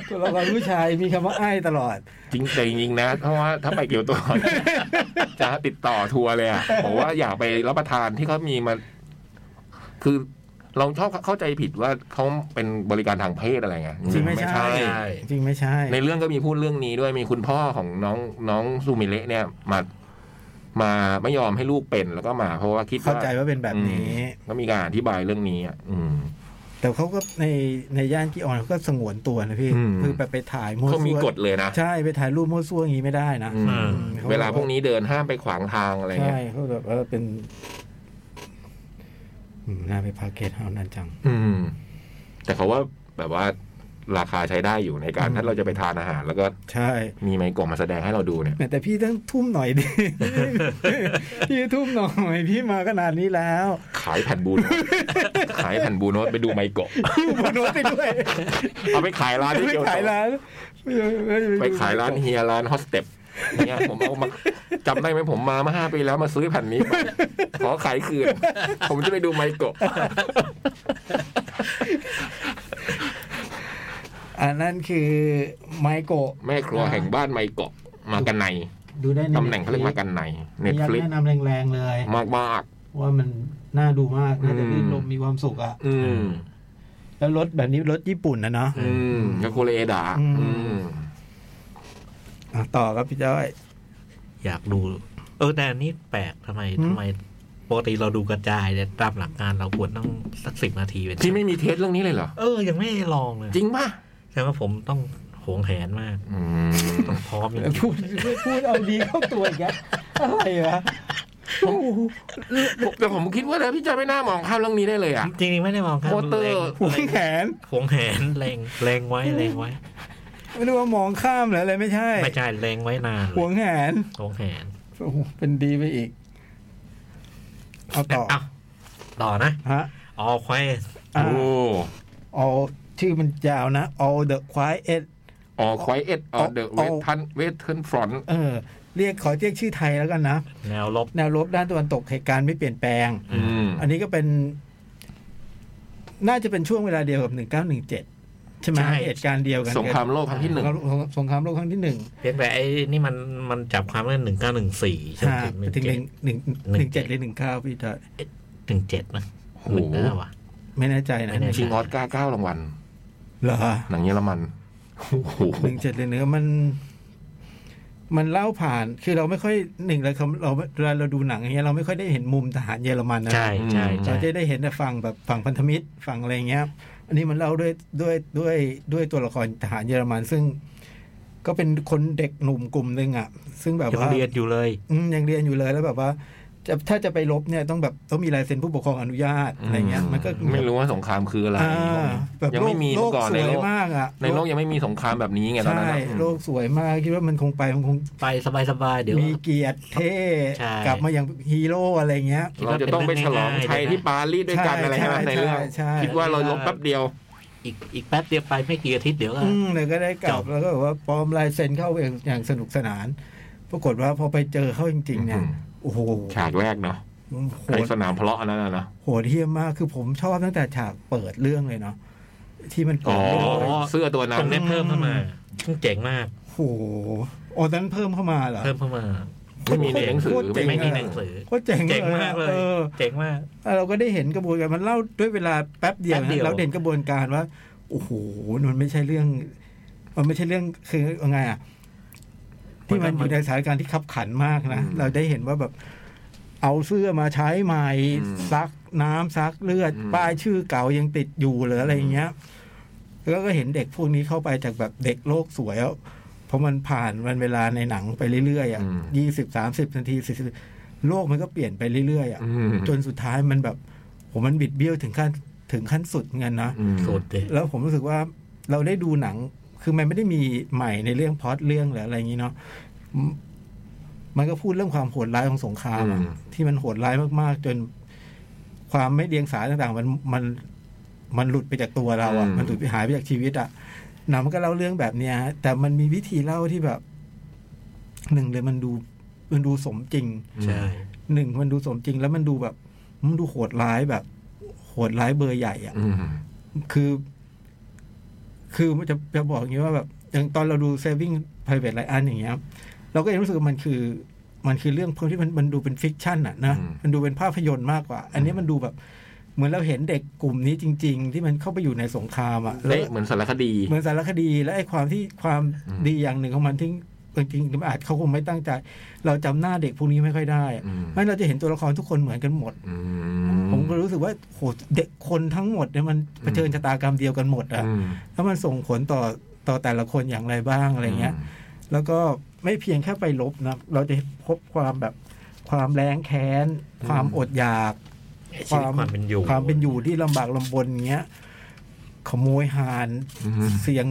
S2: ตัว ละครผู้ชายมีคำว่าไอ้ตลอด
S3: จริงแต่จริงๆนะ เพราะว่าถ้าไปเกี่ยวตัวเนี่ย จะติดต่อทัวร์เลยอะผมว่าอยากไปรับประทานที่เขามีมา คือเราชอบเข้าใจผิดว่าเขาเป็นบริการทางเพศอะไรไง
S2: จริงไม่ใช่
S3: ใช่
S2: จริงไม่ใช่
S3: ในเรื่องก็มีพูดเรื่องนี้ด้วยมีคุณพ่อของน้องน้องซูมิเละเนี่ยมามาไม่ยอมให้ลูกเป็นแล้วก็มา เพราะว่าคิด
S2: เข้าใจว่าเป็นแบบนี้
S3: อืมก็มีการอธิบายเรื่องนี้อ่ะอืม
S2: แต่เขาก็ในในย่านกีออนเขาก็สงวนตัวนะพี่
S3: อืม
S2: คือไปไปถ่ายมั่ว
S3: เขามี
S2: ซั่ว
S3: กฎเลยนะ
S2: ใช่ไปถ่ายรูปมั่วซั่วอย่างนี้ไม่ได้นะ
S3: อืมเวลาพวกนี้เดินห้ามไปขวางทางอะไรเงี้
S2: ใช่
S3: ย
S2: เขาแบบเออเป็นอืมน่าไปพาเกตเฮานั่นจัง
S3: อืม แต่เขาว่าแบบว่าราคาใช้ได้อยู่ในการ
S2: อืม
S3: ถ้าเราจะไปทานอาหาร แล้วก็
S2: ใช่
S3: มีไมโกะมาแสดงให้เราดูเนี่ย
S2: แหมแต่พี่ต้องทุ่มห น่อยดิ พี่ทุ่มหน่อยพี่มาขนาดนี้ แล้ว
S3: ขายแผ่นบูโนต ขายแผ่นบูโนตไปดูไมโกะ
S2: ดูโบนัสไปด้วย
S3: เอาไปขายร้านที่
S2: ไม่
S3: เกียว
S2: ขาย
S3: โต
S2: ร้าน
S3: ไปขายร้านเฮียร้านฮอสเต็ปเนี่ยผมเอามาจำได้ไหมผมมาเมาห้าปีแล้วมาซื้อแผ่นนี้ไปขอขายคืน ผมจะไปดูไมโกะ
S2: อันนั้นคือไมโกะ
S3: แม่ครัวแห่งบ้านไมโกะมากันใน
S6: ดูได้ใน
S3: ตำแหน่งเขาเรียกมากันในเน็ต
S6: พี่ยัก
S3: ฟลิ
S6: ษ์
S3: ก
S6: แนะนำแรงๆเลย
S3: มากมาก
S6: ว่ามันน่าดูมากน่าจะลื่นลมมีความสุขอ่ะ
S3: ๆอืม
S2: แล้วรถแบบนี้รถญี่ปุ่นนะเนาะ
S3: อืมยาโคเลดา
S2: อืม
S3: อืม
S2: อ่ะต่อครับพี่จ้อย
S4: อยากดู เออแต่อันนี้แปลกทำไม
S2: หืม
S4: ทำไมปกติเราดูกระจายเนี่ยตามหลักการเราควรต้องสักสิบนาทีเป็น
S3: ที่ไม่มีเทสเรื่องนี้เลยเหรอ
S4: เออ ยังไม่ได้ลองเลย
S3: จริงป่ะ
S4: แต่ว่าผมต้องโหวงแหนมาก
S3: อืม
S4: ต้องพร้อมจริงๆ
S2: พูดพูดเอาดีเข้าตัวอีกแล้วอะไรวะ
S3: แต่ผมคิดว่าแล้วพี่จอยไม่น่ามองข้ามเรื่องนี้ได้เลยอ่ะ
S4: จริงๆไม่ได้มองครับ
S3: โปสเตอร์
S4: ล็ง
S2: หัวแขน
S4: หวงแหนเลงเลงไว้เลงไว้
S2: ไม่รู้ว่ามองข้ามหรืออะไรไม่ใช่
S4: ไม่ใช่เลงไว้นานเลย
S2: หัวแขน
S4: หวงแหน
S2: โอ้โหเป็นดีไปอีก เอาต่อ
S4: เอ้าต่อนะ
S2: ฮะ
S4: ออควาย
S2: อ่ะ
S3: โอ้
S2: เอาชื่อมันยาวนะ all the quiet
S3: ออควายเอ็ดออเดอะเวททันเวทเทิร์นฟรอนต์
S2: เออ เรียกขอเรียกชื่อไทยแล้วกันนะ
S4: แนวลบ
S2: แนวรบด้านตะวันตกเหตุการณ์ไม่เปลี่ยนแปลง
S3: อืม
S2: อันนี้ก็เป็น น่าจะเป็นช่วงเวลาเดียวกับ 1917 ใช่ไหม
S4: ใช่
S2: เหตุการณ์เดียวกัน
S3: สงครามโลกครั้งที่หนึ่ง
S2: สงครามโลกครั้งที่หนึ่ง
S4: เพียงแต่ไอ้นี่มันมันจับความเรื่องหนึ่งเก้าหนึ่งสี่จน
S2: ฮะ
S4: ถึงห
S2: ไปถึงห
S4: นึ่งเจ็ด
S2: นึ่งหนึ่ง
S4: หนึ่
S2: ห
S4: ง
S2: นึ่ง
S4: เจ็
S2: เจ็ด
S4: ด
S2: หรือหนึ่งเก้าพี่เถอะ
S4: หนึ่งเจ็ดนะ
S3: โอ้
S4: ห
S3: โห
S4: นึ่งเก้าวะ
S2: ไม่แน่ใจนะ
S4: ไม่แน่
S3: ชิงออสการ์เก้ารางวัล
S2: เหรอ
S3: หนังเยอรมันโอ้โห
S2: หนึ่งเจ็ดเลยเนื้อมัน มันเล่าผ่าน คือเราไม่ค่อยหนึ่งเลยคำเราเวลาเราดูหนังอย่างเงี้ยเราไม่ค่อยได้เห็นมุมทหารเยอรมันนะ
S4: ใช่ใช่
S2: เรา
S4: ใช่
S2: จะได้เห็นแต่ฝั่งแบบฝั่งพันธมิตรฝั่งอะไรเงี้ย อันนี้มันเล่าด้วยด้วยด้วยด้วยตัวละครทหารเยอรมัน ซึ่ง ก็เป็นคนเด็กหนุ่มกลุ่มหนึ่งอ่ะ ซึ่งแบบ
S4: ยัง
S2: ว่า
S4: เรียนอยู่เลย
S2: อืมยังเรียนอยู่เลยแล้วแบบว่า จะถ้าจะไปลบเนี่ยต้องแบบต้องมีลายเซ็นผู้ปกครองอนุญาตอะไรเงี้ยมันก็
S3: ไม่รู้ว่าสงครามคืออะไร
S2: อ่าแบบ
S3: ยัง
S2: โล
S3: ไม่
S2: ก
S3: มี
S2: โล
S3: มาก ก่อน
S2: ส
S3: ใน
S2: วย
S3: โลก
S2: มากอ่ะ
S3: ในโลกยังไม่มีสงครามแบบนี้ไงตอน
S2: ใช่
S3: นั้นอะ
S2: โลกสวยมากคิดว่ามันคงไปมันคง
S4: ไปสบายๆเดี๋ยว
S2: มีเกียรติเท่
S4: ใช่
S2: กลับมาอย่างฮีโร่อะไรเงี้ย
S3: เราจะต้องไปฉลองชัยที่ปารีสด้วยกัน
S2: ใช่
S3: อะไรใช่ไหม
S2: ใช่
S3: ในเรื่อง
S2: ใช่
S3: คิดว่าเราลบแป๊บเดียว
S4: อีกอีกแป๊บเดียวไปไม่กี่อาทิตย์เดี๋ยวก็
S2: อืมเลยก็ได้กลั
S4: จ
S2: บบ แล้วก็แบบว่าปลอมลายเซ็นเข้าไปอย่างสนุกสนาน ปรากฏว่าพอไปเจอเข้าจริง ๆ เนี่ย
S3: อืม
S2: โอ้โห
S3: ฉากแรกเนาะ
S2: โห
S3: ใน
S2: ด
S3: สนามเพลาะอันนั้นน่ะเนอะ
S2: โหดเหี้ยมมากคือผมชอบตั้งแต่ฉากเปิดเรื่องเลยเนาะที่มันเปิ
S3: อ๋อ
S2: ดเรื่องเลย
S3: เสื้อตัวนั้
S4: ตร
S3: น
S4: งนี้เพิ่มเข้ามาซึ่งเจ๋งมาก
S2: โหอ๋อนั้นเพิ่มเข้ามาเหรอ
S4: เพิ่มเข้ามา
S3: ไม่มีในหนังสือ
S2: โคตรเจ๋ง
S3: ไม่
S4: ไม่
S3: มี
S4: มี
S3: ใน
S4: หนังสือ
S2: โคตรเจ๋ง
S4: เจ๋งมากเลย
S2: เออ
S4: เจ๋งมาก
S2: เราก็ได้เห็นกระบวนการมันเล่าด้วยเวลาแป๊บเดียว
S4: แป๊บเดี
S2: นะ
S4: ยว
S2: เราเด่นกระบวนการว่าโอ้โหมันไม่ใช่เรื่อง มันไม่ใช่เรื่องคือยังไงอะที่มันอยู่ในสถานการณ์ที่ขับขันมากนะเราได้เห็นว่าแบบ เอาเสื้อมาใช้ใหม่ซักน้ำซักเลือด ป้ายชื่อเก่ายังติดอยู่หรืออะไรอย่างเงี้ย แล้วก็เห็นเด็กพวกนี้เข้าไปจากแบบเด็กโลกสวยอะเพราะมันผ่านวันเวลาในหนังไปเรื่อยๆอ่ะยี่สิบสามสิบนาทีสี่สิบโลกมันก็เปลี่ยนไปเรื่อยๆอ่ะ
S3: อืม
S2: จนสุดท้ายมันแบบผมมันบิดเบี้ยวถึงขั้นถึงขั้นสุดเหมือนกันนะ
S3: อืม
S4: สุดเลย
S2: แล้วผมรู้สึกว่าเราได้ดูหนัง คือมันไม่ได้มีใหม่ในเรื่องพล็อตเรื่องหรืออะไรอย่างนี้เนาะมมันก็พูดเรื่องความโหดร้ายของสงครามอะ
S3: อืม
S2: ที่มันโหดร้ายมากๆ จนความไม่เดียงสาต่างๆ มันมันมันหลุดไปจากตัวเราอ่ะมันหลุดไปหายไปจากชีวิตอ่ะหนังมันก็เล่าเรื่องแบบเนี้ยฮะแต่มันมีวิธีเล่าที่แบบหนึ่งเลยมันดูมันดูสมจริง
S4: ใช่
S2: หนึ่งมันดูสมจริงแล้วมันดูแบบ มันดูโหดร้ายแบบ โหดร้ายเบอร์ใหญ่อะ
S3: อืม
S2: คือ คือมันจะจะบอกอย่างนี้ว่าแบบ อย่างตอนเราดู saving private Ryan อย่างเงี้ย เราก็ยังรู้สึกว่ามันคือ มันคือเรื่องพวกที่มันมันดูเป็นฟิกชันอะนะมันดูเป็นภาพยนตร์มากกว่า อันนี้มันดูแบบ เหมือนเราเห็นเด็กกลุ่มนี้จริง ๆ ที่มันเข้าไปอยู่ในสงครามอะแล้ว
S3: เละเหมือนสารคดี
S2: เหมือนสารคดีและไอ้ความที่ความดีอย่างหนึ่งของมันที่จริงๆอาจเขาคงไม่ตั้งใจ เราจำหน้าเด็กพวกนี้ไม่ค่อยได้
S3: อืม
S2: ไม่งั้นเราจะเห็นตัวละครทุกคนเหมือนกันหมด
S3: อื
S2: ผมก็รู้สึกว่าโหเด็กคนทั้งหมดเนี่ยมันเผชิญชะตากรรมเดียวกันหมดอะ
S3: อืม
S2: แล้วมันส่งผลต่อต่อแต่ละคนอย่างไรบ้างอะไรเงี้ย แล้วก็ไม่เพียงแค่ไปลบนะเราจะพบความแบบความแรงแค้น ความอดอยาก
S4: ชีวิตความเป็นอยู่
S2: ความเป็นอยู่ที่ลำบากลำบนเงี้ย ขโมยหาน
S3: อืม
S2: เสี่ยง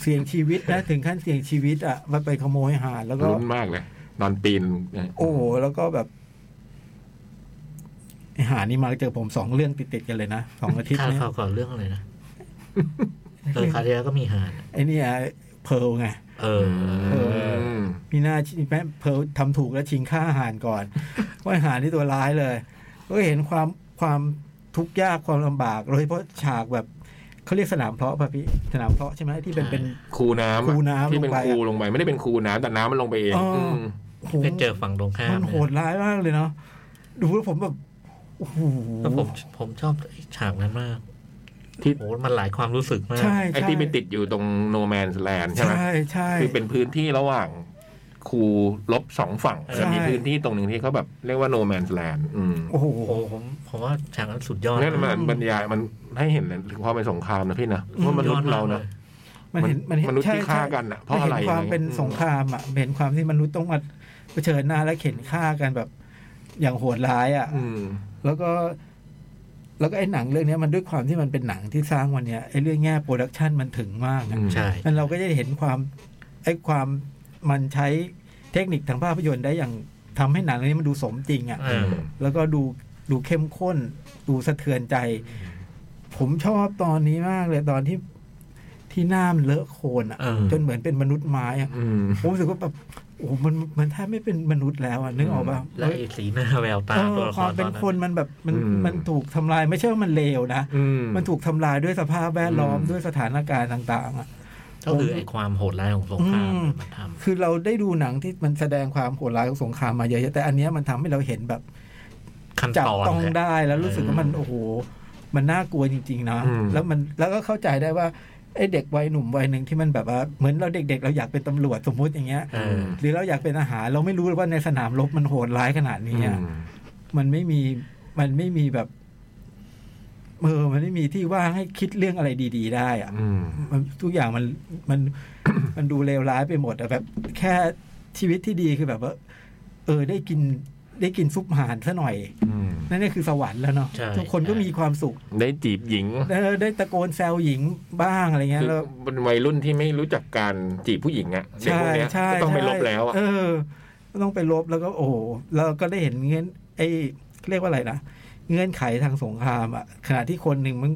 S2: เสี่ยงชีวิตนะ ถึงขั้นเสี่ยงชีวิตอ่ะมันไปขโมยหาดแล้วก็
S3: รุนมากเลย นอนปีน
S2: โอ้โหแล้วก็แบบไอ้หานี่มาเจอผมสองเรื่องติดๆกันเลยนะสองอาทิตย์
S4: ข่าว
S2: เนี่ย
S4: ข่าวก่อนเรื่องอะไรนะ เออคราวที่แล้วก็มีหาด
S2: ไอ้เนี่ยเพร์ลไง
S4: เออ
S2: เออ มีหน้าชิแม่เพร์ลทำถูกแล้วชิงฆ่าหานก่อน ว่าะหานนี่ตัวร้ายเลยก็เห็นความความทุกข์ยากความลำบากโดยเฉพาะฉากแบบเขาเรียกสนามเพาะป่ะพี่สนามเพาะใช่ไหมที่เป็นเป็น
S3: คูน้ำอะ
S2: คูน้ำ
S3: ที่เป็น
S2: ลงไปอะ
S3: คูลงไป ไม่ได้เป็นคูน้ำแต่น้ำมันลงไปเอง
S2: อ๋ออื
S3: ม
S2: โอ้โห
S4: ไปเจอฝั่งตรงข้าม
S2: มันโหดร้ายมากเลยเนาะดูแล้วผมแบบโอ้โห
S4: แล้วผมผมชอบฉากนั้นมาก ที่โหมันหลายความรู้สึกมาก
S2: ใช่
S3: ไอ้
S2: ใช่
S3: ที่ไปติดอยู่ตรงโนแมนแลนด์ใช่ไหม
S2: ใช่ใช่
S3: คือเป็นพื้นที่ระหว่างคูลบสองฝั่ง
S4: ใช่
S3: แล้วมีพื้นที่ตรงหนึ่งที่เขาแบบเรียกว่าโนแมนแลนด์อืม
S2: โอ้โห
S4: โอ้โหผมผมว่าฉากนั้นสุดยอด
S3: นั่นมัน
S2: อืม
S3: บรรยายมันให้เห็นถึงความเป็นสงครามนะพี่นะว่ามนุษย์เรานะ
S2: มันเห็นมันเห็น
S3: มนุษย์
S2: ใช่
S3: ที่ฆ่ากันอะเพราะ
S2: มัน
S3: อะ
S2: ห็
S3: ไรอะไร
S2: ความเป็น
S3: เงี้ย
S2: สงครามอ่ะเห็นความที่มนุษย์ต้องมาเผชิญหน้าและเข็นฆ่ากันแบบ อย่างโหดร้ายอ่ะ
S3: อืม
S2: แล้วก็ แล้วก็ไอ้หนังเรื่องเนี้ยมันด้วยความที่มันเป็นหนังที่สร้างวันเนี้ยไอ้เรื่องแง่โปรดักชันมันถึงมากอะ
S3: อืม
S4: ใช่
S2: มันเราก็จะเห็นความไอ้ความมันใช้เทคนิคทางภาพยนตร์ได้อย่างทำให้หนังเรื่องนี้มันดูสมจริงอ่ะ
S4: เออ
S2: แล้วก็ดูดูเข้มข้น ดูสะเทือนใจ ผมชอบตอนนี้มากเลยตอนที่ที่หน้ามันเลอะโคลนอะ
S4: เออ
S2: จนเหมือนเป็นมนุษย์ไม้อะ
S3: อืม
S2: ผมรู้สึกว่าแบบโอ้โหมันมันแทบไม่เป็นมนุษย์แล้วอะนึกออกป่ะ
S4: และไอ้สีหน้าแววตา
S2: เออ
S4: ตัวละค
S2: ควาร ม
S4: ต
S2: เป็
S4: อน นนั้น
S2: คนมันแบบมัน
S3: อืม
S2: มันถูกทำลายไม่ใช่ว่ามันเลวนะ
S3: อืม
S2: มันถูกทำลายด้วยสภาพแวดล้อม
S3: อืม
S2: ด้วยสถานการณ์ต่าง ๆอะ
S4: ก็คือไอ้ความโหดร้ายของสงคราม
S2: อืม
S4: มันท
S2: คือเราได้ดูหนังที่มันแสดงความโหดร้ายของสงครามมาเยอะแยะแต่อันเนี้ยมันทำให้เราเห็นแบบ
S4: ำขั้น
S2: จับ
S4: ตอน
S2: ต้อง
S4: เลย
S2: ได้แล้วรู้สึกว่ามันโอ้โห มันน่ากลัวจริงๆนะ
S3: อืม
S2: แล้วมันแล้วก็เข้าใจได้ว่าไอ้เด็กวัยหนุ่มวัยหนึ่งที่มันแบบว่าเหมือนเราเด็ก ๆ เราอยากเป็นตำรวจสมมุติอย่างเงี้ย
S4: เออ
S2: หรือเราอยากเป็นอาหารเราไม่รู้เลยว่าในสนามรบมันโหดร้ายขนาดนี้อะมันไม่มีมันไม่มีแบบเออมันไม่มีที่ว่างให้คิดเรื่องอะไรดี ๆ ได้อะ
S3: อืม
S2: มันทุกอย่างมันมัน มันดูเลวร้ายไปหมดอะแบบ แค่ชีวิตที่ดีคือแบบว่า เออได้กิน ได้กินซุปหารซะหน่อย
S3: อืม
S2: นั่นนี่คือสวรรค์แล้วเนาะ
S4: ใช่
S2: ทุกคนก็มีความสุข
S3: ได้จีบหญิง
S2: ได้ได้ตะโกนแซวหญิงบ้างอะไรเงี้ย
S3: คือ
S2: แล้ว
S3: เป็นวัยรุ่นที่ไม่รู้จักการจีบผู้หญิงอะเด็ก
S2: ใช่
S3: พวกเนี้ย
S2: ใช่
S3: ก็ต้องไปลบ
S2: ใช่
S3: แล้วอะ
S2: เออก็ต้องไปลบแล้วก็โอ้โหแล้วก็ได้เห็นเงื่อนไอ้เรียกว่าอะไรนะเงื่อนไขทางสงครามอ่ะขณะที่คนหนึ่งมัน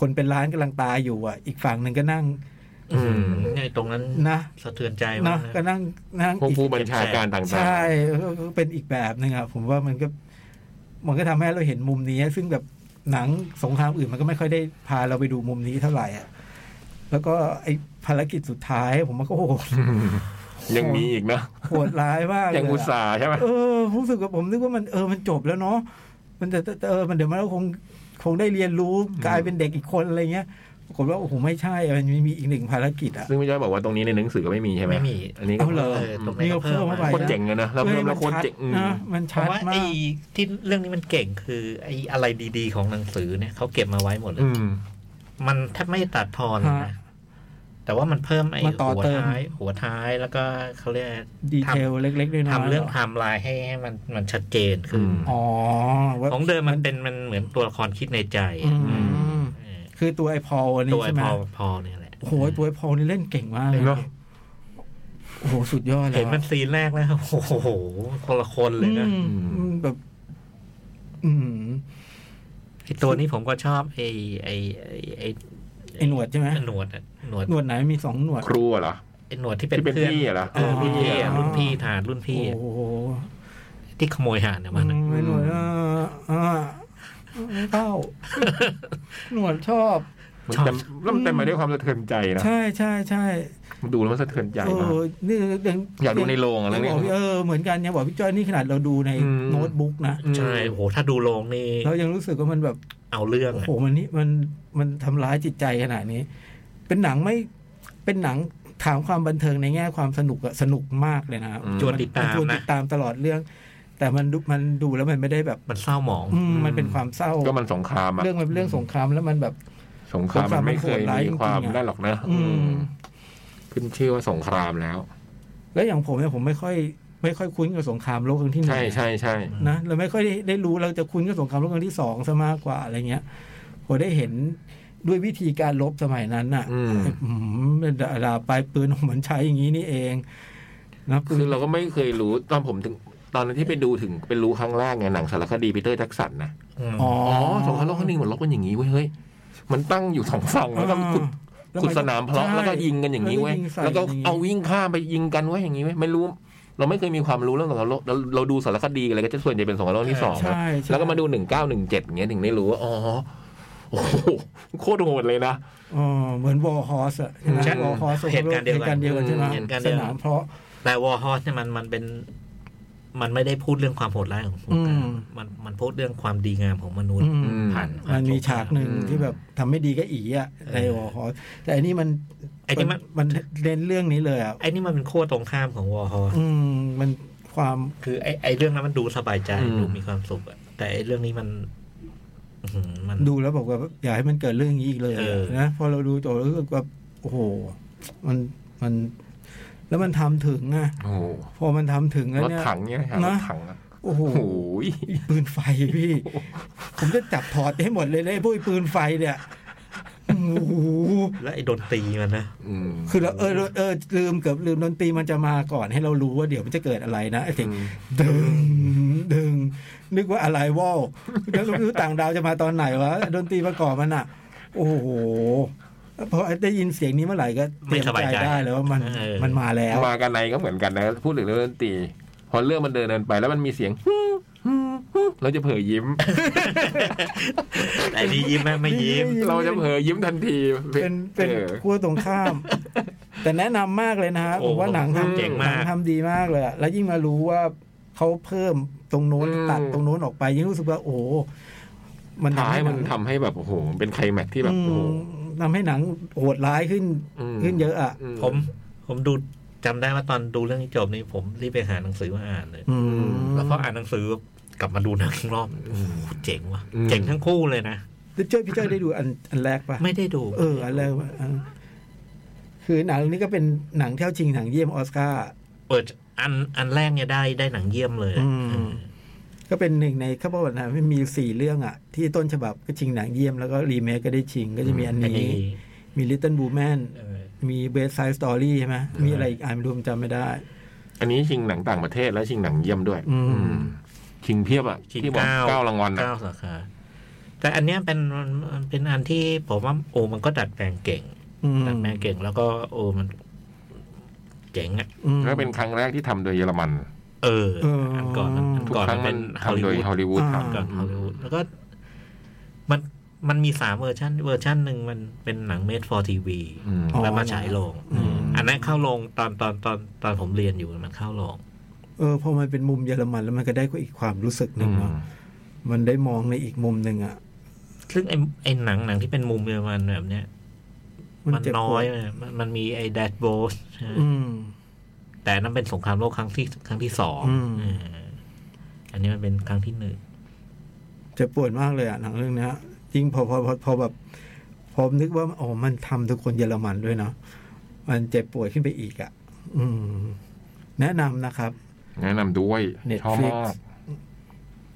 S2: คนเป็นร้านกำลังตายอยู่อ่ะ อีกฝั่งหนึ่งก็นั่ง
S3: อืม
S4: ไงตรงนั้น
S2: นะ
S4: สะเทือนใจ
S2: นะ
S4: มาก
S2: ก็
S4: นะ
S2: นั่งนั่ง
S3: พวก
S2: อีก
S3: ผู้บัญชาการต่างๆ
S2: ใช่ก็ก็เป็นอีกแบบหนึงอะผมว่ามันก็มันก็ทำให้เราเห็นมุมนี้ ซึ่งแบบหนังสงครามอื่นมันก็ไม่ค่อยได้พาเราไปดูมุมนี้เท่าไหร่อะแล้วก็ไอภารกิจสุดท้าย ผมว่าก็โหด
S3: ยังมีอีกเนอะ
S2: โหดร้ายมาก
S3: ยัง
S2: เล
S3: อุต
S2: ยอะ
S3: ส่าห์ใช่ไหม
S2: เออรู้สึกว่าผมนึกว่ามันเออมันจบแล้วเนาะมันจะเออมันเดี๋ยวมันก็คงคงได้เรียนรู้กลายเป็นเด็กอีกคนอะไรเงี้ยปรากฏว่าโอ้โหไม่ใช่มันมีอีกหนึ่งภารกิจอะ
S3: ซึ่งพี่จ้อยบอกว่าตรงนี้ในหนังสือก็ไม่มีใช่ไหม
S4: ไม่มี
S3: อันนี้ก็
S2: เอาเหรอ
S4: ตรงนี้ก็เพิ่ม
S2: นี่ก็เพิ่มเข้าไป
S3: โคต
S4: มา
S3: รเจ๋งเลยนะเราเพิ่มแล้วโคตรเจ๋งอืม
S2: นะมัน
S4: เพ
S2: ชั
S4: ราะ
S2: ด
S4: ว่า
S2: มา
S4: ไอ้
S2: ก
S4: ที่เรื่องนี้มันเก่งคือไอ้อะไรดีๆ ของหนังสือเนี่ยเขาเก็บมาไว้หมดเลย
S3: อืม
S4: มันแทบไม่ตัดทอนเลย
S2: ฮะ
S4: นะแต่ว่ามันเพิ่มไอ้
S2: มาต่อ
S4: หัว
S2: เติม
S4: ท้าย หัวท้ายแล้วก็เขาเรียก
S2: ดีเทลเล็กๆด้วยนะ
S4: ทำเรื่องไทม์ไลน์ให้ให้มันมันชัดเจนขึ้น
S3: อืม
S2: อ๋อว่า
S4: ของเดิมมันเป็นมันเหมือนตัวละครคิดในใจ
S2: อืม
S4: เออ
S2: คือตัวไอพอลอัน
S4: ตั
S2: นี้
S4: วไอ้
S2: ใช่ไหม
S4: พอพอเนี่ยแหละ
S2: โอ้โหตัวไอพอลนี่เล่นเก่งมากเลย
S3: เนาะ
S2: โอ้โหสุดยอดเลย
S4: เห็นมันซีนแรกแล้ว โอ้โหคนละคนเลยนะ
S2: อืมอืมแบบ อืม
S4: ไอตัวนี้ผมก็ชอบไอไอไอ้ไอ
S2: ไอหนวดใช่ไหม
S4: ไอ้หนวดอะหนวด
S2: หนวดไหนมีสองหนวด
S3: ครูเหรอ
S4: ไอหนวดที่เป็น
S3: ที่เป็น
S4: เพื่อน
S3: พี่เหรอ
S4: เออพี่
S2: อ๋
S4: อะ
S2: อ
S4: รุ่นพี่ฐานรุ่นพี่อะ
S2: โอ้โห
S4: ที่ขโมยหานเนี่ยมันอะ
S2: ไอหนวดอ่าอ่าไม่ เต้า หนวดชอบ
S3: มันเต็มแล้วมันเต็มไปด้วยความสะเทือนใจนะ
S2: ใช่ใช่ใช่
S3: มันดูแล้วมันสะเทือนใจ
S2: เอ
S3: มาก
S2: อนี่ยัง
S3: อยากดูในโรงอะไร
S2: ยังบ
S3: เงี้
S2: อย กพี่เออเหมือนกันยังบอกพี่จ้อยนี่ขนาดเราดูใน
S3: อืม
S2: โน้ตบุ๊กนะ
S4: ใช่โอ้โหถ้าดูโรงนี่
S2: เรายังรู้สึกว่ามันแบบ
S4: เอาเรื่อง
S2: โอ้
S4: อะ
S2: โหมันนี่มันมันทำร้ายจิตใจขนาดนี้ เป็นหนังไม่เป็นหนังถามความบันเทิงในแง่ความสนุกอะสนุกมากเลยนะครับ
S3: อืม
S4: ชวนติดตาม
S2: ชวนติ
S4: นะ
S2: ดตามตลอดเรื่อง แต่มันดูมันดูแล้วมันไม่ได้แบบ
S4: มันเศร้าหมอง
S2: อืมมันเป็นความเศร้า
S3: ก็มันสงครามอะ
S2: เรื่องมันเป็นเรื่องสงครามแล้วมันแบบ
S3: สงคราม
S2: สงค
S3: มั
S2: ราม
S3: นไม่เคย
S2: มันโหดร้าย
S3: มีความ
S2: จริงๆอะ
S3: นั่นหรอกนะ
S2: อืม
S3: ขึ้นชื่อว่าสงครามแล้ว
S2: แล้วอย่างผมเนี่ยผมไม่ค่อย ไม่ค่อยคุ้นกับสงครามโลกครั้งที่หนึ่ง
S3: ใช่ใช่ใช่
S2: นะเราไม่ค่อยได้ได้รู้เราจะคุ้นกับสงครามโลกครั้งที่สองซะมากกว่าอะไรเงี้ยผมได้เห็นด้วยวิธีการลบสมัยนั้นน่ะ
S3: อืม
S2: อืมเป็นดาราปลายปืนของมันใช้อย่างนี้นี่เองนะปื
S3: คื
S2: น
S3: อเราก็ไม่เคยรู้ตอนผมถึง ตอนที่ไปดูถึงไปรู้ครั้งแรกไงหนังสารคดีปีเตอร์แจ็กสันนะ
S2: อ๋อ
S3: อ๋อสงครามโลกครั้งหนึ่งเหมือนรบกันอย่างนี้เว้ยเฮ้ยมันตั้งอยู่สองฝั่งแล้วก็ขุด
S2: แล้ว
S3: ขุ
S2: มั
S3: ด
S2: น
S3: สนามเพลาะ
S2: ใช่
S3: แล้วก็ยิงกันอย่างนี้เว้ย
S2: ใส่
S3: แล้วก็
S2: ย่งนี้
S3: เอาวิ่งข้ามไปยิงกันเว้ยอย่างนี้เว้ยไม่รู้ เราไม่เคยมีความรู้เรื่องสงครามโลกเราเราดูสารคดีอะไรก็จะส่วนใหญ่เป็นสงครามโลกที่สอง
S2: ใช่ใช่
S3: แล้วก็มาดูหนึ่งเก้าหนึ่งเจ็ดอย่างเงี้ยถึงได้รู้ว่าอ๋อโอ้โหโคตรโหดเลยนะ
S2: อ๋อเหมือนวอลฮอสอะ
S3: ใช่
S2: วอลฮอส
S4: เหตุการณ์เดียวกัน
S2: เดียวกันใช่ไหม
S4: เหตุการณ์เดี
S2: ส
S4: ยวกัน
S2: นามเพลาะ
S4: แต่วอร์ฮอสเนี่ยมันมันเป็น มันไม่ได้พูดเรื่องความโหดร้ายของสงคราม
S2: อืม
S4: มันมันพูดเรื่องความดีงามของมนุษ
S2: อื
S4: ย์
S2: ม
S3: ม
S4: ผ่านคว
S2: มันมีฉากหนึ่ง
S3: อืม
S2: ที่แบบทำไม่ดีก็อีอะในวอลฮอสแต่อันนี้มัน
S4: ไอ้นี่มัน
S2: มันเน้นเรื่องนี้เลยอ่ะ
S4: ไอ้นี่มันเป็นขั้วตรงข้ามของวอร์ฮอส
S2: อืมมันความ
S4: คือไอ้ไอ้เรื่องนั้นมันดูสบายใจ
S3: อืม
S4: ดูมีความสุขอะแต่ไอ้เรื่องนี้มันอื้อหือมัน
S2: ดูแล้วบอกว่าอย่าให้มันเกิดเรื่องอย่างนี้อีกเลย
S4: เออ
S2: นะพอเราดูจบแล้วรู้สึกว่าโอ้โห มันมัน แล้วมันทำถึงอะ
S3: โอ้โห
S2: พอมันทำถึงแล้ว
S3: รถ
S2: เนี่ย
S3: ถังเนี่ยหา
S2: นะ
S3: รถถังอะ
S2: โอ้โห
S3: โอ้โห
S2: ปืนไฟพี่ ผมจะจับถอดให้หมดเลยนะไอ้พวกปืนไฟเนี่ยโอ้โห
S4: แล้วไอ้ดนตรีมันนะ
S3: อืม
S2: คือเราเออเออเออลืมเกือบลืมดนตรีมันจะมาก่อนให้เรารู้ว่าเดี๋ยวมันจะเกิดอะไรนะไอ้เสียงดึงดึงนึกว่าอะไรวอลแล้วก็ไม่รู้ต่างดาวจะมาตอนไหนวะดนตรีประกอบมันอ่ะ โอ้โหพอได้ยินเสียงนี้เมื่อไหร่ก็เตรียมใจได้เลยว่ามันมันมาแล้ว
S3: มากันในก็เหมือนกันนะพูดถึงเรื่องดนตรีพอเรื่องมันเดินเดินไปแล้วมันมีเสียงเราจะเผยยิ้ม
S4: แต่ไอ้นี่ยิ้มไหมไม่ยิ้ม
S3: เราจะเผลอยิ้มทันที
S2: เป็นเป็น
S3: ออ
S2: ขั้วตรงข้าม แต่แนะนำมากเลยนะฮะ
S4: โอ้
S2: ผมว่าหนัง
S4: ผม
S2: ทำ
S4: เจ๋งมาก
S2: หนัทำดีมากเลยอะแล้วยิ่งมารู้ว่าเขาเพิ่มตรงโน้น
S3: อืม
S2: ตัดตรงโน้นออกไป ยิ่งรู้สึกว่าโอ้โหมัน
S3: ท้าย
S2: ทำให้ห
S3: มั
S2: นั
S3: น
S2: ง
S3: ทำให้แบบโอ้โหเป็นไคลแม็กซ์ที่แบบ
S2: อื
S3: โอ้โห
S2: มทำให้หนังโหดร้ายขึ้น
S3: ม
S2: ขึ้นเยอะอ่ะ
S3: ม
S4: ผมผมดูจำได้ว่าตอนดูเรื่องนี้จบนี่ผมรีบไปหาหนังสือมาอ่านเลย
S2: อืม
S4: แล้วพออ่านหนังสือกลับมาดูหนังอีกรอบโอ้โหเจ๋งว่ะ
S3: อืม
S4: เจ๋งทั้งคู่เลยนะ
S2: แล้วเจ้ยพี่เจ้ยได้ดูอันอันแรกปะ
S4: ไม่ได้ดู
S2: เอออันแรกปะอ่ะคือหนังเรื่องนี้ก็เป็นหนังเที่ยวชิงหนังเยี่ยมออสการ์
S4: เปิดอันอันแรกเนี่ยได้ได้หนังเยี่ยมเลย
S2: อืม
S4: เออ
S2: ก็เป็นหนึ่งในข้าพเจ้านะไม่มีสี่เรื่องอ่ะ ที่ต้นฉบับก็ชิงหนังเยี่ยมแล้วก็รีเมคก็ได้ชิงก็จะมีอัน
S4: อัน
S2: นี้
S4: นี้
S2: มี Little Woman
S4: เออ
S2: มีเบสไซส์สตอรี่ใช่ไหมมีอะไรอีกอ่านไม่รวมจำไม่ได้
S3: อันนี้ชิงหนังต่างประเทศและชิงหนังเยี่ยมด้วย
S2: อืม
S3: อืมชิงเพียบอะ
S4: ชิง
S3: ที่บอก
S4: เก้า
S3: เก้ารางวัลนะ
S4: เก้าสาขาแต่อันเนี้ยเป็นมันเป็นอันที่ผมว่าโอมันก็ดัดแปลงเก่ง
S2: อืม
S4: ดัดแปลงเก่งแล้วก็โอมันเจ๋งอ่ะ
S2: อืม
S3: แล้วเป็นครั้งแรกที่ทำโดยเยอรมัน
S4: เออ
S2: เอออั
S4: อันก่อนอัน
S3: ทุก
S4: ก่อน
S3: ครั้ง
S4: เป็
S3: มัน น
S4: ฮอลลี
S3: ทำโดย
S4: วูด
S3: ฮอลลีวูด
S2: อ่า
S3: ทำ
S4: ก่อนฮอลลีวูดแล้วก็มันมันมีสามเวอร์ชันเวอร์ชันหนึ่งมันเป็นหนัง made for TV
S3: อืม
S2: อ๋อ
S4: แล้วมาฉายโรง
S3: อืม
S4: อันนั้นเข้าโรงตอนตอนตอนตอนผมเรียนอยู่มันเข้าโรง
S2: เออพอมันเป็นมุมเยอรมันแล้วมันก็ได้อีกความรู้สึกห
S3: อื
S2: นึ่ง
S3: ม
S2: เนาะมันได้มองในอีกมุมหนึ่งอ่ะ
S4: ซึ่งไอ้ไอ้หนังหนังที่เป็นมุมเยอรมันแบบเนี้ย มัน
S2: เจ็บปวด
S4: น้อยนะมันมันมีไอ้ d ดดโบส
S2: อืม
S4: แต่นั่นเป็นสงครามโลกครั้งที่ครั้งที่สอง
S2: อืม
S4: เอออันนี้มันเป็นครั้งที่หนึ่ง
S2: เจ็บปวดมากเลยอ่ะหนังเรื่องเนี้ยจริงพอพอพอพอแบบพอนึกว่าอ๋อมันทำทุกคนเยอรมันด้วยเนาะมันเจ็บปวดขึ้นไปอีกอ่ะ อืม แนะนำนะครับ
S3: แนะนำด้วยชอบ
S2: Netflix
S3: มาก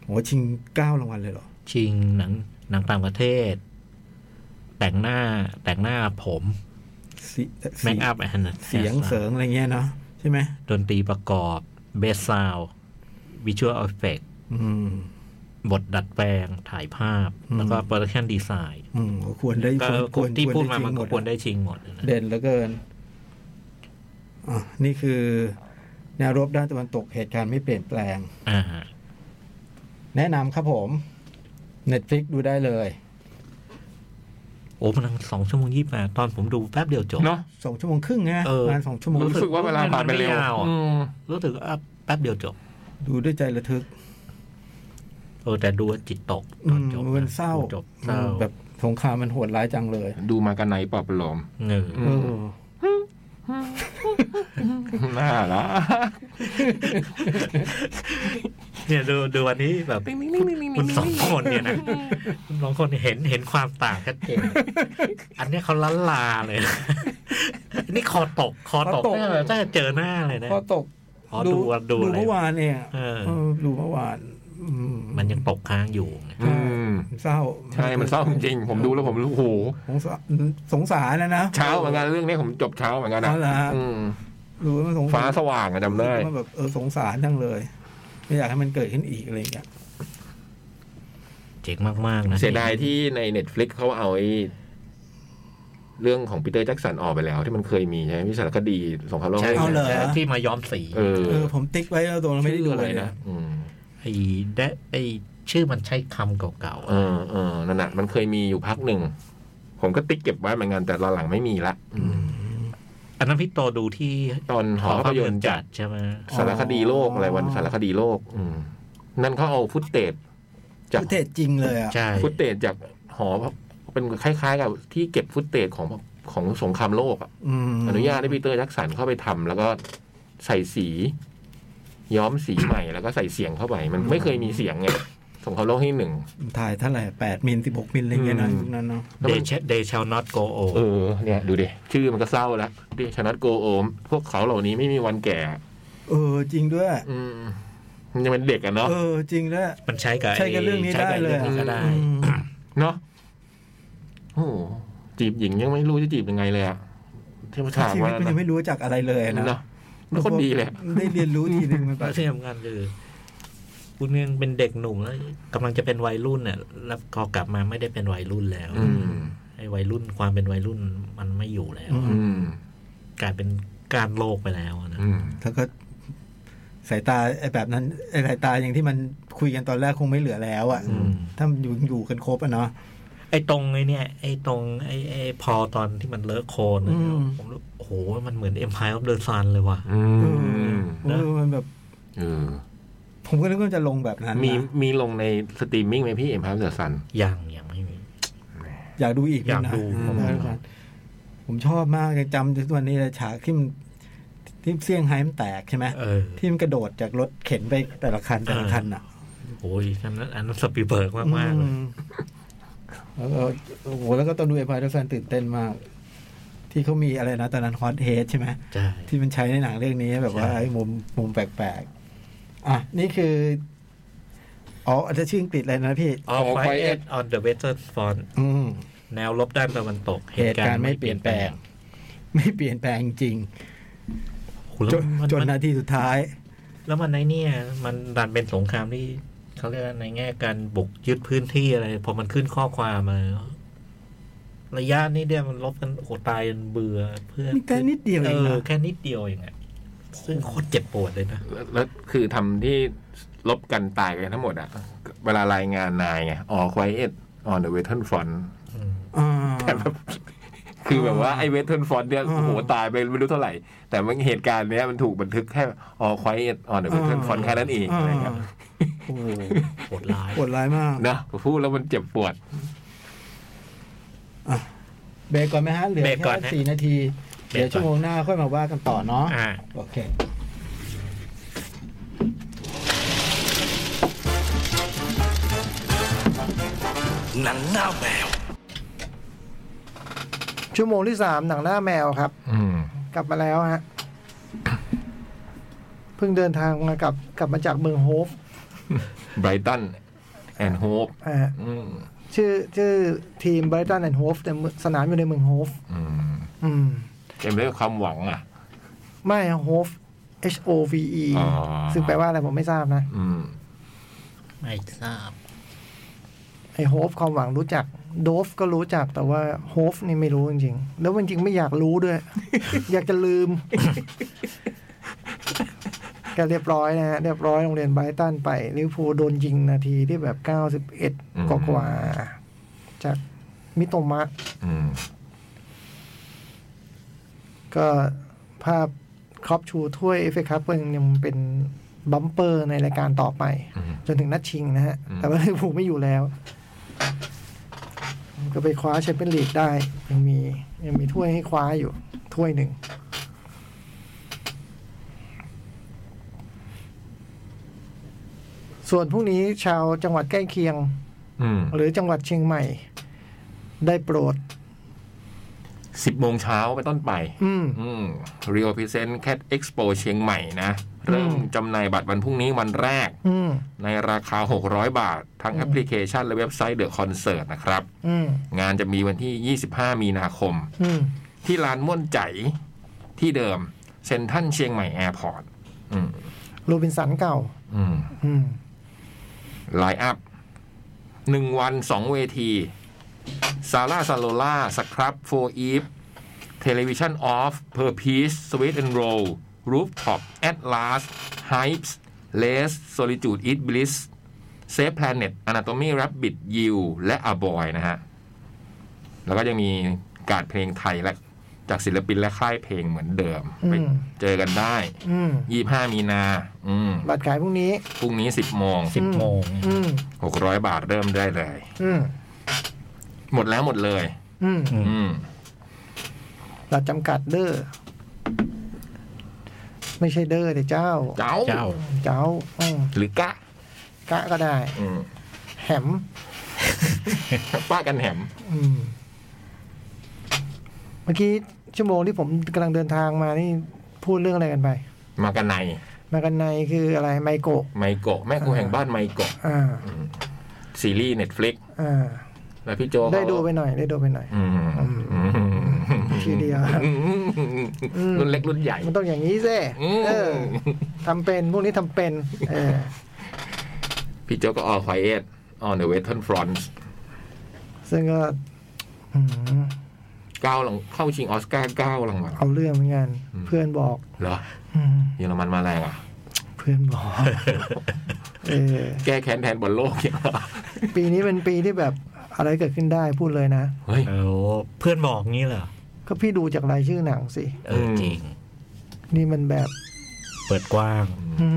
S2: โหชิงเก้ารางวัลเลยเหรอ
S4: ชิงหนังหนังต่างประเทศ แต่งหน้าแต่งหน้าผม
S2: สี
S4: แมคอัพแอนด์
S2: เสียงเสริงอะไรเงี้ยเนาะใช่ไหม
S4: ดนตรีประกอบเบสซาววิชวลเอฟเฟก
S2: อืม
S4: บทดัดแปลงถ่ายภาพ
S2: อืม
S4: แล้วก็โปรดักชันดีไซน์
S2: อืมก็ควรได้
S4: ก็
S2: ควรควร
S4: ที่พูดมา
S2: จริง
S4: มัน
S2: ห
S4: ก็
S2: ด
S4: ควรได้ชิงหมดนะ
S2: เด่นเหลือเกินอ่ะนี่คือ แนวรบด้านตะวันตกเหตุการณ์ไม่เปลี่ยนแปลง
S4: อ่าฮะ
S2: แนะนำครับผม Netflix ดูได้เลย
S4: โอ้มันสองชั่วโมงยี่สิบแปดตอนผมดูแป๊บเดียวจบ
S3: เนาะ
S2: สองชั่วโมงครึ่งนะ
S4: เออ
S2: ประมาณสองชั่วโมง
S3: รู้สึกว่าเวลาผ่านไปเร็ว
S4: มันไม่ยาวอะ
S3: อืม
S4: รู้สึกว่าแป๊บเดียวจบ
S2: ดูด้วยใจระทึก
S4: เออแต่ดูแล้วจิตตก
S2: อื
S4: ตอน
S2: ม
S4: จบ
S2: มันเศร้า
S4: จบเศร้า
S2: แบบสงครามมันโหดร้ายจังเลย
S3: ดูมากันไหนปอบประโลม
S4: เงอ
S3: อื
S2: เอ
S3: ม
S2: อ
S3: น่าละ
S4: เนี่ยดูดูวันนี้แบบคุณสองคนเนี่ยนะคุณสองคนเห็นเห็นความต่างชัดเจนอันเนี้ยเขาล้านลาเลยนะนี่คอตกคอตก
S2: คอตก
S4: เนี่ยถ้าเจอหน้าเลยนะ
S2: พอตก
S4: อ๋อดูดูอะไร
S2: เมื่อวานเนี่ย
S4: เออ
S2: เออดูเมื่อวาน อืม
S4: มันยังตกค้างอยู่ไง
S3: อืม
S2: เศร้า
S3: ใช่มันเศร้าจริงๆผมดูแล้วผมรู้โอ้โห
S2: สงสารสงสารนะนะ
S3: เช้าเหมือนกันเรื่องนี้ผมจบเช้าเหมือนกันนะ
S2: เอาละ
S3: อืม
S2: ดูแล้วมันสง
S3: ฟ้า
S2: สาร
S3: สว่างอะจำได้
S2: มันแบบเออสงสารทั้งเลย ไม่อยากให้มันเกิดขึ้นอีกอะไรอย่างเงี้ย
S4: เจ๋งมาก ๆ นะ
S3: เสียดายที่ใน Netflix เขาเอาไอ้เรื่องของปีเตอร์แจ็กสันออกไปแล้ว ที่มันเคยมีใช่ไหมวิสารคดีสงครามโลก
S4: ใช่
S2: า เอา ห เลย
S4: ใช่ที่มาย้อมสี
S3: เออ
S2: เออผมติ๊กไว้แล้วตัวเราไม่ได้ดูเลยนะ
S3: อืม
S4: ไอ้แดะไอ้ชื่อมันใช้คำเก่าๆ
S3: เอ
S4: อะ
S3: อเออนั่นแหะมันเคยมีอยู่พักหนึ่ง ผมก็ติ๊กเก็บไว้เหมือนกันแต่หลังๆไม่มีละอืม
S4: อันนั้นพี่โตดูที่
S3: ตอนหอภาพยนตร์จั
S4: จั
S3: ด
S4: ดใช่ไหม
S3: สารคดีโลกอะไรวันสารคดีโลก อืมนั่นเขาเอาฟุตเตจจาก
S2: ประเทศจริงเลยอ่ะ
S4: ใช่
S3: ฟุตเตจจากหอเป็นคล้ายๆ กับที่เก็บฟุตเตจของของสงครามโลกอะ
S2: ม
S3: อนุญาตให้ปีเตอร์แจ็กสันเข้าไปทำแล้วก็ใส่สี ย้อมสีใหม่ แล้วก็ใส่เสียงเข้าไป มันไม่เคยมีเสียงไงสงครามโลกที่หนึ่ง
S2: ถ่ายเท่าไหร่แปดมิลสิบหกมิลอะไรเงี้ยนะ
S3: อืม
S2: ยุคนั้นเนาะ
S3: แล้ว
S4: เด
S3: มัน
S4: ชเดชาวนอตโกโอ
S3: เออเนี่ย ดูดิชื่อมันก็เศร้าแล้วดิชนัทโกโอม พวกเขาเหล่านี้ไม่มีวันแก่
S2: เออจริงด้วย
S3: อืมมันยังเป็นเด็กอะเนาะ
S2: เออจริงด้วย
S4: มันใช้กับไอ้
S2: ใช้กับเรื่องนี้
S4: ใช้กับ
S2: ได้เลย
S4: รื่องนี้ก็ได้
S2: อืม
S3: เนาะโอ้โหจีบหญิงยังไม่รู้จะจีบยังไงเลยอะที่มาถาม
S2: ชีวิ
S3: ว่า
S2: ตก็ยังไม่รู้จักอะไรเลยนะ
S3: เนาะแล้วคนดีเลยอะ
S2: ได้เรียนรู้ทีนึงมันแบ
S4: แล้
S2: บ
S4: วที่สำคัญคือคุณยังเป็นเด็กหนุ่มแล้วกำลังจะเป็นวัยรุ่นเนี่ยแล้วพอกลับมาไม่ได้เป็นวัยรุ่นแล้ว
S3: อืม
S4: ไอ้วัยรุ่นความเป็นวัยรุ่นมันไม่อยู่แล้ว
S3: อืม
S4: กลายเป็นการโลกไปแล้วนะ
S3: อืม
S2: แล้วก็สายตาไอ้แบบนั้นไอ้สายตาอย่างที่มันคุยกันตอนแรกคงไม่เหลือแล้วอ่ะ
S4: อืม
S2: ถ้ามันอยู่อยู่กันครบอ่ะเนาะ
S4: ไอ้ตรงไอ้เนี่ยไอ้ตรงไอ้ไอ้พอตอนที่มันเลอะโคลนอะ
S2: อืม
S4: ผมรู้โอ้โห มันเหมือน Empire of the Sun เลยว่ะ
S3: อืม
S2: เออมันแบบ
S3: เออ
S2: ผมก็นึกว่าจะลงแบบนั้นนะ
S3: มีมีลงในสตรีมมิ่งไหมพี่เอ็มพาร์เดอร์ซัน
S4: ยังยังไม่มี
S2: อยากดูอีก
S4: อยากดู
S2: นะผมว่า
S3: อืม
S2: ผมชอบมากยังจำทุกวันนี้เลยฉากที่มันที่เซี่ยงไฮ้มันแตกใช่ไหม
S4: เออ
S2: ที่มันกระโดดจากรถเข็นไปแต่ละคันแต่ละคันอ่ะ
S4: โอ้ยอันนั้นอันนั้นสปีลเบิร์กมากมากๆเล
S2: อื
S4: ย
S2: มแล้วก็โอ้โหแล้วก็ตอนดูเอพาร์ตแฟนตื่นเต้นมาก ที่เขามีอะไรนะตอนนั้นฮอตเฮดใช่ไหม
S4: ใช่
S2: ที่มันใช้ในหนังเรื่องนี้แบบว่า
S4: ใช่
S2: ไอ้มุมมุมแปลกๆ อ่ะ นี่คือ อ๋ออันนี้ชื่ออังกฤษอะไรนะพี่
S4: All
S3: All Quiet
S4: Quiet on the Western Front
S2: อืม
S4: แนวรบด้านตะวันตก
S2: เหตุการณ์ไม่เปลี่ยนแปลง ไม่เปลี่ยนแปลงจริง
S4: โอ้โห
S2: ๆจ
S4: แล้ว
S2: น
S4: มัน
S2: จน
S4: มัน
S2: นาทีสุดท้าย
S4: แล้วมันในเนี่ย มันดันเป็นสงครามที่เขาเรียกว่าในแง่การบุกยึดพื้นที่อะไร พอมันขึ้นข้อความมา ระยะนี้เนี่ยมันลบกันโหตายจนเบื่อเพื่อน
S2: นี่แค่นิดเดียวเองนะ
S4: อแค่นิดเดียวเองอะซึ่งโคตรเจ็บปวดเลยนะ
S3: แล้วแล้วคือทำที่ลบกันตายกันทั้งหมดอะเวลารายงานนายไงอ๋อควายเอ็ดออนเดอะเวทเทิลฟอน
S2: อ่า
S3: แต่แบบคือแบบว่าไอ้เวทเทิลฟอนเนี่ย
S2: อ่า
S3: โอ้โหตายไปไม่รู้เท่าไหร่ แต่มันเหตุการณ์เนี้ยมันถูกบันทึกแค่อ๋อควายเอ็ดออนเดอะเวทเทิลฟอน
S2: อ่า
S3: แค่นั้นเอง
S2: อ่า
S3: อะไรเงี้ย
S2: โอ้โห
S4: โหดร้าย
S2: โหดร้ายมาก
S3: นะพอพูดแล้วมันเจ็บปวด
S6: เบรกก่อนไหมฮะ เหลือ
S4: เบรกก่อน
S6: แค่
S4: ฮะ
S6: สี่นาที
S4: เบรกก่อน
S6: เดี๋ยวชั่วโมงหน้าค่อยมาว่ากันต่อเนาะ
S4: อ่า
S6: โอเค
S1: หนังหน้าแมว
S5: ชั่วโมงที่สามหนังหน้าแมวครับ
S3: อืม
S5: กลับมาแล้วฮะ เพิ่งเดินทางมากลับกลับมาจากเมืองโฮฟ
S3: ไบรตันแอนโฮป
S5: อ่า
S3: อืม
S5: ชื่อชื่อทีมไบรตันแอนด์โฮฟแต่เมืองสนามอยู่ในเมืองโฮฟ
S3: อืม
S5: อืม
S3: เต็มไปด้วยความหวังอ่ะ
S5: ไม่โฮฟ H O V E
S3: อ๋อ
S5: ซึ่งแปลว่าอะไรผมไม่ทราบนะ
S3: อืม
S4: ไม่ทราบ
S5: ไอโฮฟความหวังรู้จักโดฟก็รู้จักแต่ว่าโฮฟนี่ไม่รู้จริงๆ แล้วจริงๆไม่อยากรู้ด้วย อยากจะลืม ก็เรียบร้อยนะฮะ เรียบร้อยโรงเรียนไบรตันไปลิเวอร์พูลโดนยิงนาทีที่แบบ
S3: อืม
S5: 91 กว่าๆจากมิโตมะ
S3: อืม
S5: ก็ภาพครอบชูถ้วยเอฟเอคัพยังเป็นบัมเปอร์ในรายการต่อไป
S3: อืม
S5: จนถึงนัดชิงนะฮะ
S3: อืม
S5: แต่ว่าลิเวอร์พูลไม่อยู่แล้ว ก็ไปคว้าแชมเปี้ยนลีกได้ ยังมียังมีถ้วยให้คว้าอยู่ ถ้วยหนึ่ง ส่วนพรุ่งนี้ชาวจังหวัดใกล้เคียง
S3: อืม
S5: หรือจังหวัดเชียงใหม่ ได้โปรด
S3: สิบโมงเช้าไปนต้นไป
S5: อืม
S3: อืม Rio Present Cat Expo เชียงใหม่นะ เริ่มจำหน่ายบัตรวันพรุ่งนี้วันแรก
S5: อืม
S3: ในราคา 600 บาท ทั้งแอปพลิเคชันและเว็บไซต์เดอะคอนเสิร์ตนะครับ
S5: อืม
S3: งานจะมีวันที่ 25 มีนาคม
S5: อืม
S3: ที่ลานม่วนใจที่เดิมเซ็นทรัลเชียงใหม่แอร์พอร์ตอืม
S5: โรบินสันเก่า
S3: อืม
S5: อืม
S3: ไลน์อัพหนึ่งวันสองเวทีซาร่าซาโลล่าสครับโฟอีฟเทเลวิชันออฟเพอร์พีสสวีทแอนด์โรลรูฟท็อปแอตลาสไฮป์เลสโซลิจูดอีทบลิสเซฟแพลเน็ตอนาโตมีรับบิดยิวและอาบอยนะฮะ แล้วก็ยังมีการดเพลงไทยและจากศิลปินและค่ายเพลงเหมือนเดิมไป
S5: อืม
S3: เจอกันได้
S5: อืม
S3: 25 มีนาอืม
S5: บัตรขายพรุ่งนี้
S3: พรุ่งนี้ 10โมง
S4: สิบโมง
S5: อืม
S3: 600 บาทเริ่มได้เลย
S5: อืม
S3: หมดแล้วหมดเลย
S5: อืม
S4: อืม
S3: อืม
S5: เราจำกัดเด้อ ไม่ใช่เด้อเดี๋ยวเจ้า
S3: เจ้า
S4: เจ้า
S5: เจ้าอืม
S3: หรือกะ
S5: กะก็ได้
S3: อืม
S5: แหม
S3: ป้ากันแหม
S5: อืม เมื่อกี้ชั่วโมงที่ผมกำลังเดินทางมานี่พูดเรื่องอะไรกันไป
S3: มากันใน
S5: มากันในคืออะไรไมโกะ
S3: ไมโกะ แม่ครูแห่งบ้านไมโกะ
S5: อ่า
S3: ซีรีส์เน็ตฟลิก
S5: อ่า
S3: แล้วพี่โจเขา
S5: ได้ดูไปหน่อย ได้ดูไปหน่อย
S3: อืมอืม
S5: ที เดียว
S3: อืมรุ่นเล็กรุ่นใหญ่
S5: มันต้องอย่างนี้สิ
S3: อืม
S5: เออทำเป็น พวกนี้ทำเป็น เออ
S3: พี่โจก็ออควายเอ็ดออนเดอะเวทเทิลฟรอนต์
S5: ซึ่งก็อืม
S3: เก้ารางเข้าชิงออสการ์เก้ารางวัล
S5: เอาเรื่องเหมือนกัน เพื่อนบอก
S3: เหรอ
S5: อืม
S3: เยอรมันมาแรงอ่ะ
S5: เพื่อนบอกเออ
S3: แก้แค้นแทนบอลโลก เนี่ยเหรอ
S5: ปีนี้เป็นปีที่แบบอะไรเกิดขึ้นได้พูดเลยนะ
S3: เฮ้ย
S4: เอาเพื่อนบอกงี้เหรอ
S5: ก็พี่ดูจากรายชื่อหนังสิ
S4: เออจริง
S5: นี่มันแบบ
S4: เปิดกว้าง
S5: อื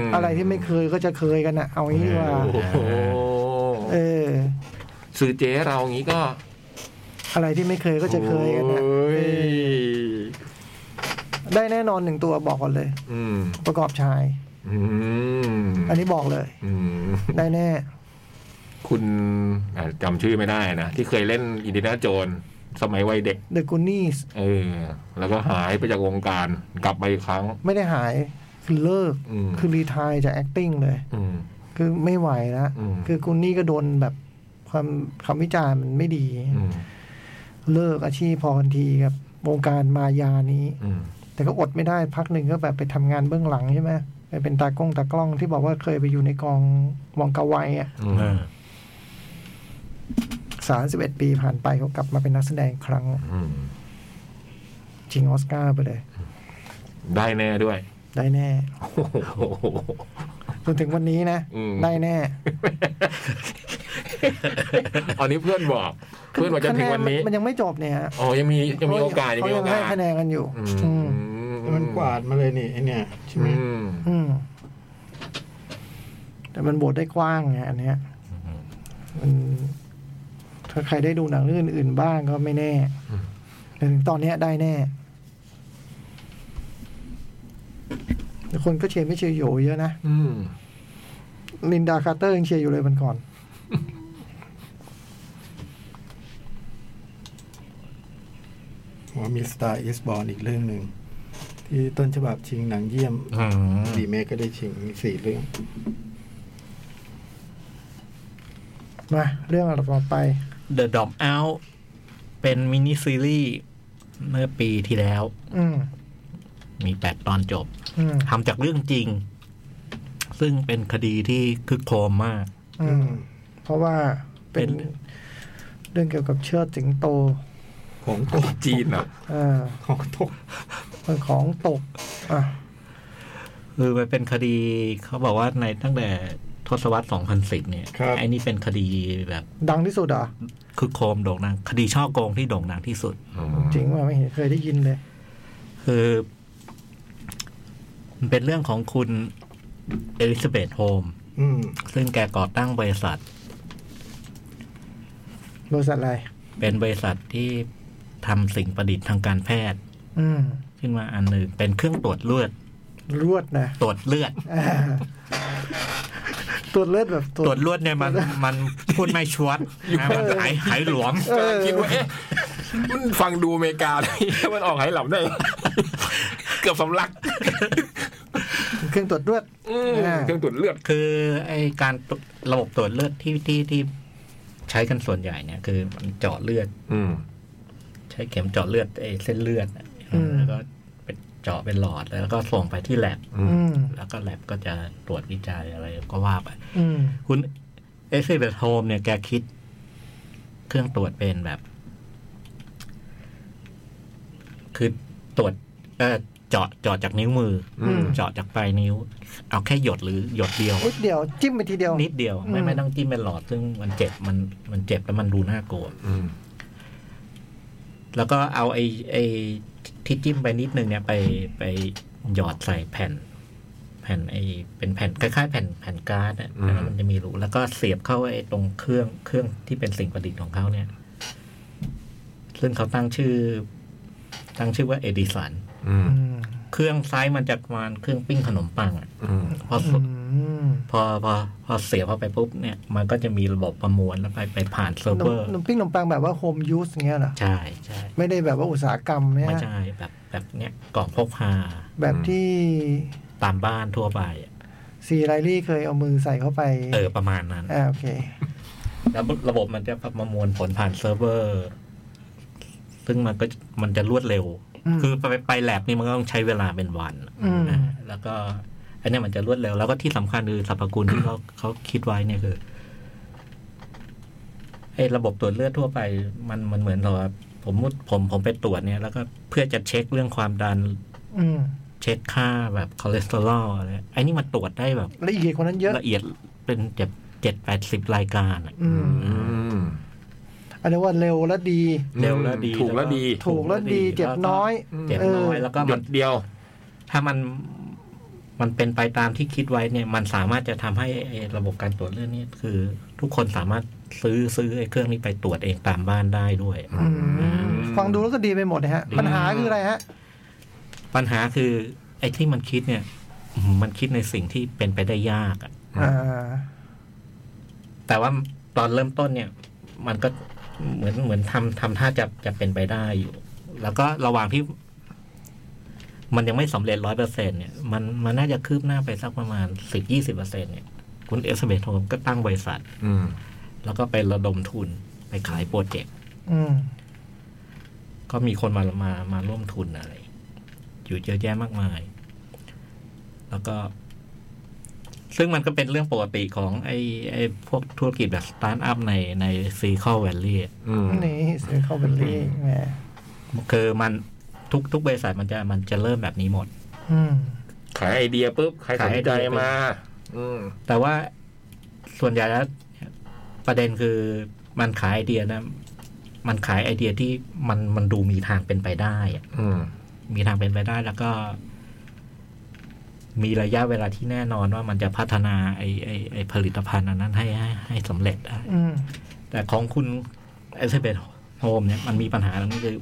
S5: มอะไรที่ไม่เคยก็จะเคยกันนะเอางี้ดีกว่า
S3: โอ้โห
S5: เออ
S3: สื่อเจ๊เราอย่างนี้ก็
S5: อะไรที่ไม่เคยก็จะเคยกันนะ
S3: โอ้ย
S5: ได้แน่นอนหนึ่งตัวบอกก่อนเลย
S3: อืม
S5: ประกอบชาย
S3: อืม
S5: อันนี้บอกเลย
S3: อืม
S5: ได้แน่
S3: คุณอ่ะจำชื่อไม่ได้นะ ที่เคยเล่นอินเดียนาโจน สมัยวัยเด็ก
S5: The Goonies
S3: เออ แล้วก็หายไปจากวงการกลับมาอีกครั้ง
S5: ไม่ได้หายคือเลิก
S3: อืม
S5: คือรีไทายจาก acting เลย
S3: อืม
S5: คือไม่ไหวแล้ว
S3: อืม
S5: คือคุณนี่ก็โดนแบบความคำวิจารณ์มันไม่ดี
S3: อืม
S5: เลิกอาชีพพอทันทีกับวงการมายานี้
S3: อืม
S5: แต่ก็อดไม่ได้พักหนึ่งก็แบบไปทำงานเบื้องหลังใช่ไหมไปเป็นตากล้องตากล้องที่บอกว่าเคยไปอยู่ในกองมองกาไวอ่ะ
S3: อืม
S4: อ่า
S5: สามสิบเอ็ดปีผ่านไปเขากลับมาเป็นนักแสดงอีกครั้ง
S3: อืม
S5: ชิงออสการ์ไปเลย
S3: ได้แน่ด้วย
S5: ได้แน่
S3: โอ้โห
S5: จนถึงวันนี้นะ
S3: อืม
S5: ได้แน่
S3: อันนี้เพื่อนบอก เพื่อนบอกจะถึงวันนี้
S5: คะแมันยังไม่จบเนี่ยฮะ
S3: อ๋อยังมียังมีโอกาสยัง
S5: เขา
S3: มีโอ
S5: ยัง
S3: กา
S5: ให้
S3: ส
S5: คะแนนกันอยู่
S3: อื
S5: อื
S3: ม
S5: ม
S6: แต่มันกวาดมาเลยนี่ไอเนี่ยใช่ไหม
S3: อืม
S5: อืมแต่มันบทได้กว้างไงอันเนี้ยมันถ้าใครได้ดูหนังเรื่องอื่นๆบ้างก็ไม่แน่แต่ถึงตอนเนี้ยได้แน่แต่คนก็เชียร์ไม่เชียร์โหยเยอะนะ
S3: อืม
S5: ลินดาคาร์เตอร์ยังเชียร์อยู่เลยมันก่อน
S6: ว่ามีสตาร์อิสบอ n อีกเรื่องหนึ่ง ที่ต้นฉบับชิงหนังเยี่ยม
S4: อืม
S6: ดีเมก็ได้ชิงมีสี่เรื่อง
S5: มา เรื่องต่อไป
S4: The Dom Out เป็นมินิซีรีส์เมื่อปีที่แล้ว
S5: อืม
S4: มีแปดตอนจบ
S5: อืม
S4: ทำจากเรื่องจริง ซึ่งเป็นคดีที่คึกโครมมาก
S5: อืม เพราะว่าเป็
S4: เป็
S5: น
S4: น
S5: เรื่องเกี่ยวกับเชือดสิงโต
S6: ของตก
S3: จีนเหรอ
S5: เออ
S6: ของตก
S5: เป็นของตก อ่ะ
S4: คือมันเป็นคดีเขาบอกว่าในตั้งแต่ทศวรรษ 2010 เนี่ย
S6: ครับ
S4: ไอ้นี่เป็นคดีแบบ
S5: ดังที่สุดเหรอ่ะ
S4: คึกโครมโด่งดัง คดีช่อโกงที่โด่งดังที่สุด
S3: อืม
S5: จริงว่าไม่เห็นเคยได้ยินเลย
S4: คือ มันเป็นเรื่องของคุณเอลิซาเบธโฮม
S6: อืม
S4: ซึ่งแกก่อตั้งบริษัท
S5: บริษัทอะไร
S4: เป็นบริษัทที่ทำสิ่งประดิษฐ์ทางการแพทย์
S5: อืม
S4: ขึ้นมาอันหนึ่งเป็นเครื่องตรวจเลือด
S5: รวดนะ
S4: ตรวจเลือด
S5: อ่าตรวจเลือดแบบตร
S4: ตร
S5: ว
S4: ว
S5: จ
S4: จลวดเนี่ยมันมันพูดไม่ชวดนะมันหายหายหลวม
S3: กำลังคิดว่าเอ๊ะมันฟังดูอเมริกาเลยมันออกให้หลับได้ เกือบสำลัก
S5: เครื่องตรวจรวด
S3: อืม
S5: อ่า
S3: เครื่องตรวจเลือด
S4: คือไอการตรวจระบบตรวจเลือดที่ที่ที่ใช้กันส่วนใหญ่เนี่ย คือมันเจาะเลือด
S3: อืม
S4: ใช้เข็มเจาะเลือดไอเส้นเลือดอะ
S5: อืม
S4: แล้วก็ไปเจาะเป็นหลอดแล้วก็ส่งไปที่แลบ
S3: อืม
S5: อืม
S4: แล้วก็แลบก็จะตรวจวิจัยอะไรก็ว่าไป
S5: อืม
S4: คุณเอซิเบตโฮมเนี่ยแกคิด เครื่องตรวจเป็นแบบ คือตรวจเอ่อเจาะเจาะจากนิ้วมืออ
S5: ม
S4: เจาะจากปลายนิ้ว เอาแค่หยดหรือหยดเดียว
S5: อุ๊ยเดี๋ยวจิ้มไปทีเดียว
S4: นิดเดียว ไม่
S5: อืม
S4: ไม่ต้องจิ้มเป็นหลอด ซึ่งมันเจ็บมันมันเจ็บแล้วมันดูน่ากลัว
S3: อืม
S4: แล้วก็เอาไอ้ไอ้ที่จิ้มไปนิดนึงเนี่ยไปไปหยอดใส่แผ่น แผ่นไอ้เป็นแผ่นคล้ายๆ แผ่นแผ่นการ์ดอะ
S3: อืม
S4: แล้วมันจะมีรูแล้วก็เสียบเข้าไอ้ตรงเครื่องเครื่องที่เป็นสิ่งประดิษฐ์ของเขาเนี่ย ซึ่งเขาตั้งชื่อ ตั้งชื่อว่าเอดิสัน
S3: อืม
S5: อืม
S4: เครื่องซ้ายมันจะประมาณเครื่องปิ้งขนมปังอะ
S3: อืม
S4: พอ
S5: อืม
S4: พอพอพอเสียบเข้าไปปุ๊บเนี่ย มันก็จะมีระบบประมวลแล้วไปไปผ่านเซิร์ฟ
S5: น
S4: เว
S5: ม
S4: อร์
S5: นมปิ้งนมปังแบบว่าโฮมยูสเงี้ยเหรอ
S4: ใช่ใช่
S5: ไม่ได้แบบว่าอุตสาหกรรมเนี่ย
S4: ไม่ใช่แบบแบบเนี้ยกล่องพกพา
S5: แบบที่
S4: ตามบ้านทั่วไปอะ
S5: ซีไรลี่เคยเอามือใส่เข้าไป
S4: เออประมาณนั้น
S5: อ่าโอเค
S4: แล้วระบบมันจะประมวลผลผ่านเซิร์ฟเวอร์ ซึ่งมันก็มันจะรวดเร็ว
S5: อืม
S4: คือไปไปแลบนี่มันก็ต้องใช้เวลาเป็นวัน
S5: อืม
S4: นะแล้วก็ อันเนี้ยมันจะรวดเร็ว แล้วก็ที่สำคัญคือสรรพคุณที่เขาเขาคิดไว้เนี่ยคือไอ้ระบบตรวจเลือดทั่วไป มันมันเหมือนเราผมมุดผมผมไปตรวจเนี่ย แล้วก็เพื่อจะเช็คเรื่องความดัน
S5: อืม
S4: เช็คค่าแบบคอเลสเตอรอลอะไรไอ้นี่มันตรวจได้แบบ
S5: ละเอียดคนนั้นเยอะ
S4: ละเอียดเป็นเจ็ดเจ็ดแปดสิบรายการอะ
S5: อืม
S3: อืม
S5: อันนี้ว่าเร็วและดี
S4: เร็วแล้วดี
S3: ถูกแล้วดี
S4: แล้ว
S5: ถูกและดีเจ็บน้อย
S4: เจ็บน้อยแล้วก็
S3: หย
S4: มัน
S3: ดเดียว
S4: ถ้ามันมันเป็นไปตามที่คิดไว้เนี่ย มันสามารถจะทำให้ไอ้ระบบการตรวจเลือดนี่คือ ทุกคนสามารถซื้อซื้อไอ้เครื่องนี้ไปตรวจเองตามบ้านได้ด้วย
S5: อืมฟังดูแล้วก็ดีไปหมดนะฮะ
S4: ดี
S5: ปัญหาคืออะไรฮะ
S4: ปัญหาคือไอ้ที่มันคิดเนี่ย มันคิดในสิ่งที่เป็นไปได้ยากอะ
S3: อืม
S5: อ่า
S4: แต่ว่าตอนเริ่มต้นเนี่ย มันก็เหมือนเหมือนทำทำท่าจะจะเป็นไปได้อยู่ แล้วก็ระหว่างที่ มันยังไม่สำเร็จร้อยเปอร์เซ็นเนี่ยมันมันน่าจะคืบหน้าไปสักประมาณสิบยี่สิบเปอร์เซ็นเนี่ย คุณเอสเบทองก็ตั้งบริษัท
S3: อืม
S4: แล้วก็ไประดมทุนไปขายโปรเจกต์
S5: อืม
S4: ก็มีคนมามามาร่วมทุนอะไร อยู่เยอะแยะมากมาย แล้วก็ ซึ่งมันก็เป็นเรื่องปกติของไอ้ไอ้พวกธุรกิจแบบสตาร์ทอัพในในซีคอลแวลลี่
S3: อืม
S5: นี่เสือเข้าเป็นลี่แหม
S4: คือมันทุกทุกบริษัทมันจะมันจะเริ่มแบบนี้หมด
S5: อืม
S3: ขายไอเดียปุ๊บ ใครสนใจมา อืม
S4: แต่ว่าส่วนใหญ่แล้วประเด็นคือมันขายไอเดียนะ มันขายไอเดียที่มันมันดูมีทางเป็นไปได้อะ
S3: อืม
S4: มีทางเป็นไปได้แล้วก็ มีระยะเวลาที่แน่นอนว่ามันจะพัฒนาไอ้ไอ้ไอ้ผลิตภัณฑ์อันนั้นให้ให้ให้สำเร็จได้
S5: อืม
S4: แต่ของคุณเอเซเบตโฮมเนี่ยมันมีปัญหาตรงนี้คือ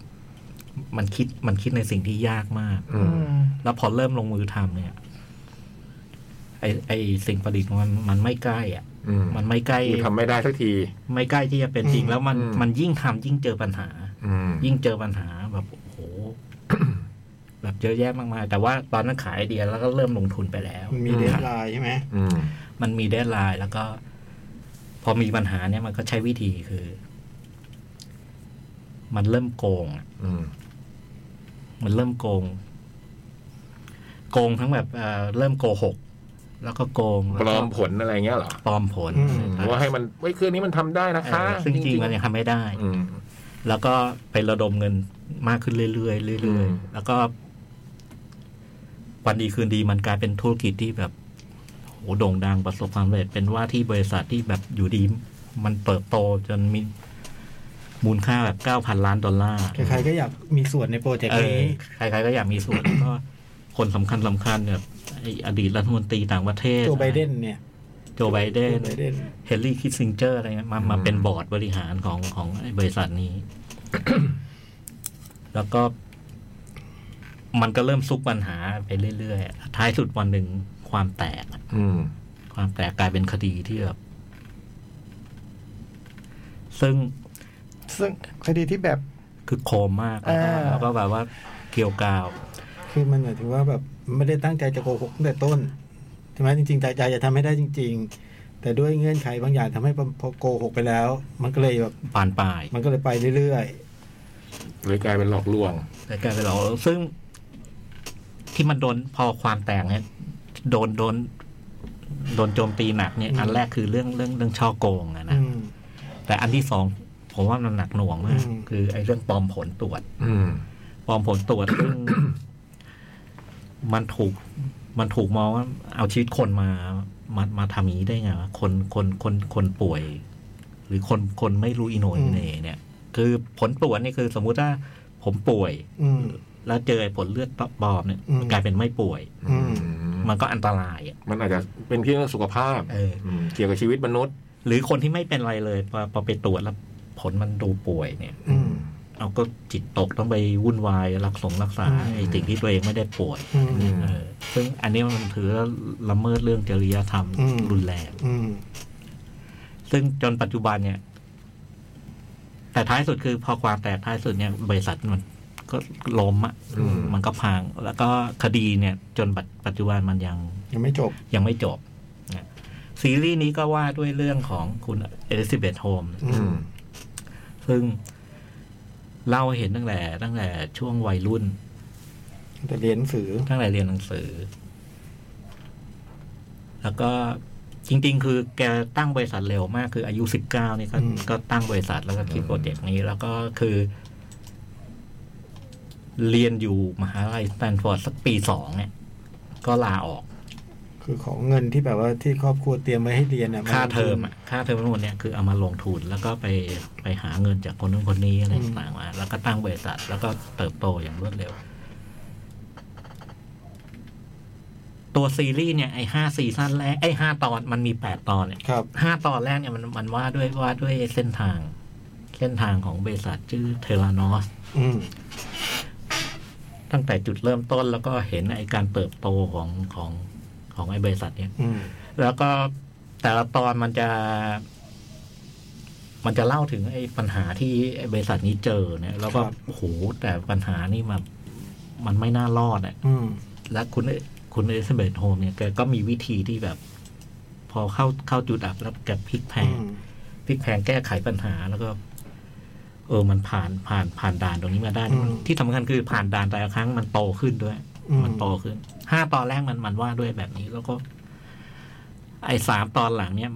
S4: มันคิดมันคิดในสิ่งที่ยากมาก
S3: อื
S5: อื
S3: ม
S5: ม
S4: แล้วพอเริ่มลงมือทำเนี่ย ไอ้ไอ้สิ่งประดิษฐ์ของมันมันไม่ใกล้อ่ะ
S3: อืม
S4: มันไม่ใกล้
S3: คือทำไม่ได้สักที
S4: ไม่ใกล้ที่จะเป็นจริง แล้วมัน
S3: อืม
S4: มันยิ่งทำยิ่งเจอปัญหา
S3: อืม
S4: ยิ่งเจอปัญหาแบบโอ้โห แบบเยอะแยะมากมาย แต่ว่าตอนนั้นขายไอเดียแล้วก็เริ่มลงทุนไปแล้ว
S6: มันมี
S3: อืม
S6: เดทไลน์ใช่ไหม
S3: อืม
S4: มันมีเด d ไลน์แล้วก็ พอมีปัญหาเนี่ยมันก็ใช้วิธีคือ มันเริ่มโกงอะ
S3: อืม
S4: มันเริ่มโกง โกงทั้งแบบเอ่อเริ่มโกหก แล้วก็โกง
S3: ป
S4: แล้ว
S3: ล
S4: ก็
S3: อมผลอะไรเงี้ยเหรอ
S4: ปลอมผล
S6: อืม
S3: อืมว่าให้มันไอ้ยเครื่องนี้มันทำได้นะ
S4: เอ
S3: คะ
S4: อซึ่งจริงๆมันยังทำไม่ได้
S3: อืม
S4: แล้วก็ไประดมเงินมากขึ้นเรื่อยๆ
S3: อื
S4: เรื่อย
S3: ม
S4: ๆ แล้วก็ วันดีคืนดีมันกลายเป็นธุรกิจที่แบบโหโด่งดังประสบความสำเร็จเป็นว่าที่บริษัทที่แบบอยู่ดี มันเติบโตจนมีมูลค่าแบบเก้าพันล้านดอลลาร์
S6: ใครๆก็อยากมีส่วนในโปรเจก
S4: เอ
S6: ต์
S4: อ
S6: นี้
S4: ใครๆก็อยากมีส่วน แล้วก็คนสำคัญสำคัญเนี่ยไอ้อดีตรัฐมนตรีต่างประเทศ
S6: โจไบเดนเนี่ย
S4: โจไบเดน
S6: โจไบเดน
S4: เฮนรี่คิสซิงเจอร์อะไรเงี้ยมามาเป็นบอร์ดบริหารของของไอ้บริษัทนี้ แล้วก็ มันก็เริ่มซุกปัญหาไปเรื่อยๆอะท้ายสุดวันหนึ่งความแตกอะ
S3: อืม
S4: ความแตกกลายเป็นคดีที่แบบซึ่ง
S5: ซึ่งคดีที่แบบ
S4: คือโคมมากแล้วก็
S5: อ่า
S4: แล้วก็แบบว่าเกรี่ยวกราว
S6: คือมันหมายถึงว่าแบบไม่ได้ตั้งใจจะโกหกตั้งแต่ต้นใช่ไหมจริงๆใจใจจะทำให้ได้จริง ๆ แต่ด้วยเงื่อนไขบางอย่างทำให้พอโกหกไปแล้ว มันก็เลยแบบ
S4: ปานปลาย
S6: มันก็เลยไปเรื่อย
S3: เลยกลายเป็นหลอกลวง
S4: แต่กลายเป็นเราซึ่งที่มันโดนพอความแตกเนี่ย โดนโดน โดนโจมตีหนักเนี่ย อันแรกคือเรื่องเรื่องเรื่องช่อโกงอะ
S6: ๆ
S4: นะ
S6: อืม
S4: แต่อันที่สองผมว่ามันหนักหน่วงมาก
S6: อืม
S4: คือไอ้เรื่องปลอมผลตรวจ
S3: อืม
S4: ปลอมผลตรวจ ซึ่ง มันถูก มันถูกมองว่าเอาชีวิตคนมามามาทำอย่างนี้ได้ไงวะคนคนคนคนป่วย หรือคนคนไม่รู้อีโหนอีเหนเนี่ย คือผลตรวจนี่คือสมมุติว่าผมป่วย
S6: อืม
S4: แล้วเจอไอ้ผลเลือดปลอมเนี่ย
S6: อืม
S4: กลายเป็นไม่ป่วย
S3: อืม
S4: มันก็อันตรายอะ
S3: มันอาจจะเป็นเรื่องสุขภาพ
S4: เออ
S3: อืมเกี่ยวกับชีวิตมนุษย์
S4: หรือคนที่ไม่เป็นอะไรเลยพอพอไปตรวจแล้วผลมันดูป่วยเนี่ย
S6: อืม
S4: เอาก็จิตตกต้องไปวุ่นวายรักสงรักษา
S6: อืม
S4: ไอ้สิ่งที่ตัวเองไม่ได้ป่วย
S6: อืม
S3: อืม
S4: เออซึ่งอันนี้มันถือว่าละเมิดเรื่องจริยธรรม
S6: อืม
S4: รุนแรง
S6: อืม
S4: ซึ่งจนปัจจุบันเนี่ย แต่ท้ายสุดคือพอความแตกท้ายสุดเนี่ย บริษัทมันก็ล้มอ่ะ
S3: อืม
S4: มันก็พัง แล้วก็คดีเนี่ย จนปัจปัจจุบันมันยัง
S6: ยังไม่จบ
S4: ยังไม่จบนะซีรีส์นี้ก็ว่าด้วยเรื่องของคุณเอลิซาเบธโฮม
S6: อืม
S4: ซึ่งเล่าให้เห็นตั้งแต่ ตั้งแต่ช่วงวัยรุ่น
S6: แต่เรียนหนังสือ
S4: ตั้งแต่เรียนหนังสือ แล้วก็จริง ๆ คือแกตั้งบริษัทเร็วมาก คืออายุสิบเก้านี่ก็
S6: อืม
S4: ก็ตั้งบริษัทแล้วก็คิดโปรเจกต์นี้ แล้วก็คือ เรียนอยู่มหาลัยสแตนฟอร์ดสักปีสองเนี่ย ก็ลาออก
S6: คือของเงินที่แบบว่าที่ครอบครัวเตรียมไว้ให้เรียนอ่ะน
S4: ค่าเทอมอะค่าเทอมทั้งหมดเนี่ยคือเอามาลงทุนแล้วก็ไปไปหาเงินจากคนนู้นคนนี้อะไรต่างๆมาแล้วก็ตั้งบริษัท แล้วก็เติบโตอย่างรวดเร็ว ตัวซีรีส์เนี่ยไอ้ห้าซีซั่นแรกไอ้ห้าตอนมันมีแปดตอนเนี่ย
S6: ครับ
S4: ห้าตอนแรกเนี่ยมันมันว่าด้วยว่าด้วยเส้นทาง เส้นทางของบริษัทชื่อเทลานอส
S6: อืม
S4: ตั้งแต่จุดเริ่มต้นแล้วก็เห็นไอ้การเติบโตของของของไอ้บริษัทเนี่ย
S6: อืม
S4: แล้วก็แต่ละตอนมันจะ มันจะเล่าถึงไอ้ปัญหาที่ไอ้บริษัทนี้เจอเนี่ยแล้วก็
S6: ครับ
S4: โอ้โหแต่ปัญหานี่มันมันไม่น่ารอดอ่ะ
S6: อืม
S4: และคุณคุณเอลิซาเบธโฮมเนี่ยแกก็มีวิธีที่แบบ พ พอเข้าเข้าจุดอับแล้วแกพลิกแพลงพลิกแพลงแก้ไขปัญหาแล้วก็ เออมันผ่านผ่านผ่านด่านตรงนี้มาได้
S6: อืม
S4: ที่สำคัญคือผ่านด่านแต่ละครั้งมันโตขึ้นด้วย
S6: อื
S4: มันโตขึ้น ห้าตอนแรกมันมันว่าด้วยแบบนี้ แล้วก็ ไอ้สามตอนหลังเนี่ย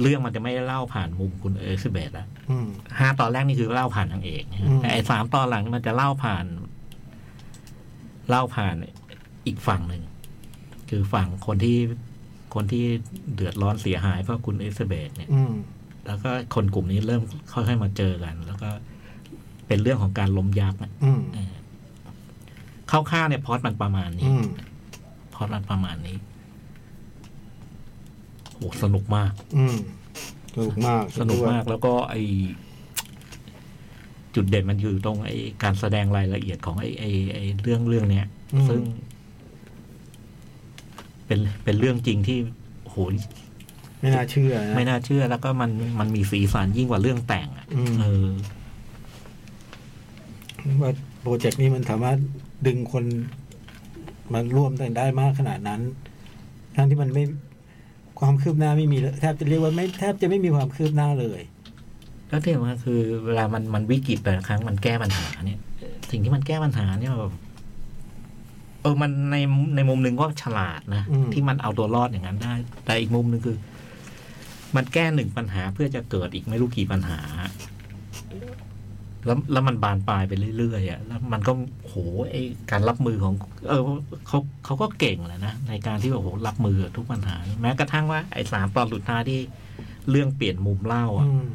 S4: เรื่องมันจะไม่ได้เล่าผ่านมุมคุณเอลิซาเบธละ
S6: อืม
S4: ห้าตอนแรกนี่คือเล่าผ่านนางเอกนะฮะ
S6: อืม
S4: แต่ไอ้สามตอนหลังมันจะเล่าผ่าน เล่าผ่านอีกฝั่งหนึ่ง คือฝั่งคนที่คนที่เดือดร้อนเสียหายเพราะคุณเอลิซาเบธเนี่ย
S6: อืม
S4: แล้วก็คนกลุ่มนี้เริ่มค่อยๆมาเจอกัน แล้วก็เป็นเรื่องของการล้มยักษ์นะ
S6: อืม
S4: เออคร่าวๆเนี่ยพล็อดมันประมาณนี้
S6: อืม
S4: พล็อดมันประมาณนี้โอ้สนุกมาก
S6: อืมสนุกมาก
S4: สนุกมากแล้วก็ไอจุดเด่นมันอยู่ตรงไอการแสดงรายละเอียดของไอไอไอเรื่องเรื่องเนี้ย
S6: อืม
S4: ซึ่ง เป็นเป็นเรื่องจริงที่โห
S6: ไม่น่าเชื่อนะ
S4: ไม่น่าเชื่อ แล้วก็มันมันมีสีสันยิ่งกว่าเรื่องแต่งอ่ะ
S6: อืม
S4: เออ
S6: ว่าโปรเจกต์นี้มันสามารถดึงคนมาร่วมกันได้มากขนาดนั้น ทั้งที่มันไม่ความคืบหน้าไม่มีเลยแทบจะเรียกว่าไม่แทบจะไม่มีความคืบหน้าเลย
S4: แล้วที่สำคัญคือเวลามันมันวิกฤตแต่ละครั้งมันแก้ปัญหาเนี่ยเอ่อสิ่งที่มันแก้ปัญหาเนี่ยแบบเออมันในในมุมหนึ่งก็ฉลาดนะ
S6: อืม
S4: ที่มันเอาตัวรอดอย่างนั้นได้ แต่อีกมุมหนึ่งคือ มันแก้หนึ่งปัญหาเพื่อจะเกิดอีกไม่รู้กี่ปัญหา แล้วแล้วมันบานปลายไปเรื่อยๆอ่ะแล้วมันก็โหไอการรับมือของ เออเขาเขาก็เก่งแหละนะในการที่ว่าโหรับมือกับทุกปัญหา แม้กระทั่งว่าไอ้สามตอนสุดท้ายที่เรื่องเปลี่ยนมุมเล่าอ่ะ
S6: อืม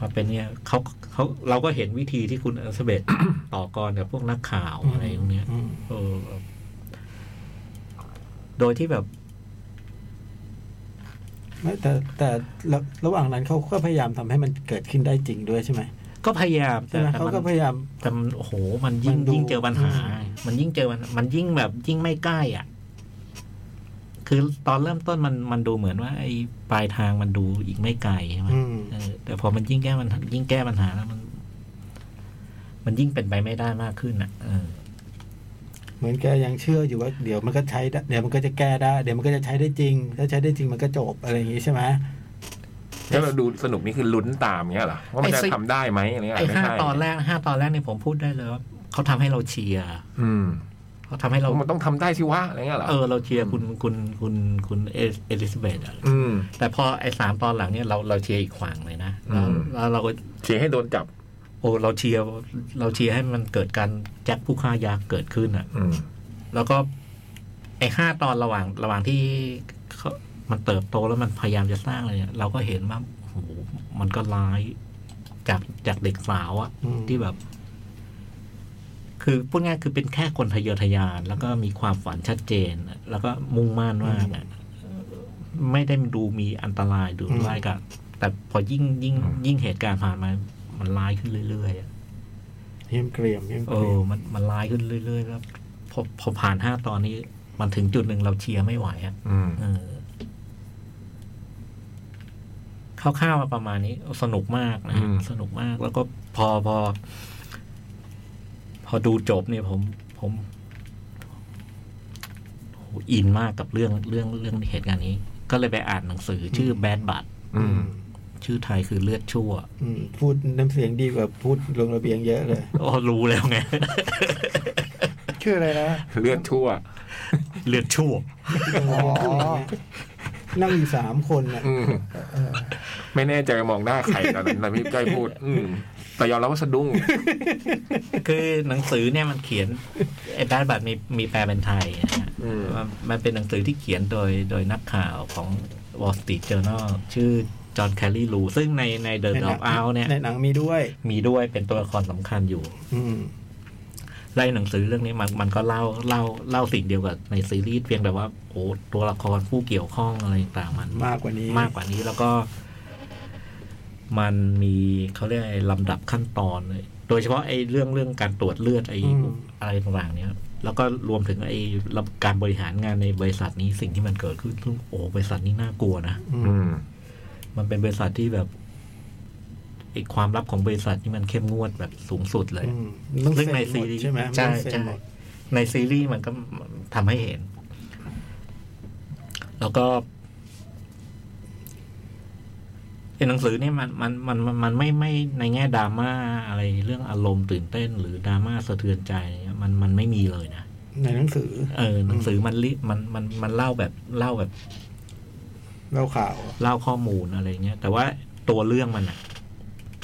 S4: มาเป็นเนี่ยเขาเขาเราก็เห็นวิธีที่คุณอลิซาเบธ ต่อกรกับพวกนักข่าว
S6: อืม
S4: อะไรพวกเนี้ย
S6: อืม
S4: เออโดยที่แบบ
S6: ไม่แต่แต่ระระหว่างนั้นเขาก็พยายามทำให้มันเกิดขึ้นได้จริงด้วยใช่ไหม
S4: ก็พยายาม
S6: ใช่ไหม
S4: แต่
S6: เขา
S4: มัน
S6: ก็พยายาม
S4: แต่มันโอ้โห มันยิ่ง
S6: มันดู
S4: ยิ่งเจอปัญหา
S6: อืม
S4: มันยิ่งเจอมันมันยิ่งแบบ ยิ่งไม่ใกล้อ่ะ คือตอนเริ่มต้นมันมันดูเหมือนว่าไอ้ปลายทางมันดูอีกไม่ไกลใช่ไหม
S6: อืม
S4: เออแต่พอมันยิ่งแก้มันยิ่งแก้ปัญหาแล้วมัน มันยิ่งเป็นไปไม่ได้มากขึ้นอ่ะเออ
S6: เหมือนแกยังเชื่ออยู่ว่าเดี๋ยวมันก็ใช้ได้เดี๋ยวมันก็จะแก้ได้ เดี๋ยวมันก็จะใช้ได้จริง ถ้าใช้ได้จริงมันก็จบอะไรอย่างงี้ใช่ไหม
S3: แล้วเราดูสนุกนี่คือลุ้นตามเงี้ยเหรอว่ามันจะ
S4: ไอ้สิ
S3: ทำได้ไหมอะไรเงี้ย
S4: ไอ้
S3: ไม่
S4: ห้า
S3: ใช่
S4: ตอนแรกห้าตอนแรกเนี่ยผมพูดได้เลยว่าเขาทำให้เราเชียร์
S3: อืม
S4: เขาทำให้เรา
S3: มันต้องทำได้สิวะอะไรเงี้ยเหรอ
S4: เออ เราเชียร์คุณคุณคุณคุณเอเอลิซาเบธอะ
S3: อืม
S4: แต่พอไอ้สามตอนหลังเนี่ยเราเราเชียร์อีกฝั่งเลยนะแล้ว
S3: อืม
S4: แล้วเราก็
S3: เสียงให้โดนจับ
S4: โอ้เราเชียร์เราเชียร์ให้มันเกิดการแจ็คผู้ฆ่ายาเกิดขึ้นอ่ะ
S3: อืม
S4: แล้วก็ ไอ้ห้าตอนระหว่างระหว่างที่เขามันเติบโตแล้วมันพยายามจะสร้างอะไรเนี่ย เราก็เห็นว่าโอ้โหมันก็ร้ายจากจากเด็กสาวอะ
S6: อืม
S4: ที่แบบ คือพูดง่ายคือเป็นแค่คนทะเยอทะยาน แล้วก็มีความฝันชัดเจน แล้วก็มุ่งมั่นมากอะไม่ได้ดูมีอันตรายดูร้ายกับแต่พอยิ่งยิ่ง
S3: อืม
S4: ยิ่งเหตุการณ์ผ่านมา มันร้ายขึ้นเรื่อยๆอะ
S6: เยี่ยมเกรียมเยี่ยม
S4: เอ
S6: เกรีย
S4: อ
S6: ม
S4: มันมันร้ายขึ้นเรื่อยๆแล้วพอพอผ่านห้าตอนนี้ มันถึงจุดหนึ่งเราเชียร์ไม่ไหวอะ
S3: อืม
S4: เออคร่าวๆมาประมาณนี้สนุกมากนะ
S3: อืม
S4: สนุกมาก แล้วก็พอพอ พอดูจบเนี่ยผม ผมโอ้โหอินมากกับเรื่องเรื่องเรื่องเหตุการณ์นี้ ก็เลยไปอ่านหนังสือ ชื่อแบดบัต
S3: อืม
S4: ชื่อไทยคือเลือดชั่ว
S6: อืมพูดน้ำเสียงดีกว่าพูดลงระเบียงเยอะเลย
S4: อ๋อรู้แล้วไง
S5: ชื่ออะไรนะ
S3: เลือดชั่ว
S4: เลือดชั่ว
S5: อ๋อ
S6: นั่งอยู่สามคนน่ะ
S3: อืมไม่แน่ใจมองหน้าใครตอนนั้นนะพี่ใกล้พูด อืมแต่ยอมรับว่าสะดุ้ง
S4: คือหนังสือเนี่ยมันเขียนไอ้แบดบัตมีมีแปลเป็นไทยนะฮะ
S3: อืม
S4: มันเป็นหนังสือที่เขียนโดยโดยนักข่าวของ Wall Street Journal ชื่อจอห์นแคลรีลูซึ่งในใน The
S6: ในหนัง
S4: Drop Out เนี่ย
S6: ในหนังมีด้วย
S4: มีด้วยเป็นตัวละครสำคัญอยู่
S6: อืม
S4: ไล่หนังสือเรื่องนี้มันมันก็เล่าเล่าเล่าสิ่งเดียวกับในซีรีส์เพียงแต่ว่าโอ้ตัวละครผู้เกี่ยวข้องอะไรต่างๆมัน
S6: มากกว่านี้
S4: มากกว่านี้แล้วก็ มันมีเขาเรียกอะไรลำดับขั้นตอนเลย โดยเฉพาะไอ้เรื่องเรื่องการตรวจเลือดไอ้
S6: อืม
S4: อะไรต่างๆ เนี่ย แล้วก็รวมถึงไอ้ระบบการบริหารงานในบริษัทนี้สิ่งที่มันเกิดขึ้นซึ่งโอ้บริษัทนี้น่ากลัวนะ
S6: อื
S3: อื
S6: ม
S3: ม
S4: มันเป็นบริษัทที่แบบไอ้ความลับของบริษัทนี่มันเข้มงวดแบบสูงสุดเลย
S6: อืมต้อง
S4: ซึ่ง
S6: เซ็น
S4: ใน
S6: หม
S4: ซี
S6: ด
S4: รีส์
S6: ใช่ไหมต้อ
S4: ใช่
S6: งเซ็น
S4: ใช่
S6: หมด
S4: ในซีรีส์มันก็ทำให้เห็น แล้วก็ไอ้หนังสือเนี่ยมันมันมันมันมันไม่ไม่ในแง่ดราม่าอะไรเรื่องอารมณ์ตื่นเต้น หรือดราม่าสะเทือนใจเนี่ยมันมันไม่มีเลยนะ
S2: ในหนังสือ
S4: เออหนังสือมันลิมันมันมันเล่าแบบเล่าแบบ
S2: เล่าข่าว
S4: เล่าข้อมูลอะไรเงี้ยแต่ว่าตัวเรื่องมันอะ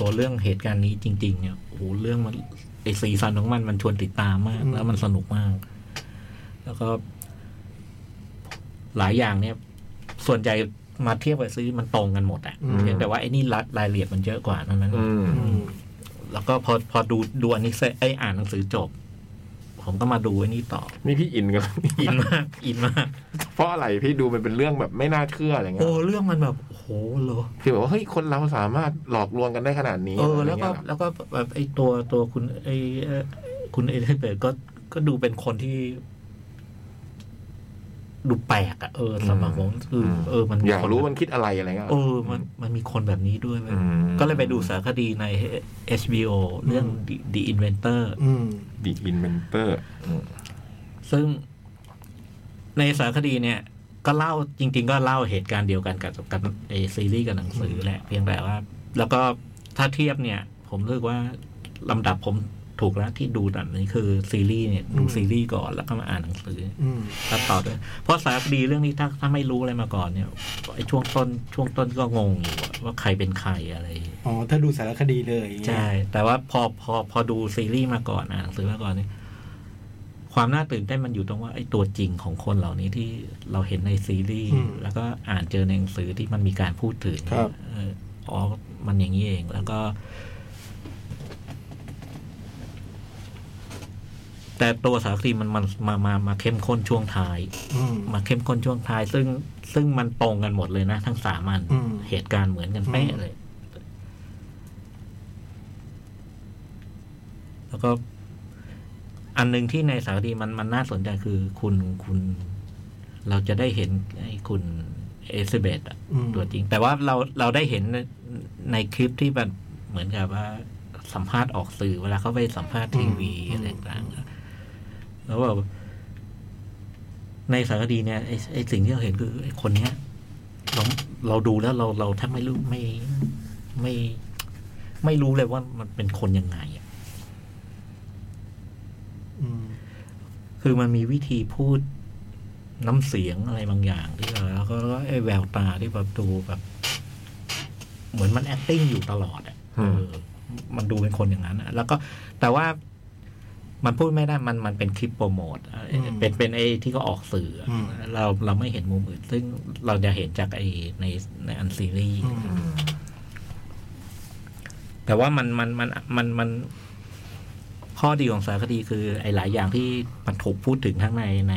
S4: ตัวเรื่องเหตุการณ์นี้จริง ๆ เนี่ยโอ้โหเรื่องมันไอซีซันของมันมันชวนติดตามมาก
S2: อืม
S4: แล้วมันสนุกมาก แล้วก็ หลายอย่างเนี่ย ส่วนใหญ่มาเทียบกับซื้อมันตรงกันหมดอะ
S3: อืม
S4: เพียงแต่ว่าไอ้นี่รัดรายละเอียดมันเยอะกว่าเท่านั้น
S3: อืม
S2: อืม
S4: แล้วก็พอพอดูดูอันนี้เสร็จไอยอ่านหนังสือจบ ผมก็มาดูไอ้นี่ต่อ
S3: นี่พี่อินกับ
S4: อินมาก อิน มาก
S3: เพราะอะไรพี่ดูมันเป็นเรื่องแบบไม่น่าเชื่ออะไรเงี้
S4: โอ้
S3: ย
S4: เรื่องมันแบบโอ้โหเหรอ
S3: คือแบบว่าเฮ้ยคนเราสามารถหลอกลวงกันได้ขนาดนี้
S4: เออ
S3: ะไร
S4: แล้วก็
S3: เงี้ยเหรอ
S4: แล้วก็แบบไอ้ตัวตัวคุณไอ้เอ่อคุณเอลิเบตก็ก็ดูเป็นคนที่ ดูแปลกอะเออสำหรับผมคืออ
S3: ม
S4: เออมัน
S3: อยากรู้
S4: ค
S3: มันคิดอะไรอะไรเงี้ย
S4: เออ มันมันมีคนแบบนี้ด้วยเว้ย
S3: อืม
S4: ก็เลยไปดูสารคดีใน HBO เรื่อง The- The Inventor
S2: อืม
S3: ดีอินเวนเตอร์
S4: ซึ่งในสารคดีเนี่ย ก็เล่าจริง ๆ ก็เล่าเหตุการณ์เดียวกันกับกับไอซีรีส์กับหนังสือแหละ เพียงแต่ว่า แล้วก็ถ้าเทียบเนี่ย ผมรู้สึกว่าลำดับผมถูกแล้วที่ดูแบบนี้คือซีรีส์เนี่ยดูซีรีส์ก่อนแล้วก็มาอ่านหนังสือ
S2: อืม
S4: ตัดต่อด้วยเพราะสารคดีเรื่องนี้ถ้าถ้าไม่รู้อะไรมาก่อนเนี่ยไอช่วงต้นช่วงต้นก็งงอยู่ว่าใครเป็นใครอะไร
S2: อ๋อ ถ้าดูสารคดีเลยอย่างเงี้ย
S4: ใช่ แต่ว่าพอพอพอดูซีรีส์มาก่อนอ่านหนังสือมาก่อนเนี่ยความน่าตื่นเต้นมันอยู่ตรงว่าไอ้ตัวจริงของคนเหล่านี้ที่เราเห็นในซีรีส์
S2: อืม
S4: แล้วก็อ่านเจอในหนังสือที่มันมีการพูดถึง
S2: ครับ
S4: เอออ๋อ มันอย่างนี้เอง แล้วก็ แต่ตัวสารคดีมันมันมามามาเข้มข้นช่วงท้าย
S2: อืม
S4: มาเข้มข้นช่วงท้าย ซึ่งซึ่งมันตรงกันหมดเลยนะ ทั้งสามอัน
S2: อืม
S4: เหตุการณ์เหมือนกันเป๊ะ
S2: อืม
S4: เลย แล้วก็อันหนึ่งที่ในสารคดีมันมันน่าสนใจคือคุณคุณ เราจะได้เห็นไอ้คุณเอซิเบตอะ
S2: อืม
S4: ตัวจริง แต่ว่าเราเราได้เห็นในในคลิปที่แบบเหมือนกับว่าสัมภาษณ์ออกสื่อเวลาเขาไปสัมภาษณ์ทีวีอะไรต่างๆแล้วแบบในสารคดีเนี่ยไอ้ไอ้สิ่งที่เราเห็นคือไอ้คนเนี้ยเราเราดูแล้วเราเราแทบไม่รู้ไม่ไม่ ไม่รู้เลยว่ามันเป็นคนยังไงอะ
S2: อืม
S4: คือมันมีวิธีพูดน้ำเสียงอะไรบางอย่างที่เราแล้วก็แล้วก็ไอ้แววตาที่แบบดูแบบ เหมือนมัน acting อยู่ตลอดอะ
S3: อืม
S4: เออ มันดูเป็นคนอย่างนั้นอะแล้วก็แต่ว่ามันพูดไม่ได้มันมันเป็นคลิปโปรโมทอะ
S2: อืม
S4: เป็นเป็นไอ้ที่ก็ออกสื่ออะ
S2: อืม
S4: เราเราไม่เห็นมุมอื่น ซึ่งเราจะเห็นจากไอ้ในในอันซีรีส์
S2: อืม
S4: แต่ว่ามันมันมันมันมันข้อดีของสารคดีคือ ไอ้หลายอย่างที่มันถูกพูดถึงทั้งในใน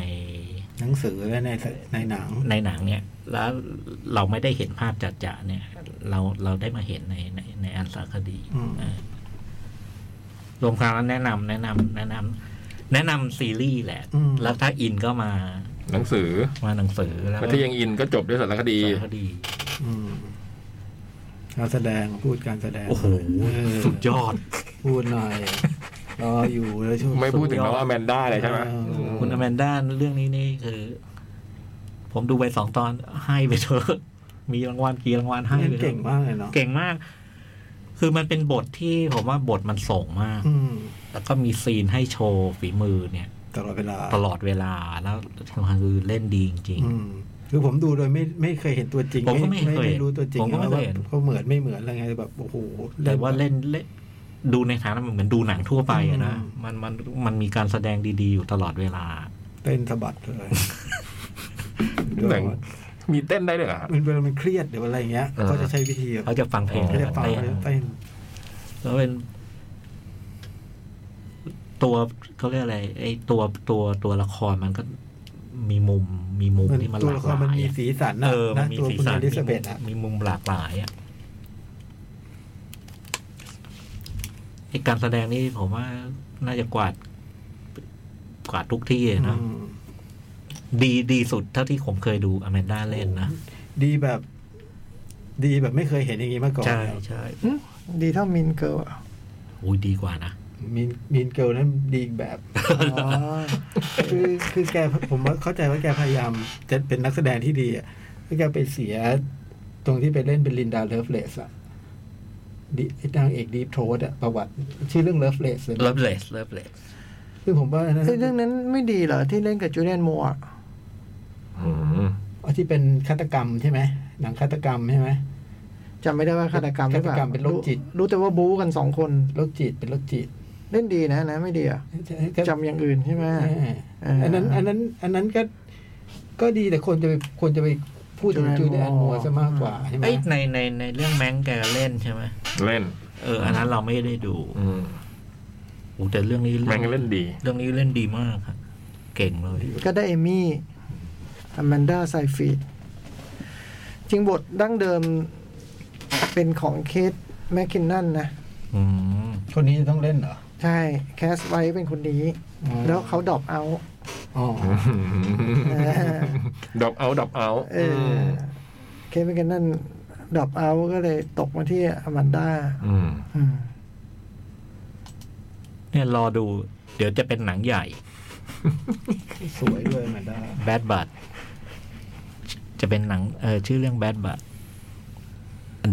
S2: หนังสือและในในหนัง
S4: ในหนังเนี่ย แล้วเราไม่ได้เห็นภาพจัดจ่เนี่ย เราเราได้มาเห็นในในในอันสารคดี
S2: อืม
S4: เออรวมความแล้วแนะนำแนะนำแนะนำแนะนำซีรีส์แหละ
S2: อืม
S4: แล้วถ้าอินก็มา
S3: หนังสือ
S4: มาหนังสือแล้ว
S3: แล้
S4: ก็
S3: วที่ยังอินก็จบด้วยสารคดี
S4: สารคดี
S2: อืมการแสดงพูดการแสดง
S4: โอ้โห
S2: เออ
S4: สุดยอด
S2: พูดหน่อยรออยู่แล้วช่วง
S3: ไม่พูดถึงน้องอแมนด้าเลยใช่ไหม
S2: เอออื
S3: ม
S4: คุณอแมนด้าเรื่องนี้นี่คือ ผมดูไปสองตอนให้ไปเถอะ มีรางวัลกี่รางวัลให้
S2: เล่น
S4: ไปถอะ
S2: เก่งมากเลยเนาะ
S4: เก่งมาก คือมันเป็นบทที่ผมว่าบทมันส่งมาก
S2: อืม
S4: แล้วก็มีซีนให้โชว์ฝีมือเนี่ย
S2: ตลอดเวลา
S4: ตลอดเวลาแล้วที่สำคัญคือเล่นดีจริง
S2: อืมคือผมดูโดยไม่ไม่เคยเห็นตัวจริง
S4: ผมก็ไม่เคย
S2: ไม่รู้ตัวจริง
S4: ผมก็ไม่
S2: ว่า
S4: เคยเห็น
S2: เขาเหมือนไม่เหมือนอะไรไงแบบโอ้โห
S4: ๆแต่ว่าเล่นเล่นดูในฐานะเหมือนดูหนังทั่วไปอะนะ
S2: อืม
S4: มันมันมันมีการแสดงดีๆอยู่ตลอดเวลา
S2: เต้นสะบัดเลย
S3: หนัง มีเต้นได้ด้วยเหรอ
S2: มันเวลามันเครียดหรืออะไรเงี้ย
S3: เออ
S2: เขาจะใช้วิธีแบบ
S4: เขาจะฟังเพลง
S2: เขาจะฟัง
S4: เต้น
S2: เขาจะเต้น
S4: แล้วเป็น ตัวเขาเรียกอะไร ไอ้ตัวตัวตัวละครมันก็มีมุมมีมุม
S2: มัน
S4: ที่มัน
S2: ตั
S4: ห
S2: ว
S4: ลา
S2: ละ
S4: ก
S2: ค
S4: ห
S2: ร
S4: ลาย
S2: มันมี
S4: อะ
S2: สีสัน
S4: เอ
S2: นะ
S4: อมั
S2: นะ
S4: นมี
S2: ตัว
S4: สี
S2: คุณ
S4: สั
S2: อน ลิซาเบธอ่ะ
S4: มีมุมหลากหลายอ่ะไอ้การแสดงนี่ผมว่าน่าจะกวาด กวาดทุกที่เลยนะ
S2: อืม
S4: ดีดีสุดเท่าที่ผมเคยดูอแมนด้าเล่นนะ
S2: ดีแบบ ดีแบบไม่เคยเห็นอย่างนี้มาก่อน
S4: ใช่ใช่
S5: ดีเท่ามินเกิลอะ
S4: อุ้ยดีกว่านะ
S2: มีนมีนเกิลนั้นดีอีกแบบ
S7: อ๋อ
S2: คือคือแกผมว่าเข้าใจว่าแกพยายามจะเป็นนักแสดงที่ดีอ่ะแล้วแกไปเสียตรงที่ไปเล่นเป็นลินดาเลิฟเลสอ่ะดิไอ้นางเอกดีโทรดอ่ะประวัติ ชื่อเรื่องเลิฟเลสเลย
S4: เลิฟเลสเลิฟเลส
S2: ซึ่งผมว่าอันนั้น
S5: เอ้ยเรื่องนั้นไม่ดีเหรอที่เล่นกับจูเลียนมัวร์อะ
S3: อืม
S2: เอาที่เป็นฆาตกรรมใช่ไหมหนังฆาตกรรมใช่ไหม
S5: จำไม่ได้ว่าฆาตกรรมหรือเปล่า
S2: ฆาตกรรมเป็นโรคจิต
S5: รู้แต่ว่าบู๊กันสองคน
S2: โรคจิตเป็นโรคจิต
S5: เล่นดีนะนะไม่ดีเหรอ่ะจำอย่างอื่นใช่ไหม
S2: เอออันนั้น อันนั้น อันนั้นก็ก็ดีแต่คนจะไปคนจะไปพูดถึงจูเลียนมัวร์ซะมากกว่าใช่ไหม
S4: เอ้ยในในในเรื่องแมงแกเล่นใช่ไหม
S3: เล่น
S4: เอออันนั้นเราไม่ได้ดู
S3: อืม
S4: โอ้แต่เรื่องนี้
S3: แม่งเล่นดี
S4: เรื่องนี้เล่นดีมากครับเก่งเลย
S5: ก็ได้เอมี่อแมนดาไซฟีดจริงบทดั้งเดิมเป็นของเคทแมคคินนันนะ
S4: อืม
S2: คนนี้จะต้องเล่นเหรอ
S5: ใช่ แคสไว้เป็นคนนี้
S2: อ๋อ
S5: แล้วเขาดรอปเอาท์
S2: อ๋อ
S5: เออ
S3: ดอบเอาดอบเอา
S5: เอออเคทแมคคินนันดรอปเอาท์ก็เลยตกมาที่อแมนดา
S3: อืม
S5: อืม
S4: เนี่ยรอดู เดี๋ยวจะเป็นหนังใหญ่
S2: สวยด้วยเหมือนได้
S4: แบดบัตจะเป็นหนังเออชื่อเรื่องแบดบัต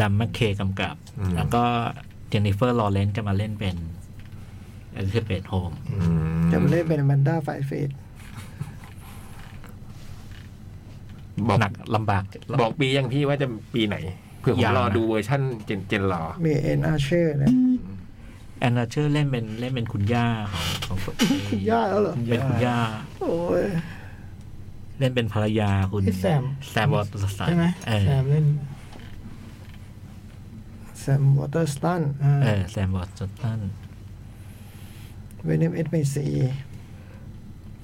S4: ดัมแมคเคกำกับ แล้วก็เจนนิเฟอร์ลอเรนซ์จะมาเล่นเป็นเอลิซาเบธโฮม
S3: อืม
S5: จะมาเล่นเป็นอแมนดาไฟฟีด
S3: บอก
S4: หนักลำบาก
S3: บอกปียังพี่ว่าจะปีไหนเผื่อผ
S4: ยั
S3: ม
S4: ง
S3: รอดูเวอร์ชั่นเจนเจนรอ
S5: มีเอ็นอาเช่นะ
S4: แอนนาเชอร์เล่นเป็นเล่นเป็นคุณย่าของของ
S5: คุณย่าแล้วเหรอ
S4: เป็นคุณย่า
S5: โอ้ย
S4: เล่นเป็นภรรยาคุณ
S2: ไอ้แซม
S4: แซมวอเตอร์สไตล์
S2: ใช่ไหม
S4: เออ
S2: แซมเล่น
S5: แซมวอเตอร์สตัน
S2: อ่า
S4: เออแซมวอเตอร์สไตัน
S5: เวเนมเอ็ดเมซี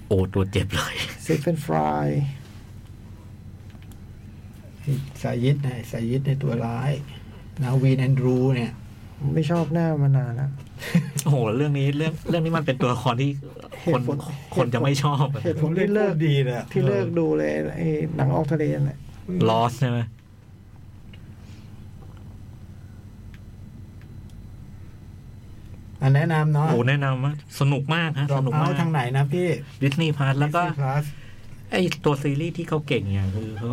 S4: โอ้ตัวเจ็บเลย
S5: เซฟเฟนฟราย
S2: ไอ้สายิตนะไอ้สายิตในตัวร้าย นาวีนแอนดรูเนี่ย
S5: ผมไม่ชอบหน้ามานานแล้ว
S4: โอ้โหเรื่องนี้เรื่องเรื่องนี้มันเป็นตัวละครที่คน
S5: เหตุผล
S4: คนจะไม่ชอบ
S5: เหตุผลที่เลิก
S2: ผมเล่นโคตรดีเลยอะ
S5: ที่เลิกดูเลยไอ้หนังออกทะเลนั่นแหละ
S4: ลอสใช่ไหม
S2: อันแนะนำเนาะ
S4: โอ้แนะนำว่าสนุกมากฮะ
S2: ดร
S4: ส
S2: อป
S4: นุก
S2: เอา
S4: มาก
S2: ทางไหนนะพี่
S4: ดิสนีย์พาร์แล้วก็
S2: คลาส
S4: ไอตัวซีรีส์ที่เขาเก่งอย่างคือเขา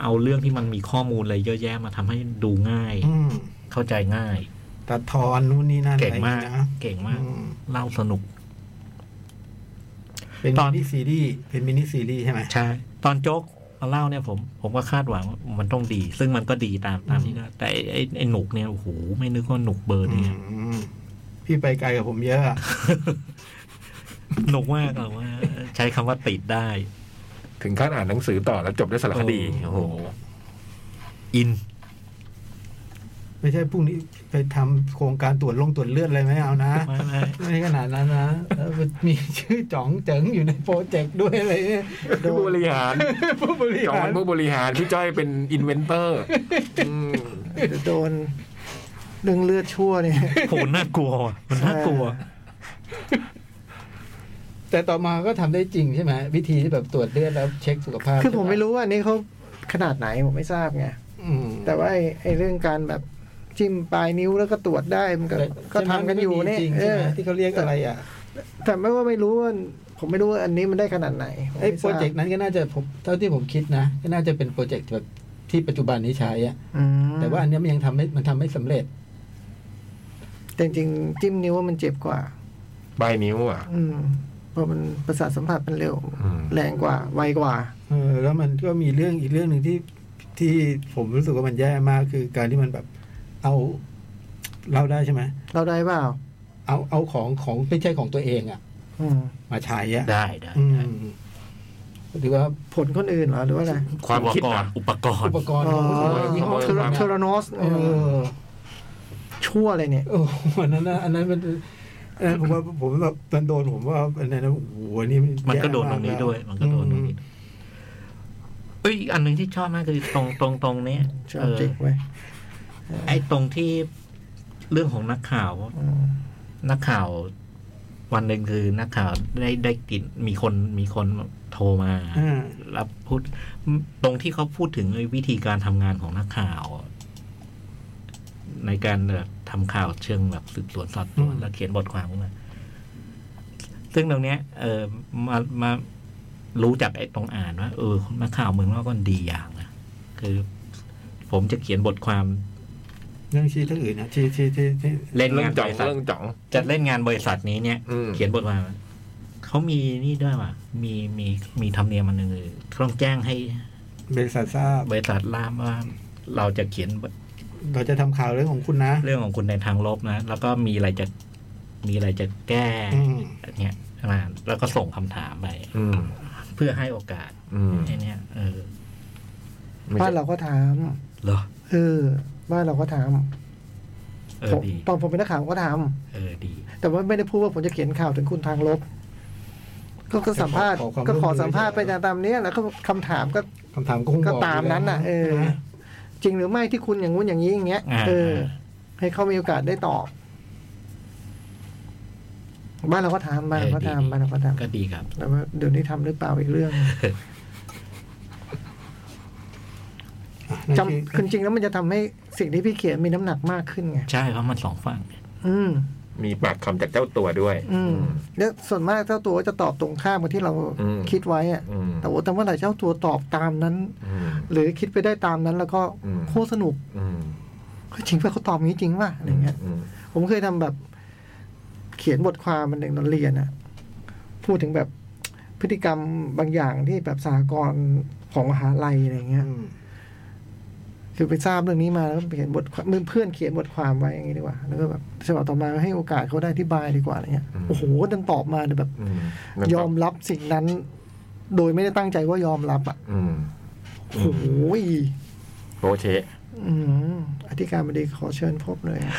S4: เอาเรื่องที่มันมีข้อมูลอะไรเยอะแยะมาทำให้ดูง่าย
S2: อืม
S4: เข้าใจง่าย
S2: ตัดทอนนู่นนี่นั่น
S4: เก่งมา
S2: อะ
S4: ก
S2: ไรอย่งงี้ยนะ
S4: เก่งมาก
S2: อืม
S4: เล่าสนุก
S2: เป็น
S4: ต
S2: มิ
S4: อน
S2: นิซีรีส์เป็นมินิซีรีส์ใช่ไหม
S4: ใช่ ตอนโจ๊กมาเล่าเนี่ยผม ผมก็คาดหวังว่ามันต้องดี ซึ่งมันก็ดีตามตามที่ก็แต่ไอ้ไอ้ไอ้หนุกเนี่ยโอ้โหไม่นึกว่าหนุกเบอร์
S2: อื
S4: นี้
S2: มพี่ไปไกลกับผมเยอะอะ
S4: หนุกมากแต่ว่า ใช้คำว่าติดได้
S3: ถึงขั้นอ่านหนังสือต่อแล้วจบด้วยสารคดี
S4: โอ้
S3: โอ้
S4: โห
S3: โห
S4: อิน
S2: ไม่ใช่พรุ่งนี้ไปทำโครงการตรวจลงตรวจเลือดอะไรไหมเอานะ
S4: ไม่ไม่
S2: ไม่ขนาดนั้นนะแล้วมันมีชื่อจ๋องเจ๋งอยู่ในโปรเจกต์ด้วยอะไรเนี่ยโด
S3: ผู้บ
S2: น
S3: ริหาร
S2: ผู้บริ
S3: จอ
S2: หาง ร
S3: ผู้บริหารพี่จ้อยเป็นอินเวนเตอร์
S5: จะโดนเรื่องเลือดชั่วเนี่ย
S4: โอ้โหน่ากลัวว่ะมันน่ากลัว
S2: แต่ต่อมาก็ทำได้จริงใช่ไหมวิธีที่แบบตรวจเลือดแล้วเช็คสุขภาพ
S5: คือผมไม่รู้ว่าอันนี้เขาขนาดไหนผมไม่ทราบไง
S2: อืม
S5: แต่ว่าไอ้ไอ้เรื่องการแบบจิ้มปลายนิ้วแล้วก็ตรวจได้มันก็
S2: แต่
S5: ก็ทำกันอยู่เนี่ย
S2: ใช่ไหมใช่ไห
S5: เออ
S2: มที่เขาเรียกอะไรอ่ะ
S5: แต่ไม่ว่าไม่รู้ว่าผมไม่รู้ว่าอันนี้มันได้ขนาดไหนผม
S2: ไอ้
S5: ม่
S2: โป
S5: ทาร บ
S2: เจกต์นั้นก็น่าจะผมเท่าที่ผมคิดนะก็น่าจะเป็นโปรเจกต์แบบที่ปัจจุบันนี้ใช้อ่ะ
S5: อืม
S2: แต่ว่าอันเนี้ยมันยังทำไม่มันทำไม่สำเร็จ
S5: แต่จริงๆจิ้มนิ้วว่ามันเจ็บกว่า
S3: ใบนิ้วอ่ะ
S5: อืมเพราะมันประสาทสัมผัสมันเร็ว
S3: อืม
S5: แรงกว่า ไวกว่า
S2: เออแล้วมันก็มีเรื่องอีกเรื่องหนึ่งที่ที่ผมรู้สึกว่ามันแย่มากคือการที่มันแบบเอาเราได้ใช่ไหม
S5: เราได้เปล่า
S2: เอาเอาของของไม่ใช่ของตัวเองอะ
S5: อืม
S2: มาใช้อะ
S4: ได้ได้
S2: อืมหรือว่า
S5: ผลคนอื่นเหรอหรือว่าอะไร
S3: ความคิดอะ
S4: อุปกร
S2: อุ
S4: ณ์
S2: ปกรณ์
S5: อ๋อ
S2: ของคนอื่นมี
S3: ข
S2: ห้อง
S3: ง
S5: เท
S3: คนอื่
S5: อร์
S3: นมา
S5: เทอร์โนส
S2: เออ
S5: ชั่วเลยเนี่ย
S2: โอ้ โหอันนั้นนะอันนั้นมันอันนั้นผมว่าผมแบบมันโดนผมว่าอันนั้นนะโอ้โหอันนี่
S4: มันก็โดนตรงนี้ด้วย มันก็โดนตรงนี้เอ้ยอีกอันหนึ่งที่ชอบมากคือตรงตรงตรงเนี้ย
S5: ชอ
S4: เอบ อ
S5: จิกไว้
S4: ไอ้ตรงที่เรื่องของนักข่าว นักข่าว วันหนึ่งคือนักข่าวได้ได้กลินมีคนมีคนโทรมา
S2: อ่า
S4: รับพูดตรงที่เขาพูดถึงไอ้วิธีการทำงานของนักข่าว ในการแบบทำข่าวเชิงแบบสืบสวนสอบสวนแล้วเขียนบทความขึ้นมา ซึ่งตรงเนี้ย เออมามารู้จากไอ้ตรงอ่านว่าเออนักข่าวเมืองนอกก็ดีอย่างนะคือ ผมจะเขียนบทความ
S2: เรื่องชี้เรื่องอื่นนะชี้ชี้ที่ที่
S4: เล่น
S3: เรื่
S4: งา
S3: อง
S4: น
S3: จ่อบ ง
S4: ริษัท
S3: เรื่องจ่อง
S4: จะเล่นงานบริษัทนี้เนี่ย
S3: อืม
S4: เขียนบทความเขามีนี่ด้วยว่ะมีมีมีธรรมเนียมอันหนึ่งคือต้องแจ้งให้
S2: บริษัททราบบ
S4: ริษัทล่ามว่า เราจะเขียน
S2: เราจะทำข่าวเรื่องของคุณนะ
S4: เรื่องของคุณในทางลบนะ แล้วก็มีอะไรจะมีอะไรจะแก้
S2: อืม
S4: เนี่ยอ่าแล้วก็ส่งคำถามไป
S3: อืม
S4: เพื่อให้โอกาส
S3: อืม
S4: ไอ้เนี่ยเออ
S3: ไม่
S5: บ้า
S3: ใช่
S5: นเราก็ถาม
S4: เหรอ
S5: เออบ้านเราก็ถาม
S4: เออ
S5: ผม
S4: ดี
S5: ตอนผมเป็นนักข่าวก็ถาม
S4: เออดี
S5: แต่ว่าไม่ได้พูดว่าผมจะเขียนข่าวถึงคุณทางลบ ก็ก็สัมภาษณ์ก็ขอสัมภาษณ์ไปตามเนี้ยแล้วก็คำถามก็
S2: คำถามก็คง
S5: ก็
S2: บอก
S5: ตามนั้นน่ะ เออ
S2: นะ
S5: จริงหรือไม่ที่คุณอย่างงู้นอย่างนี้อย่างเงี้ย
S4: อ่า
S5: เออ ให้เขามีโอกาสได้ตอบ บ้านเราก็ทำบ้านเราก็ทำบ้านเราก็ท
S4: ก็ดีครับ
S5: ำแต่ว่าเดี๋ยวนี้ทำหรือเปล่าอีกเรื่อง
S2: นั่น
S5: จำ
S2: คือ
S5: คือจริงแล้วมันจะทำให้สิ่งที่พี่เขียนมีน้ำหนักมากขึ้นไง
S4: ใช่เพราะมันสองฝั่ง
S5: อืม
S3: มีปากคำจากเจ้าตัวด้วย
S5: อืมแล้วส่วนมากเจ้าตัวก็จะตอบตรงข้ามกับที่เรา
S3: อืม
S5: คิดไว้อะ
S3: อืม
S5: แต่ว่าแต่เมื่อไหร่เจ้าตัวตอบตามนั้น
S3: อืม
S5: หรือคิดไปได้ตามนั้น แล้วก็
S3: อืม
S5: โคตรสนุก
S3: อืม
S5: เฮ้ยจริงป่ะเขาตอบงี้จริงป่ะอะไรเงี้ย
S3: อืม
S5: ผมเคยทำแบบเขียนบทความมันหนึ่งตอนเรียนอะพูดถึงแบบพฤติกรรมบางอย่างที่แบบสหกรณ์ของมหาลัยอะไรเงี้ย
S2: อืม
S5: คือไปทราบเรื่องนี้มาแล้วก็เขียนบทความมือเพื่อนเขียนบทความไว้อย่างงี้ดีกว่า แล้วก็แบบฉบับต่อมาให้โอกาสเขาได้อธิบายดีกว่าอะไรเงี้ยโอ้โหดันตอบมาเนี่ยแบบ
S3: อืม
S5: ยอมรับสิ่งนั้น โดยไม่ได้ตั้งใจว่ายอมรับอ่ะ
S3: อืม
S5: โอ้โหย
S3: โปเชะ
S5: อืมอธิการบดีขอเชิญพบเลยอะ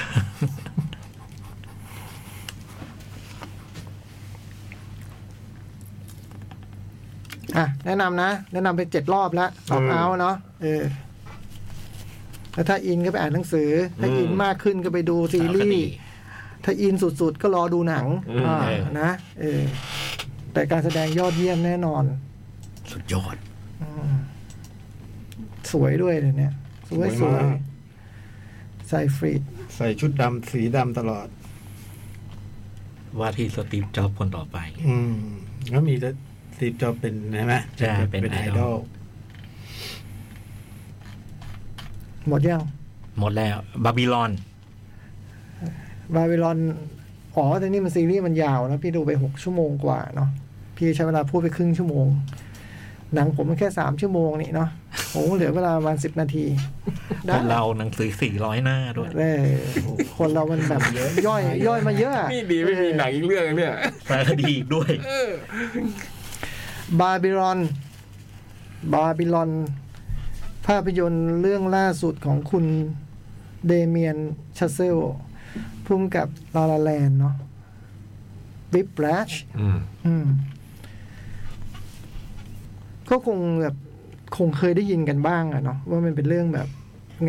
S5: อ่ะ แนะนำนะ แนะนำไปเจ็ดรอบแล้วสอบเอาเนาะเออ แล้วถ้าอินก็ไปอ่านหนังสือ ถ้าอินมากขึ้นก็ไปดูซีรีส์ ถ้าอินสุดๆ ก็รอดูหนังอ่า
S4: เออ
S5: นะเออ แต่การแสดงยอดเยี่ยมแน่นอน
S4: สุดยอด
S5: สวยด้วยเลยเนี่ย สวยสวยไซฟรีด
S2: ใส่ชุดดำสีดำตลอด
S4: ว่าที่สตีฟจ็อบส์คนต่อไป
S2: อืมแล้วมีแล้วสตีฟจ็อบส์เป็นใช่ไหม
S4: ใช่เป็น
S2: เป็นไอ
S4: ไอ
S2: ด
S4: ด
S2: อ
S4: อ
S2: ล
S4: ล
S5: หมดยัง
S4: หมดแล้วบาบิลอน
S5: บา b y ลอนอ๋อ แต่นี่มันซีรีส์มันยาวนะ พี่ดูไปหกชั่วโมงกว่าเนาะพี่ใช้เวลาพูดไปครึ่งชั่วโมง หนังผมมันแค่สามชั่วโมงนี่เนาะผมเหลือเวลาประมาณสิบนาที
S4: ค
S5: ได้
S4: นเราหนังสือสี่ร้อยหน้าด้วย
S5: เออคนเรามันแบบย่อยย่อยมาเยอะ
S3: นี่ดีไม่มีหนังอีกเรื่องเนี่ย
S4: สารคดีอีกด้วย
S5: บา b y ลอนบา b y ลอนภาพยนตร์เรื่องล่าสุดของคุณ เดเมียนชาเซลพุ่มกับลาลาแลนเนาะบิ๊บแรช
S3: อืม
S5: ก็คงแบบคงเคยได้ยินกันบ้างอะเนาะว่ามันเป็นเรื่องแบบ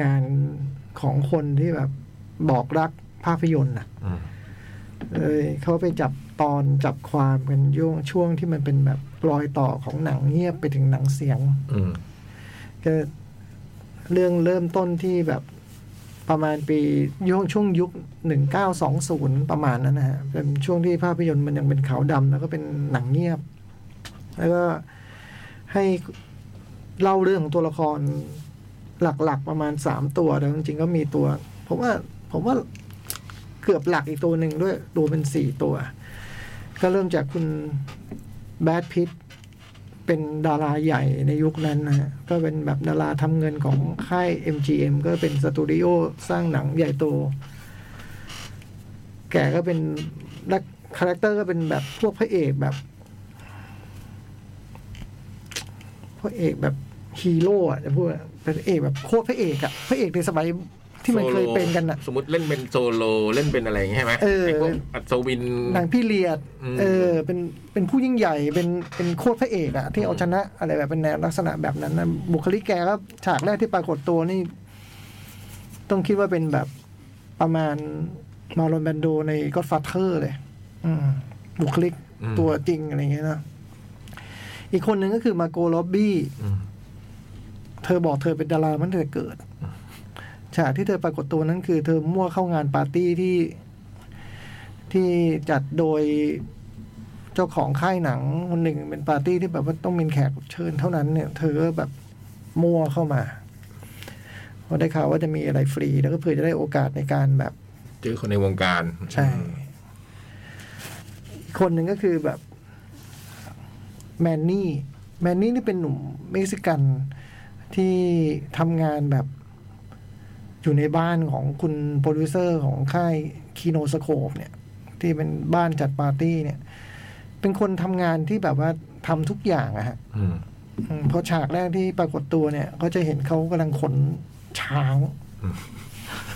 S5: งานของคนที่แบบบอกรักภาพยนตร์อะ
S3: อืม
S5: เอ้ยเขาไปจับตอนจับความกันย่งช่วงที่มันเป็นแบบรอยต่อของหนังเงียบไปถึงหนังเสียง
S3: อืม
S5: ก็เรื่องเริ่มต้นที่แบบประมาณปีย่วงช่วงยุค 1920 ประมาณนั้นนะฮะเป็นช่วงที่ภาพยนตร์มันยังเป็นขาวดำแล้วก็เป็นหนังเงียบ แล้วก็ให้เล่าเรื่องของตัวละครหลักๆ ประมาณ 3 ตัวแต่จริงๆก็มีตัว ผมว่าผมว่าเกือบหลักอีกตัวหนึ่งด้วยรวมเป็น 4 ตัว ก็เริ่มจากคุณแบดพิต เป็นดาราใหญ่ในยุคนั้นนะฮะ ก็เป็นแบบดาราทำเงินของค่าย MGM ก็เป็นสตูดิโอสร้างหนังใหญ่โต แกก็เป็นและคาแรคเตอร์ก็เป็นแบบพวกพระเอกแบบพระเอกแบบฮีโร่อะจะพูดอะเป็นพระเอกแบบโคตรพระเอกอะพระเอกในสมัยที่มันเคยเป็นกันอะ
S3: สมมติเล่นเป็นโซโลเล่นเป็นอะไรอย่างเงี้ยใช่ไหม
S5: เออ
S3: ไพวกอัศวิน
S5: หนังพี่เลียด
S3: อืม
S5: เออ เป็น เป็นผู้ยิ่งใหญ่ เป็น เป็นโคตรพระเอกอะที่เอาชนะ อะไรแบบเป็นแนวลักษณะแบบนั้นนะบุคลิกแกก็ฉากแรกที่ปรากฏตัวนี่ ต้องคิดว่าเป็นแบบประมาณมาลอนแบนโดในก็ฟาเธอร์เลย อืมบุคลิกตัวจริงอะไรอย่างเงี้ยนะ อีกคนหนึ่งก็คือมาโกล็อบบี้
S3: อืม
S5: เธอบอกเธอเป็นดารามันเธอเกิด ฉากที่เธอปรากฏตัวนั้นคือเธอมั่วเข้างานปาร์ตี้ที่ที่จัดโดย เจ้าของค่ายหนังคนหนึ่งเป็นปาร์ตี้ที่แบบว่าต้องเป็นแขกรับเชิญเท่านั้นเนี่ย เธอก็แบบมั่วเข้ามาเพอได้ข่าวว่าจะมีอะไรฟรี แล้วก็เพื่อจะได้โอกาสในการแบบ
S3: เจอคนในวงการ
S5: ใช่ อีกคนหนึ่งก็คือแบบแมนนี่ แมนนี่นี่เป็นหนุ่มเม็กซิกันที่ทำงานแบบอยู่ในบ้านของคุณโปรดิวเซอร์ของค่ายคีโนสโคปเนี่ย ที่เป็นบ้านจัดปาร์ตี้เนี่ย เป็นคนทำงานที่แบบว่าทำทุกอย่างอะฮะ
S3: อืม
S5: อืมเพราะฉากแรกที่ปรากฏตัวเนี่ย ก็จะเห็นเขากำลังขนช้าง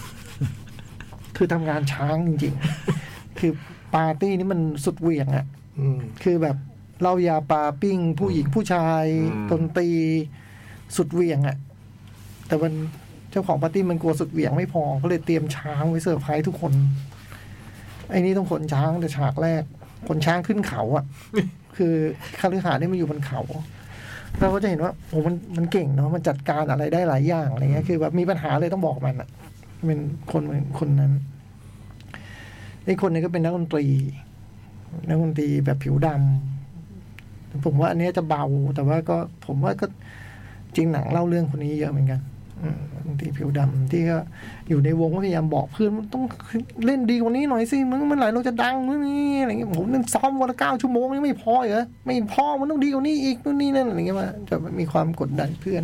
S5: คือทำงานช้างจริงๆ คือปาร์ตี้นี่มันสุดเหวี่ยงอะ
S6: อืม
S5: คือแบบเหล่ายาปลาปิ้ง ผู้หญิงผู้ชายดนตรีสุดเหวี่ยงอะแต่มันเจ้าของปาร์ตี้มันกลัวสุดเหวี่ยงไม่พอ ก็เลยเตรียมช้างไว้เซอร์ไพรส์ทุกคน ไอ้นี่ต้องขนช้างแต่ฉากแรกขนช้างขึ้นเขาอะคือคาลิหาสน์นี่มันอยู่บนเขา เราก็จะเห็นว่าโอ้มันมันเก่งเนาะมันจัดการอะไรได้หลายอย่างอะไรเงี้ยคือแบบมีปัญหาเลยต้องบอกมันอะเป็นคนเหมือนคนนั้นไอ้คนนี้ก็เป็นนักดนตรี นักดนตรีแบบผิวดำผมว่าอันเนี้ยจะเบา แต่ว่าก็ผมว่าก็จริงหนังเล่าเรื่องคนนี้เยอะเหมือนกันอืมดนตรีผิวดำที่ก็อยู่ในวงก็พยายามบอกเพื่อนมันต้องเล่นดีกว่านี้หน่อยสิมึงเมื่อไหร่เราจะดังมึงนี่อะไรเงี้ยผมนั่งซ้อมวันละเก้าชั่วโมงยังไม่พอเหรอไม่พอมันต้องดีกว่านี้อีกนู่นนี่นั่นอะไรเงี้ยมาจะมีความกดดันเพื่อน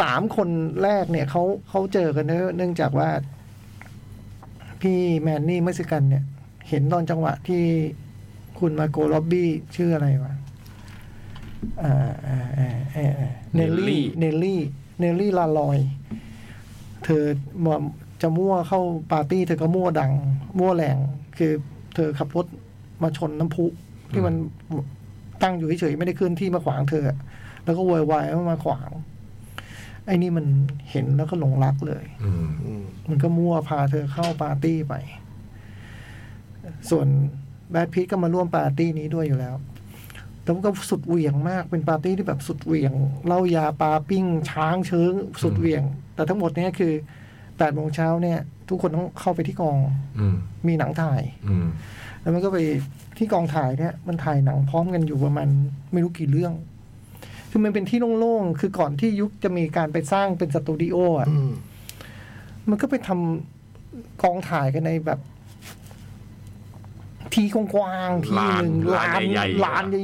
S5: สามคนแรกเนี่ยเขาเขาเจอกันเนอะเนื่องจากว่า พี่แมนนี่เม็กซิกันเนี่ย เห็นตอนจังหวะที่คุณมาโกล็อบบี้ชื่ออะไรวะอ่าอ่าอ่าอ่าอ่าเนลลี่ เนลลี่ เนลลี่ลาลอย เธอมาจะมั่วเข้าปาร์ตี้เธอก็มั่วดัง มั่วแรง คือเธอขับรถมาชนน้ำพุที่มันตั้งอยู่เฉยๆไม่ได้เคลื่อนที่มาขวางเธออะแล้วก็โวยวายว่ามาขวาง ไอ้นี่มันเห็นแล้วก็หลงรักเลย
S3: อืม
S5: มันก็มั่วพาเธอเข้าปาร์ตี้ไป ส่วนแบทพีทก็มาร่วมปาร์ตี้นี้ด้วยอยู่แล้ว แล้วมันก็สุดเหวี่ยงมาก เป็นปาร์ตี้ที่แบบสุดเหวี่ยงเหล้ายาปลาปิ้ง ช้างเชิง สุดเหวี่ยง แต่ทั้งหมดเนี้ยคือแปดโมงเช้าเนี่ย ทุกคนต้องเข้าไปที่กอง
S3: อืม
S5: มีหนังถ่าย
S3: อืม
S5: แล้วมันก็ไปที่กองถ่ายเนี่ย มันถ่ายหนังพร้อมกันอยู่ประมาณไม่รู้กี่เรื่อง คือมันเป็นที่โล่งๆ คือก่อนที่ยุคจะมีการไปสร้างเป็นสตูดิโออ่ะ
S6: อืม
S5: มันก็ไปทำกองถ่ายกันในแบบ ที่กว้างๆที่หนึ่งลาน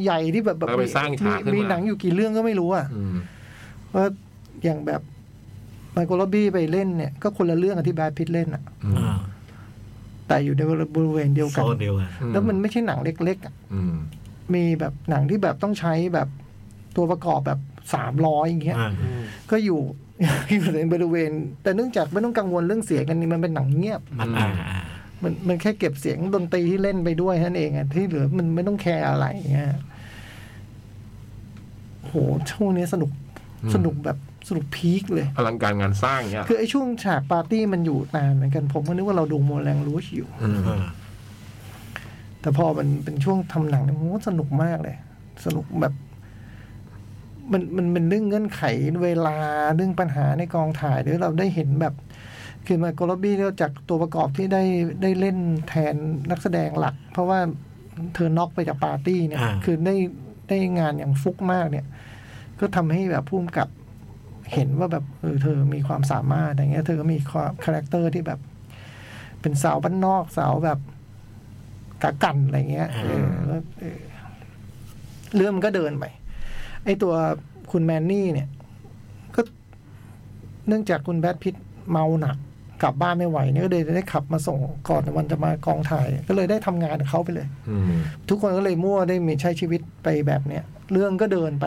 S5: ใหญ่ๆที่แบบแบบมีหนังอยู่กี่เรื่องก็ไม่รู้อ่ะ
S3: อืม
S5: ว่าอย่างแบบไมโครลบี้ไปเล่นเนี่ย ก็คนละเรื่องกับที่แบทพิทเล่นอ่ะ
S3: อืม
S4: อ่า
S5: แต่อยู่ในบริเวณเดียว
S4: โซ
S5: กัน
S4: นเดียวกัน
S5: แล้วมันไม่ใช่หนังเล็กๆ
S3: อืม
S5: มีแบบหนังที่แบบต้องใช้แบบตัวประกอบแบบสามร้อยอย่างเงี้ย
S4: อ่า
S5: ก็อยู่ อยู่ในบริเวณ แต่เนื่องจากไม่ต้องกังวลเรื่องเสียงกันนี่มันเป็นหนังเงียบ
S4: มันอ่าอ่า
S5: มันมันแค่เก็บเสียงดนตรีที่เล่นไปด้วยนั่นเองอะที่เหลือมันไม่ต้องแคร์อะไรอย่างเงี้ยโหช่วงนี้สนุกสนุกแบบสนุกพีคเลย
S3: อลังการงานสร้างเนี่ย
S5: คือไอ้ช่วงฉากปาร์ตี้มันอยู่นานเหมือนกันผมก็นึกว่าเราดูโมแรงรู้อยู่
S3: ม
S4: อ่า
S5: แต่พอมันเป็นช่วงทำหนังเนี่ยโหสนุกมากเลย สนุกแบบ มันมันเป็นเรื่องเงื่อนไขเวลาเรื่องปัญหาในกองถ่ายเดี๋ยวเราได้เห็นแบบ คือมาโกลบี้เนี่ยจากตัวประกอบที่ได้ได้เล่นแทนนักแสดงหลัก เพราะว่าเธอน็อกไปจากปาร์ตี้เนี่ย คือได้ได้งานอย่างฟุกมากเนี่ย ก็ทำให้แบบพุ่มกับเห็นว่าแบบเออเธอมีความสามารถอย่างเงี้ย เธอก็มีความคาแรคเตอร์ที่แบบ เป็นสาวบ้านนอกสาวแบบกะกันอะไรเงี้ยเออแล้วเออเรื่องมันก็เดินไปไอตัวคุณแมนนี่เนี่ย ก็ เนื่องจากคุณแบทพิทเมาหนัก กลับบ้านไม่ไหวเนี่ยก็เลยได้ขับมาส่งก่อนวันจะมากองถ่าย ก็เลยได้ทำงานกับเขาไปเลย
S3: อืม
S5: ทุกคนก็เลยมั่วได้มีใช้ชีวิตไปแบบเนี้ยเรื่องก็เดินไป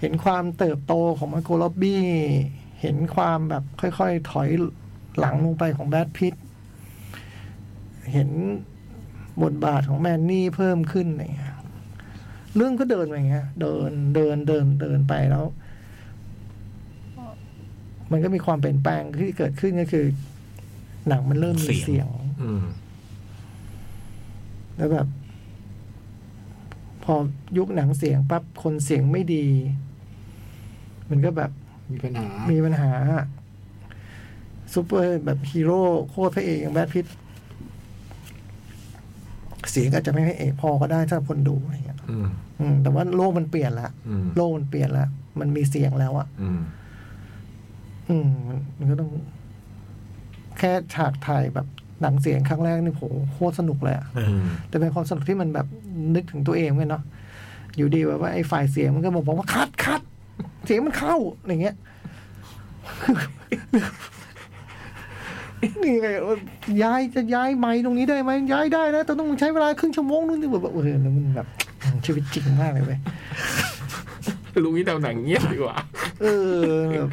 S5: เห็นความเติบโตของมาโกลอบบี้ เห็นความแบบค่อยๆ ถอยหลังลงไปของแบทพิทเห็นบทบาทของแมนนี่เพิ่มขึ้นอะไรเงี้ยเรื่องก็เดินไปอย่างเงี้ย เดินเดินเดินเดินไปแล้ว มันก็มีความเปลี่ยนแปลงที่เกิดขึ้นก็คือ หนังมันเริ่มมีเสียง
S3: อืม
S5: แล้วแบบ พอยุคหนังเสียงปั๊บคนเสียงไม่ดี มันก็แบบ
S6: มีปัญหา
S5: มีปัญหาซูเปอร์แบบฮีโร่โคตรพระเอกอย่างแบทพิท เสียงอาจจะไม่ให้เอกพอก็ได้ถ้าคนดูอะไรเงี้ย
S3: อืม
S5: อืมแต่ว่าโลกมันเปลี่ยนละ
S3: อืม
S5: โลกมันเปลี่ยนละมันมีเสียงแล้วอะ
S3: อืม
S5: อืมมันมันก็ต้อง แค่ฉากถ่ายแบบหนังเสียงครั้งแรกนี่โหโคตรสนุกเลยอะ
S4: เอ
S3: อื
S4: อ
S3: ม
S5: แต่เป็นความสนุกที่มันแบบนึกถึงตัวเองเหมือนกันเนาะอยู่ดีแบบว่าไอ้ฝ่ายเสียงมันก็บอกบอกว่าคัดคัดเสียงมันเข้าอะไรเงี้ย นี่ไงเออย้ายจะย้ายไม้ตรงนี้ได้ไหมย้ายได้นะแต่ต้องใช้เวลาครึ่งชั่วโมงนึงถึงแบบว่าเออแล้วมันแบบชีวิตจริงมากเลยเว้ย
S3: ลุงนี่เดาหนังเงียบดีกว่า
S5: เออแบบ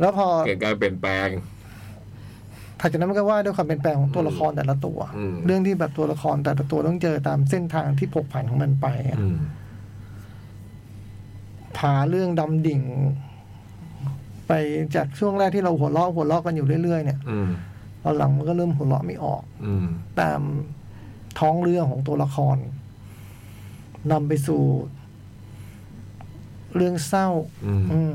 S5: แล้วพอ
S3: เกิดการเปลี่ยนแปลง
S5: ถัดจากนั้นมันก็ว่าด้วยความเป็นแปลงของตัวละครแต่ละตัว
S3: อืม
S5: เรื่องที่แบบตัวละครแต่ละตัวต้องเจอตามเส้นทางที่ผกผันของมันไปอะ
S3: อืม
S5: พาเรื่องดำดิ่ง ไปจากช่วงแรกที่เราหัวเราะหัวเราะกันอยู่เรื่อยๆเนี่ย
S3: อืม
S5: ตอนหลังมันก็เริ่มหัวเราะไม่ออก
S3: อืม
S5: ตามท้องเรื่องของตัวละครนำไปสู่ เรื่องเศร้า
S3: อืม
S5: อืม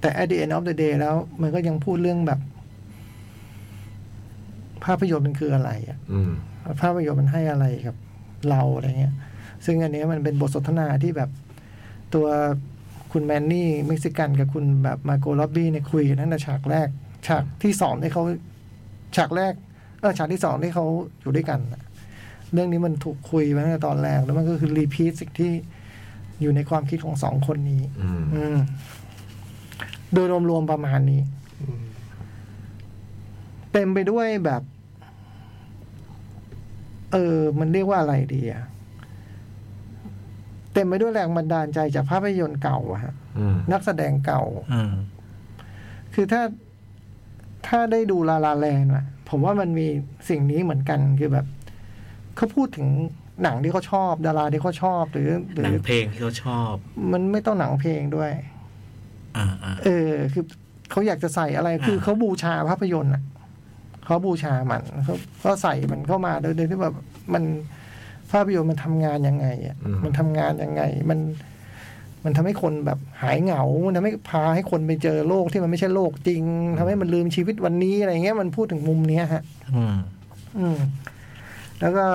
S5: แต่ at the end of the day แล้ว มันก็ยังพูดเรื่องแบบ ภาพยนตร์มันคืออะไรอะ
S3: อืม
S5: ภาพยนตร์มันให้อะไรกับเราอะไรเงี้ย ซึ่งอันเนี้ยมันเป็นบทสนทนาที่แบบตัวคุณแมนนี่เม็กซิกันกับคุณแบบมาโกลอบบี้เนี่ยคุยกันตั้งแต่ฉากแรก ฉากที่สองที่เขาฉากแรกเออฉากที่สองที่เขาอยู่ด้วยกันน่ะเรื่องนี้มันถูกคุยมาตั้งแต่ตอนแรกแล้วมันก็คือรีพีทสิ่งที่อยู่ในความคิดของสองคนนี้
S3: อืม
S5: อืม โดยรวมๆประมาณนี้ เต็มไปด้วยแบบ เออ มันเรียกว่าอะไรดีอะเต็มไปด้วยแรงบันดาลใจจากภาพยนตร์เก่าอะฮะ
S3: อืม
S5: นักแสดงเก่า
S4: อืม
S5: คือถ้าถ้าได้ดูลาลาแลนด์อะผมว่ามันมีสิ่งนี้เหมือนกันคือแบบเขาพูดถึงหนังที่เขาชอบ ดาราที่เขาชอบ หรือ หรื
S4: หนั
S5: อง
S4: เพลงที่เขาชอบ
S5: มันไม่ต้องหนังเพลงด้วย
S4: อ่าอ่า
S5: เออ คือเขาอยากจะใส่อะไร คือ
S4: อ่า
S5: เขาบูชาภาพยนตร์อ่ะเขาบูชามันเขาก็ใส่มันเข้ามาโดยโดยที่แบบมันภาพยนตร์มันทำงานยังไงอ่ะ
S3: อืม
S5: มันทำงานยังไง มัน มันทำให้คนแบบหายเหงา มันทำให้พาให้คนไปเจอโลกที่มันไม่ใช่โลกจริงทำให้มันลืมชีวิตวันนี้อะไรเงี้ยมันพูดถึงมุมเนี้ยฮะ
S4: อืม
S5: อืม แล้วก็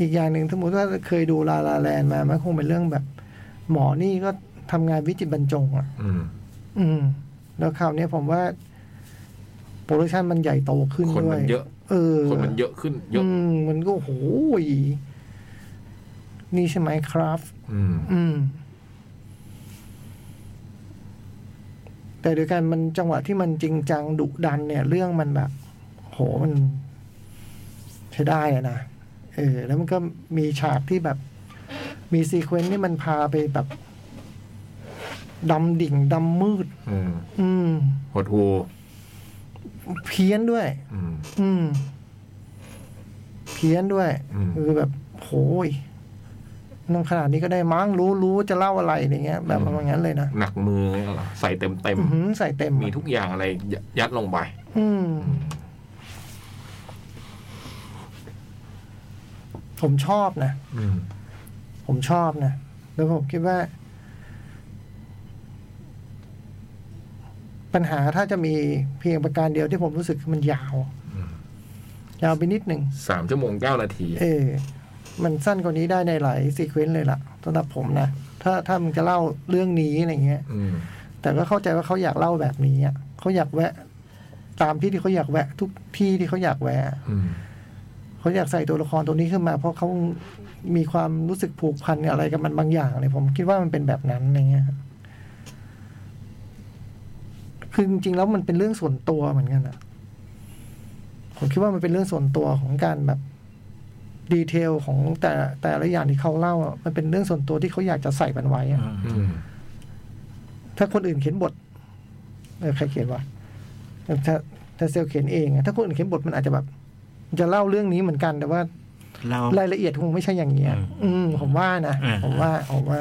S5: อีกอย่างหนึ่งสมมติว่าเคยดูลาลาแลนมามันคงเป็นเรื่องแบบ หมอนี่ก็ทำงานวิจิตรบรรจงอ่ะ
S3: อืม
S5: อืม แล้วคราวเนี้ยผมว่า โปรดักชันมันใหญ่โตขึ้น
S3: คน
S5: ด้ว
S3: มั
S5: ย
S3: นเยอะ
S5: เออ
S3: คนมันเยอะขึ้น เยอะ
S5: อืม มันก็โอ้โหนี่ใช่ไหมครับ
S3: อืม
S5: อืม แต่โดยวกันมันจังหวะที่มันจริงจังดุดันเนี่ย เรื่องมันแบบ โหมัน ใช้ได้อะนะเออ แล้วมันก็มีฉากที่แบบ มีซีเควนซ์ที่มันพาไปแบบดำดิ่งดำมืด
S3: อืม
S5: อืม
S3: หดหู
S5: เพี้ยนด้วย
S3: อืม
S5: อืม เพี้ยนด้วย
S3: อืม
S5: คือแบบโหยนั่งขนาดนี้ก็ได้มั้งรู้รู้จะเล่าอะไรอย่างเงี้ย แบบประมาณนั้นเลยนะ
S3: หนักมือเนี่ยเหรอใส่เต็มเต็ม
S5: อื้อหือใส่เต็ม
S3: มีทุกอย่างอะไรยยัดลงไป
S5: อืม ผมชอบนะ
S3: อืม
S5: ผมชอบนะ แล้วผมคิดว่า ปัญหาถ้าจะมีเพียงประการเดียวที่ผมรู้สึกคือมันยาว
S3: อืม
S5: ยาวไปนิดหนึ่ง
S3: สามชั่วโมงเก้านาที
S5: เออ มันสั้นกว่านี้ได้ในหลายซีเควนต์เลยล่ะสำหรับผมนะ ถ้าถ้ามึงจะเล่าเรื่องนี้อะไรเงี้ย
S3: อืม
S5: แต่ก็เข้าใจว่าเขาอยากเล่าแบบนี้อ่ะเขาอยากแวะ ตามที่ที่เขาอยากแวะ ทุกที่ที่เขาอยากแวะ
S3: อืม
S5: เขาอยากใส่ตัวละครตัวนี้ขึ้นมา เพราะเขามีความรู้สึกผูกพันอะไรกับมันบางอย่างเลยผมคิดว่ามันเป็นแบบนั้นอะไรเงี้ยคือจริงๆแล้วมันเป็นเรื่องส่วนตัวเหมือนกันอะผมคิดว่ามันเป็นเรื่องส่วนตัวของการแบบดีเทลของแต่แต่ละอย่างที่เขาเล่าอะมันเป็นเรื่องส่วนตัวที่เขาอยากจะใส่มันไว้อะ
S3: อืม
S5: ถ้าคนอื่นเขียนบทเออใครเขียนวะถ้าถ้าเซลลเขียนเองอะถ้าคนอื่นเขียนบทมันอาจจะแบบ จะเล่าเรื่องนี้เหมือนกันแต่ว่า
S4: เรา
S5: รายละเอียดคงไม่ใช่อย่างเงี้ย อืม ผมว่านะ
S4: อืม
S5: ผมว่าผมว่า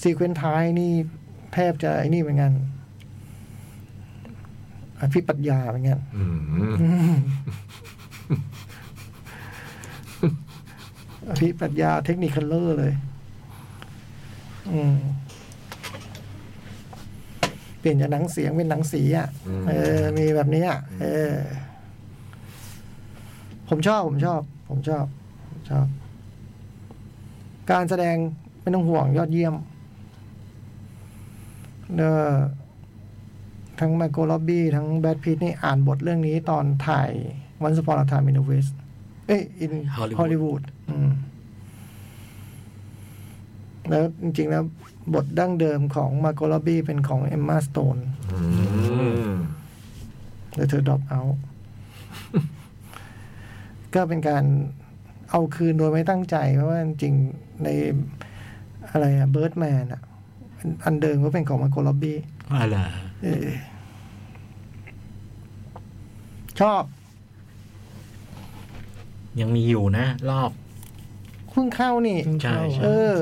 S5: ซีเควนท้ายนี่แทบจะไอ้นี่เหมือนกันอภิปรัญญาเหมือนกัน
S3: อืม
S5: อภิปรัญญาเทคนิคเลอร์เลย อืม ลี่ยนจากหนังเสียงเป็นหนังสีอ่ะ
S3: อืม
S5: เออ มีแบบนี้อ่ะเออ ผมชอบผมชอบ ผมชอบผมชอบ การแสดงไม่ต้องห่วงยอดเยี่ยมเออทั้งไมโครล็อบบี้ทั้งแบทพีทนี่อ่านบทเรื่องนี้ตอนถ่ายวันสปอร์ตไทม์อินเวสเอ้ยอิน
S4: Hollywood
S5: ฮอลลีวูดแล้วจริงๆแล้ว บทดั้งเดิมของมาโกลอบบี้เป็นของเอมมาสโตนแต่เธอดรอปเอา ก็เป็นการเอาคืนโดยไม่ตั้งใจ เพราะว่าจริงๆในอะไรอะเบิร์ดแมนอะอันเดิมก็เป็นของมาโกลอบบี้
S4: อะไร
S5: เออชอบ
S4: ยังมีอยู่นะ รอบ
S5: เพิ่งเข้านี่
S4: ใช่ใช่
S5: เออ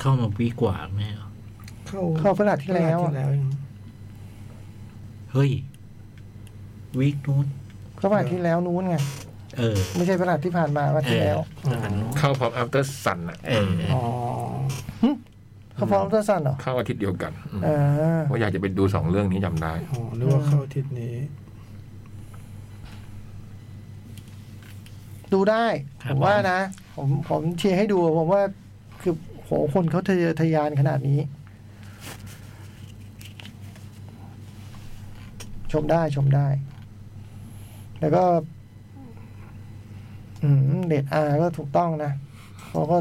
S4: เข้ามาวีกว่าไหมเหรอ
S6: เข้า
S5: เข้าพฤหัสที่แล้ว
S6: พฤหัสที่แล้วยัง
S4: เฮ้ยวีกนู้น
S5: ก็ผ่านที่แล้วนู้นไง
S4: เออ
S5: ไม่ใช่พฤหัสที่ผ่านมาวันที่แล้ว
S6: อ๋อ
S3: เข้าพร้อมอัลเตอร์ซันอ่ะ
S4: เออ
S6: อ๋อ
S5: เขาพร้อมตัวสั้นเหรอ
S3: เข้าอาทิตย์เดียวกันอืม
S5: อ่า
S3: เพราะอยากจะไปดูสองเรื่องนี้จำได้
S6: อ๋อนึกว่าเข้าอาทิศนี้
S5: ดูได้
S4: ครั
S5: ผ
S4: บ
S5: มว่านะ ผมผมเชียร์ให้ดู ผมว่า คือโหคนเขาทะเยอทะยานขนาดนี้ ชมได้ชมได้ แล้วก็ อืมเด็ดอาก็ถูกต้องนะเขาก็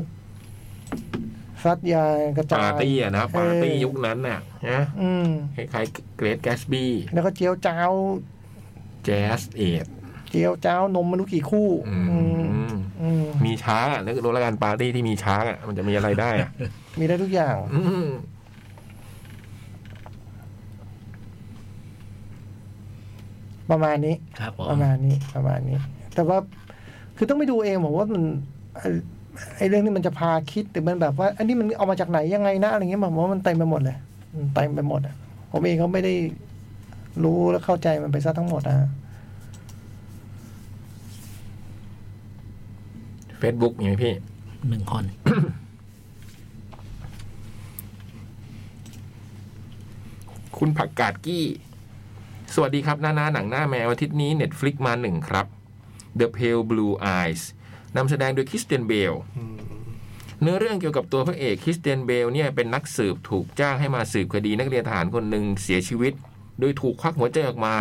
S5: ซัดยากระจา
S3: ปาย ร์ตี้อะนะปาร์ตี้ยุคนั้นน่ะนะ
S5: อืม
S3: คล้ายๆเกรทแกสบี้
S5: แล้วก็เจียวเจ้า
S3: แจ๊สเอ็ด
S5: เจียวเจ้านมไม่รู้กี่คู่ อืมอืม
S3: มีช้างอ่ะนึกดูแล้วกันปาร์ตี้ที่มีช้างอ่ะมันจะมีอะไรได้ อ่ะ
S5: มีได้ทุกอย่าง
S3: อืม
S5: ประมาณนี้
S4: ครับผม
S5: ประมาณนี้ประมาณนี้ แต่ว่าคือต้องไปดูเองผมว่ามันไอ้ไอเรื่องนี้มันจะพาคิดหรือมันแบบว่า อันนี้มันเอามาจากไหนยังไงนะอะไรเงี้ยผมว่ามันเต็มไปหมดเลยมันเต็มไปหมดอะผมเองก็ไม่ได้รู้และเข้าใจมันไปซะทั้งหมดอะ
S3: เฟซบุ๊กมีไหมพี่
S4: หนึ่งคน
S3: คุณผักกาดกี้ สวัสดีครับหน้าหน้าหนังหน้าแมวอาทิตย์นี้ Netflix มาหนึ่งครับ The Pale Blue Eyes นำแสดงโดยคริสเตียนเบล
S6: อืม
S3: เนื้อเรื่องเกี่ยวกับตัวพระเอกคริสเตียนเบลเนี่ยเป็นนักสืบถูกจ้างให้มาสืบคดีนักเรียนทหารคนหนึ่งเสียชีวิต โดยถูกควักหัวใจออกมา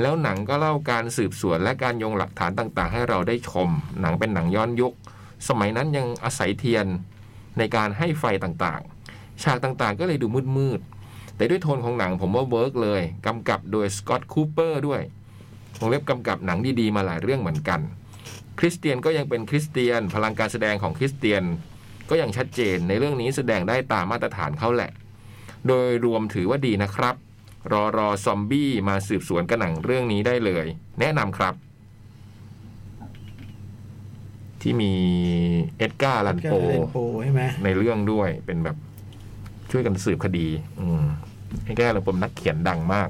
S3: แล้วหนังก็เล่าการสืบสวนและการโยงหลักฐานต่างๆ ให้เราได้ชม หนังเป็นหนังย้อนยุค สมัยนั้นยังอาศัยเทียนในการให้ไฟต่างๆ ฉากต่างๆก็เลยดูมืดๆ แต่ด้วยโทนของหนังผมว่าเวิร์กเลยกำกับโดยสกอตต์คูเปอร์ด้วยวงเล็บกำกับหนังดีๆมาหลายเรื่องเหมือนกัน คริสเตียนก็ยังเป็นคริสเตียน พลังการแสดงของคริสเตียน ก็ยังชัดเจนในเรื่องนี้แสดงได้ตามมาตรฐานเขาแหละ โดยรวมถือว่าดีนะครับ รอรอซอมบี้มาสืบสวนกันหนังเรื่องนี้ได้เลย แนะนำครับ ที่มีเอ็ดการ์ลัน
S6: ก็
S3: โป
S6: เล่นโปใช่ไหม
S3: ในเรื่องด้วยเป็นแบบช่วยกันสืบคดี อืมให้แก้เลยผมนักเขียนดังมาก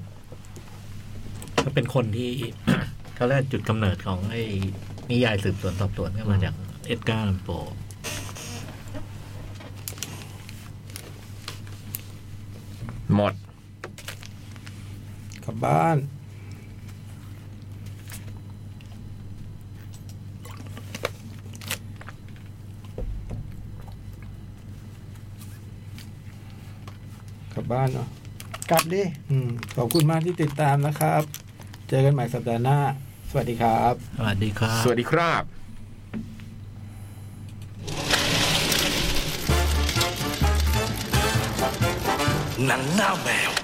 S4: ก็เป็นคนที่ เขาเรียกจุดกำเนิดของไอ้นิยายสืบสวนสอบสวนก็มาจากเอ็ดการ์ลันโป
S3: หมด
S6: กลับบ้าน กลับบ้านเนาะ
S5: กลับดิ
S6: อืมขอบคุณมากที่ติดตามนะครับ เจอกันใหม่สัปดาห์หน้า สวัสดีครับ
S4: สวัสดีครับ
S3: สวัสดีครับ
S1: หนังหน้าแมว